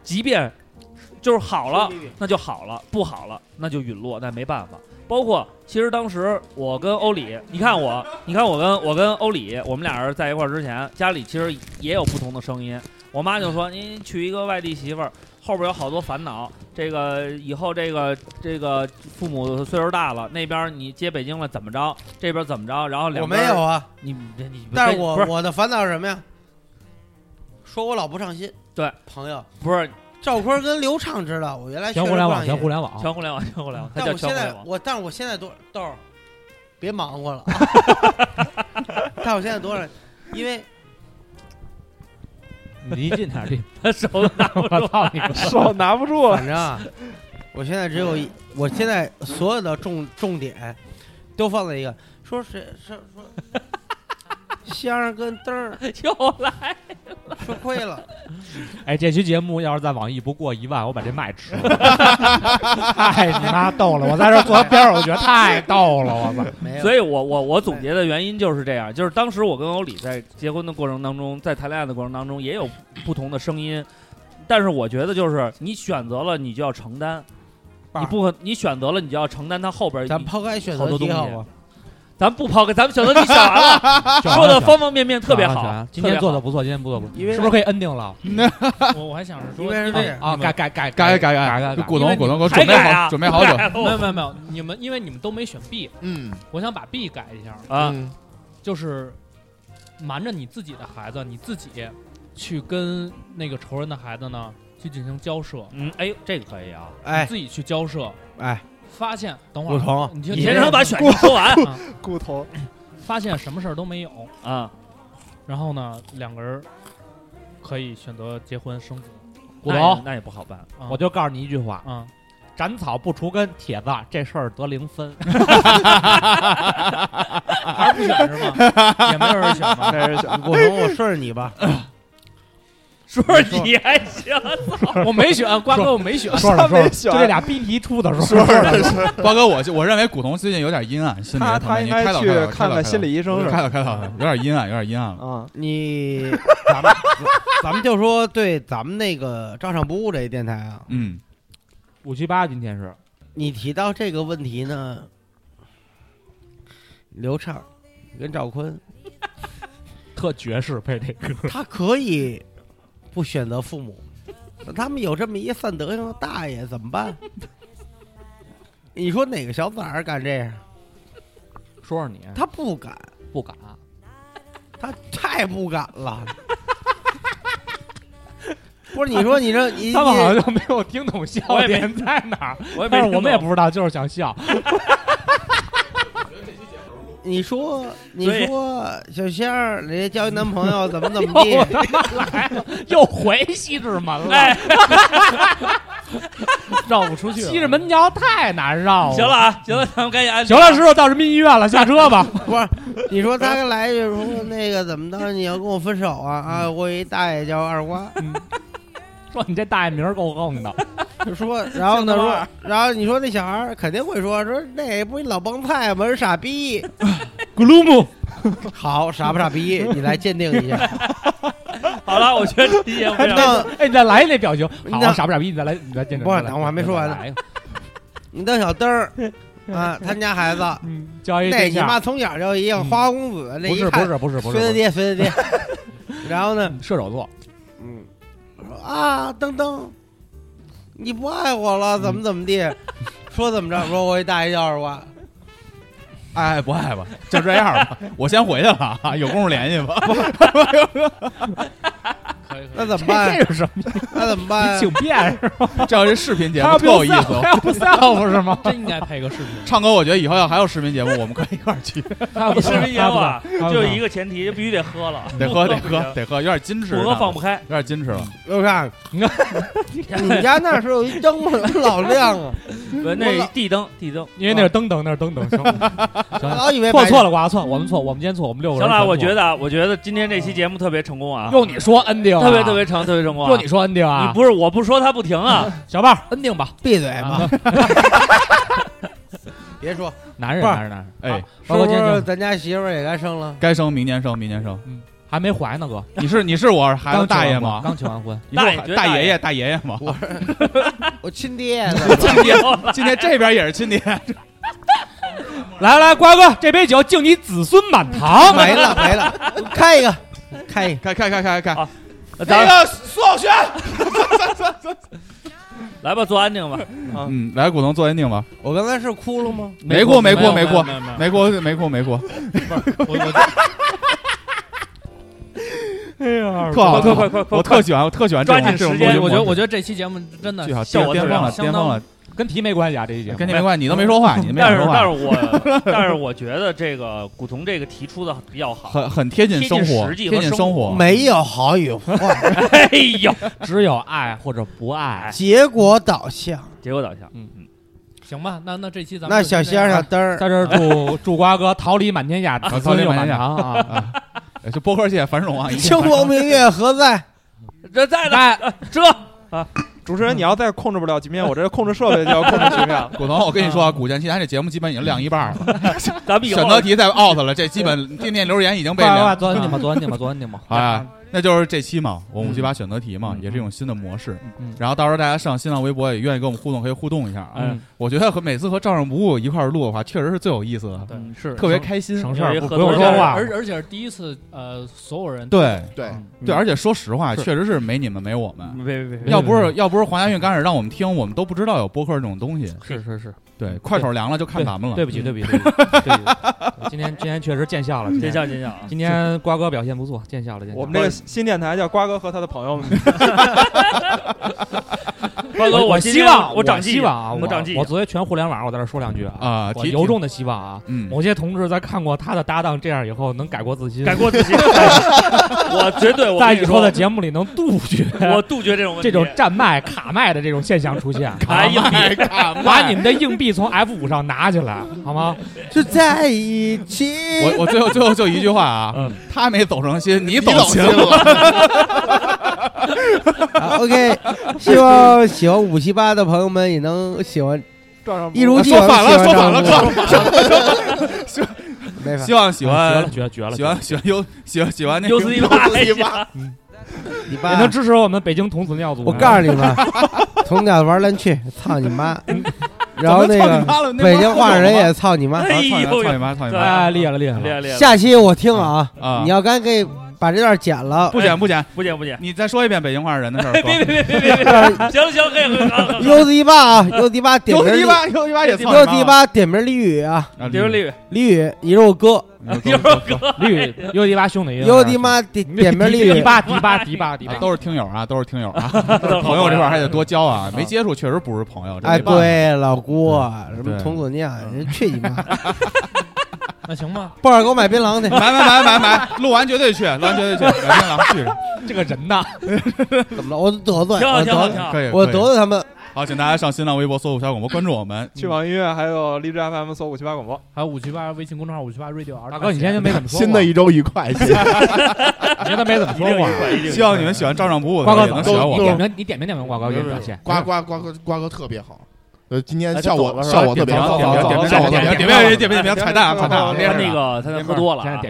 S5: 即便就是好了，那就好了；不好了，那就陨落，那没办法。包括其实当时我跟欧里，你看我，你看我跟我跟欧里，我们俩人在一块儿之前，家里其实也有不同的声音。我妈就说：“您娶一个外地媳妇儿，后边有好多烦恼。这个以后这个这个父母岁数大了，那边你接北京了怎么着？这边怎么着？然后两
S7: 我没有啊，
S5: 你你你，
S7: 但是我
S5: 不
S7: 我的烦恼是什么呀？说我老不上心，
S5: 对
S7: 朋友
S5: 不是
S7: 赵坤跟刘畅知道，我原来
S8: 全
S7: 确实
S8: 互联
S7: 不
S8: 网，
S7: 上
S8: 全
S7: 心
S8: 互联网，
S5: 全互联网，全互联网，它
S7: 但
S5: 叫
S7: 我
S5: 全
S7: 现
S5: 互
S7: 在
S5: 联网。
S7: 我，但是我现在多豆儿，别忙活 了。但我现在多少，因为
S8: 你离近点儿，这
S5: 他手都拿不
S8: 我
S5: 住，
S8: 操你 妈！
S9: 手拿不住了
S7: 反。正啊，我现在只有一，我现在所有的重重点都放在一 个，说谁说说香儿跟灯儿
S5: 又来。
S7: 说亏 了，
S8: 哎，这期节目要是在网易不过一万，我把这麦吃了。太你妈逗了！我在这儿坐他边上，我觉得太逗了，我操！
S7: 没有。
S5: 所以我我我总结的原因就是这样，就是当时我跟欧里在结婚的过程当中，在谈恋爱的过程当中也有不同的声音，但是我觉得就是你选择了，你就要承担，你不可你选择了，你就要承担它后边。
S7: 咱抛开选
S5: 好
S7: 择
S5: 多
S7: 题
S5: 东
S7: 好
S5: 西
S7: 吗？
S5: 咱不抛开，咱们选择题选完了， 说的方方面面特别
S8: 选
S5: 好
S8: 啊，今天
S5: 特别
S8: 做
S5: 好
S8: 的不错，今天不错，不错
S7: 因为
S8: 是不是可以 ending 了？
S11: 我我还想着说，
S7: 应
S11: 因
S7: 该
S11: 为
S7: 是这样
S8: 啊，改改改
S3: 改
S8: 改
S3: 改
S8: 改
S3: 改，
S8: 改！
S3: 股东股东给我
S5: 还
S3: 准备
S5: 改啊，
S3: 好准备好酒。
S5: 改
S11: 没有
S5: 了
S11: 没有没有，你们因为你们都没选 B，
S4: 嗯
S11: 我想把 B 改一下，
S5: 啊，
S4: 嗯
S11: 就是瞒着你自己的孩子，你自己去跟那个仇人的孩子呢去进行交涉，
S5: 嗯，哎呦，这个可以啊，
S7: 哎
S11: 自己去交涉，
S7: 哎，
S11: 发现等会
S7: 古
S11: 儿
S7: 潼，
S11: 你听
S5: 你先让他把选项说完
S9: 骨头，
S11: 啊发现什么事儿都没有，
S5: 啊，
S11: 然后呢，两个人可以选择结婚生子。
S8: 股
S5: 那
S8: 东
S5: 也那也不好办，
S11: 啊
S8: 我就告诉你一句话：
S11: 啊，
S8: 斩草不除根，铁子这事儿得零 分。
S11: 还是不选是吗？也没有人选吧？
S9: 那是想
S7: 古潼，我顺着你 吧，
S5: 说说你还行，
S11: 我没
S5: 啊
S11: 选，瓜哥我没选。
S8: 说着
S9: 他
S8: 说
S9: 没
S8: 着，
S9: 选
S8: 就这俩逼题出的时候，
S3: 瓜哥，我我认为股东最近有点阴暗，心里
S9: 他
S3: 疼
S9: 他
S3: 你
S9: 应
S3: 开
S9: 该
S3: 导
S9: 去
S3: 开导
S9: 看看心理医生是吧
S3: 开导开导，有点阴暗，有点阴暗了。
S9: 啊，
S7: 你咱们咱们就说对咱们那个照上不误这一电台啊，
S3: 嗯，
S8: 五七八今天是
S7: 你提到这个问题呢，刘畅跟赵坤，
S8: 特爵士配这歌，
S7: 他可以不选择父母，那他们有这么一散德性的大爷怎么办？你说哪个小崽儿敢这样？
S8: 说说你
S7: 他不敢，
S8: 不敢，
S7: 他太不敢 了。不是你说你这你
S8: 他们
S7: 你
S8: 好像就没有听懂笑
S5: 我也没
S8: 点在哪儿，
S5: 我也没
S8: 但是我们
S5: 听
S8: 也
S5: 懂
S8: 不知道，就是想笑。
S7: 你说你
S5: 所以
S7: 说小仙儿，人家交一男朋 友怎么怎么地？
S8: 又 回西直门了，
S5: 哎
S11: 绕不出去了。
S8: 西直门桥太难绕了。
S5: 行了，啊，行了，咱们赶紧安
S8: 行了，师傅到人民医院了，下车 吧。
S7: 不是，你说他来就说那个怎么着？你要跟我分手啊啊！我有一大爷叫二瓜，
S8: 嗯说你这大爷名儿够横的，
S7: 就说， 然 后呢
S5: 姓
S7: 说
S8: 啊
S5: 二，
S7: 然后你说那小孩儿肯定会说说那不是一老帮菜吗？是傻 逼。
S8: 咕噜木。
S7: 好，傻不傻逼？你来鉴定一 下。
S5: 好了，我觉得这节目非常
S7: 那
S8: 哎，你再来那表情，好
S7: 那
S8: 傻不傻逼？你再来，你再见着。
S7: 不是
S8: 再来
S7: 等会儿还没说完呢。
S8: 再来
S7: 你当小灯 儿啊，他们家孩子，
S8: 嗯，交一
S7: 那
S8: 对
S7: 你
S8: 象
S7: 妈从小就一个花花公子，那
S8: 嗯不
S7: 一
S8: 是不
S7: 看
S8: 是不是不
S7: 随他
S8: 是不是
S7: 爹随 他爹。然后呢，
S8: 射手座，
S7: 嗯，说啊，登登，你不爱我了，怎
S8: 嗯
S7: 么怎么地？说怎么着？说我给大爷叫二 瓜，
S3: 爱哎不爱吧，就这 样吧。我先回去了啊，有功夫联系吧。
S11: 可以可以。
S7: 那怎么办？
S8: 这是什么？
S7: 那怎么 办？
S8: 请变是吧？
S3: 这要是视频节
S8: 还
S3: 目
S8: 要，
S3: 特有意思哦
S8: 还要 不 self 是吗？
S11: 真应该配个视频。
S3: 唱歌，我觉得以后要还有视频节目，我们可以一块儿 去。
S5: 你视频节目啊
S8: 还不错，
S5: 就一 个前提，就必须得喝了，
S3: 得喝，得喝，得喝，有点矜持
S5: 不
S3: 了，
S5: 喝放不开。
S3: 有点矜持了。
S7: 我看，你看，你家那是有一灯老亮啊，
S5: 闻那地灯，地灯。
S8: 因为那是噔噔，那是 噔噔，行行，
S7: 老以为
S8: 错
S7: 白
S8: 错了，瓜错，我们错，我们今天错，我们六个
S5: 行
S8: 人全
S5: 了，
S8: 错。
S5: 我觉得啊，我觉得今天这期节目特别成功啊，
S8: 用你说 ending，啊
S5: 特别特别成，特别成功啊。
S8: 用你说 ending 啊
S5: 你，不是我不说他不 停啊，
S8: 小豹 ending 吧，
S7: 闭嘴吧！别说，
S8: 男人
S7: 不是
S8: 男人男人，
S3: 哎，
S7: 是
S8: 包括
S7: 不
S8: 今天
S7: 是
S8: 就
S7: 咱家媳妇儿也该生了？
S3: 该生明年生，明年生。
S5: 嗯
S8: 还没怀呢，哥，
S3: 你是你是我孩
S8: 刚
S3: 子大爷
S8: 嘛，
S3: 吗？
S8: 刚求完婚，
S3: 你是我
S5: 大爷
S3: 孩
S5: 绝对
S3: 大
S5: 大
S3: 爷
S5: 爷
S3: 爷大爷爷吗？
S7: 我 亲爹呢？
S3: 今天今天这边也是亲爹，
S8: 来来，瓜哥，这杯酒敬你子孙满 堂。
S7: 没了没 了，开一个，开一个。
S3: 开开开开开
S5: 啊，咱
S3: 个苏小轩，
S5: 来吧，做安静吧。啊，
S3: 嗯，来古潼做 ending 吧。
S7: 我刚才是哭了吗？
S3: 没过没过没
S11: 没有
S3: 过
S11: 没有没有
S3: 没过没过没过，
S11: 我我
S3: 特好
S5: 快快快快
S3: 我特喜欢我特喜欢这种
S5: 抓紧
S3: 这种
S5: 时
S3: 录
S5: 间
S3: 音
S11: 我觉得我
S3: 模式
S11: 觉得这期节目真的
S3: 最好
S11: 效果
S3: 巅
S11: 特
S3: 峰
S11: 别好
S3: 了巅
S11: 相
S3: 峰
S11: 当
S3: 了，
S8: 跟题没关系啊，这一节目
S3: 跟你没关系，你都没说 话，你都没
S5: 但是
S3: 说
S5: 但是
S3: 话，
S5: 我但是我觉得这个古潼这个提出的比较好。
S3: 很很贴近
S5: 贴
S3: 生
S5: 近
S3: 活，
S5: 实际
S3: 贴
S5: 和
S3: 近
S5: 生
S3: 生活。
S7: 没有好与坏，
S5: 哎呦，
S8: 只有爱或者不爱。
S7: 结果导向。
S5: 结果导向，
S8: 嗯
S11: 行吧，那那这期咱们
S7: 那
S11: 就先
S7: 小
S11: 这样
S7: 仙儿
S11: 吧
S7: 嘚儿，
S8: 在这儿 祝祝瓜哥桃李满天下，子孙又满堂啊！
S3: 哎就 播客界繁荣啊！一切。
S7: 清风明月何在？
S5: 这在呢，
S8: 哎，
S5: 这
S9: 啊主持人，你要再控制不了局面，我这控制设备就要控制局面了
S3: 古潼，我跟你说啊，古剑奇谭这节目基本已经亮一半了，
S5: 嗯咱们以
S3: 选
S5: 后
S3: 择题再 out 了，这基本念念留言已经被
S8: 快快快，
S3: 亮。
S8: 做 ending 吧，做 ending 吧，做 ending 吧。
S3: 啊，那就是这期嘛，我们五
S8: 嗯
S3: 七八选择题嘛，
S8: 嗯
S3: 也是一种新的模式。
S8: 嗯
S3: 然后到时候大家上新浪微博也愿意跟我们互动，可以互动一下啊。
S8: 嗯
S3: 我觉得和每次和照上不误一块儿录的话，确实是最有意思的，
S5: 嗯是
S3: 特别开心。
S8: 省
S5: 有
S8: 事儿
S5: 一
S8: 不
S5: 合
S8: 不用
S5: 作
S8: 说
S5: 社
S8: 话嗯
S11: 而而且是第一次，呃，所有人
S3: 对
S4: 对，
S5: 嗯
S3: 对，而且说实话，
S4: 是
S3: 确实是没你们没我们。
S5: 别别别，
S3: 要不是要不是黄家韵刚始让我们听，我们都不知道有播客这种东西。
S8: 是是是，
S3: 对，快手凉了就看咱们了。嗯
S8: 对不起，对不起，对不起，对不起。 今天今天确实见笑了，今
S5: 见
S8: 天
S5: 笑见笑啊！
S8: 今天瓜哥表现不错，见笑了，见笑了。
S9: 我们这个新电台叫瓜哥和他的朋友们，
S5: 瓜哥，
S8: 我我
S5: 今
S8: 希
S5: 天
S8: 望
S5: 我长
S8: 希
S5: 记
S8: 望啊，
S5: 我长记
S8: 我作为全互联网，我在这说两句啊，
S3: 啊，
S8: 我
S3: 提
S8: 由衷的希望啊，
S3: 嗯，
S8: 某些同志在看过他的搭档这样以后，能改过自新，
S5: 改过 自新，我绝对我
S8: 在
S5: 跟你
S8: 以后的节目里能杜绝
S5: 我杜绝这种问题。
S8: 这种占麦卡麦的这种现象出 现。
S5: 卡硬币，
S8: 把你们的硬币从 F 五上拿起来，好吗？
S7: 就在一起。
S3: 我我最后最后 就一句 话啊
S8: 嗯，
S3: 他没走成心，你走心
S4: 了。
S7: 啊 OK，希望喜欢五七八的朋友们也能喜欢，
S9: 照上不
S7: 一如既
S3: 说
S7: 往地
S3: 反
S7: 喜
S3: 了，
S7: 欢
S3: 说
S7: 上
S3: 反了，
S7: 路
S3: 说反了。
S7: 没法
S3: 希，望喜
S8: 绝
S3: 欢
S8: 了，绝了，绝了！
S3: 喜欢喜欢优喜欢喜欢那
S5: 优
S3: 个嗯
S5: 斯一拉，
S7: 你
S8: 也
S7: 爸
S8: 能，支持我们北京童子尿组。
S7: 我告诉你们， 从哪玩咱去，操你妈！然后那
S3: 怎么操你妈了
S7: 个
S3: 那
S7: 北京
S3: 帮
S7: 话人也操你
S3: 啊
S7: 妈。
S5: 哎
S3: 操你妈
S5: 呦
S3: 操你妈操你妈！
S8: 哎，厉害了，厉害
S5: 厉
S8: 了！
S5: 害厉害！
S7: 下期我听啊，
S3: 啊
S7: 你要敢给把这段剪了，
S3: 不剪不剪，
S5: 不见不见，
S3: 你再说一遍北京话人的事儿。
S5: 别别别别 别别！行了行了，可以可以，
S7: 优子一八啊，优子一八点
S3: 优
S7: 名
S3: 迪
S7: 李，
S3: 吧，优迪吧也操
S7: 优子一八点名李宇啊，
S5: 比如李宇，
S7: 李宇也是我哥，
S5: 比如哥，
S8: 绿优迪巴兄弟，
S7: 优子一八点点名李
S8: 迪
S7: 宇，
S8: 巴迪巴迪巴迪
S3: 啊
S8: 巴，
S3: 都是听友啊，都是听友 啊，朋友这块儿还得多交啊，没接触确实不是朋友。这
S7: 哎，
S3: 没办法，
S7: 对，老郭
S3: 嗯
S7: 啊什么
S3: 对
S7: 童子尿，人去你 妈！
S11: 那行吧，
S7: 抱着给我买槟榔去，
S3: 买买买买买，录完绝对去，录完绝对去，改天咱去。
S8: 这个人 呐，
S7: 怎么了？我得罪，
S5: 挺
S7: 我
S5: 好
S7: 得
S5: 挺好
S7: 罪
S5: 挺，好。
S3: 可以，
S7: 我
S3: 可以
S7: 得罪他们。
S3: 好，请大家上新浪微博搜“五七八广播”，关注我们。
S9: 去网易音乐还有荔枝 FM 搜五七八广播。
S11: 还有五七八微信公众号五七八 radio r。
S8: 大哥，你今天就没怎么说过，
S4: 新的一周愉快， 谢谢。
S8: 你今天没怎么
S5: 一定
S8: 说过。啊
S3: 希望你们喜欢照上不误的，
S8: 瓜哥
S3: 也能喜欢我
S8: 你点
S3: 们。
S8: 名，你点名点名瓜哥，原表现。
S4: 瓜瓜瓜哥瓜哥特别好，呃，今天
S9: 哎
S4: 效
S9: 他走
S4: 果
S9: 了是吧
S4: 效果特别好，啊
S3: 点名点名点名点名点名点名点名彩蛋啊彩蛋啊！
S5: 他那个他喝多
S4: 啊
S5: 了，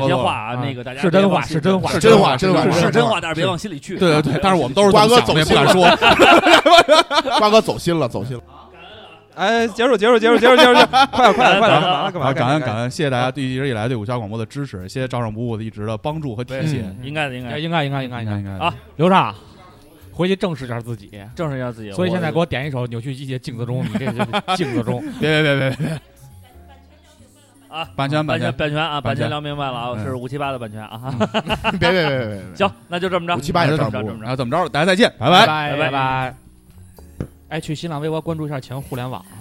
S5: 有些话啊，那个大家
S8: 是
S4: 真话真话
S5: 是
S4: 真
S5: 真
S4: 话
S5: 话，但是别往心里去。
S3: 对对对，但是我们都是这么想的，也不敢说。
S4: 瓜哥走心了，走心了。
S9: 哎，结束结束结束结束结 束，结束快点快点快点，干嘛干
S3: 好，
S9: 嘛
S3: 感
S9: 干
S3: 恩感
S9: 嘛？
S3: 恩，谢谢大家对一直以来对五七八广播的支持，谢谢照上不误的一直的帮助和提携。
S5: 应该的应该。
S8: 应该应该应该应该。
S3: 应该
S5: 啊
S8: 刘畅，回去正视一下自己。
S5: 正视一下自己。
S8: 所以现在给我点一首《扭曲季节》，镜子中，你这就是镜子中。
S3: 别别别别别！
S5: 啊，
S3: 版权
S5: 版
S3: 权
S5: 版权啊，
S3: 版
S5: 版
S3: 权
S5: 权聊明白了
S8: 嗯
S5: 啊，是五七八的版权啊。
S4: 别别别别别，
S5: 行，那就这么着，
S4: 578也
S5: 就这
S4: 上
S5: 么
S4: 不了
S5: 着，这么着。
S8: 啊
S3: 然后怎么着，大家再见，拜
S5: 拜
S3: 拜
S5: 拜
S8: 拜拜。哎，去新浪微博关注一下全互联网啊。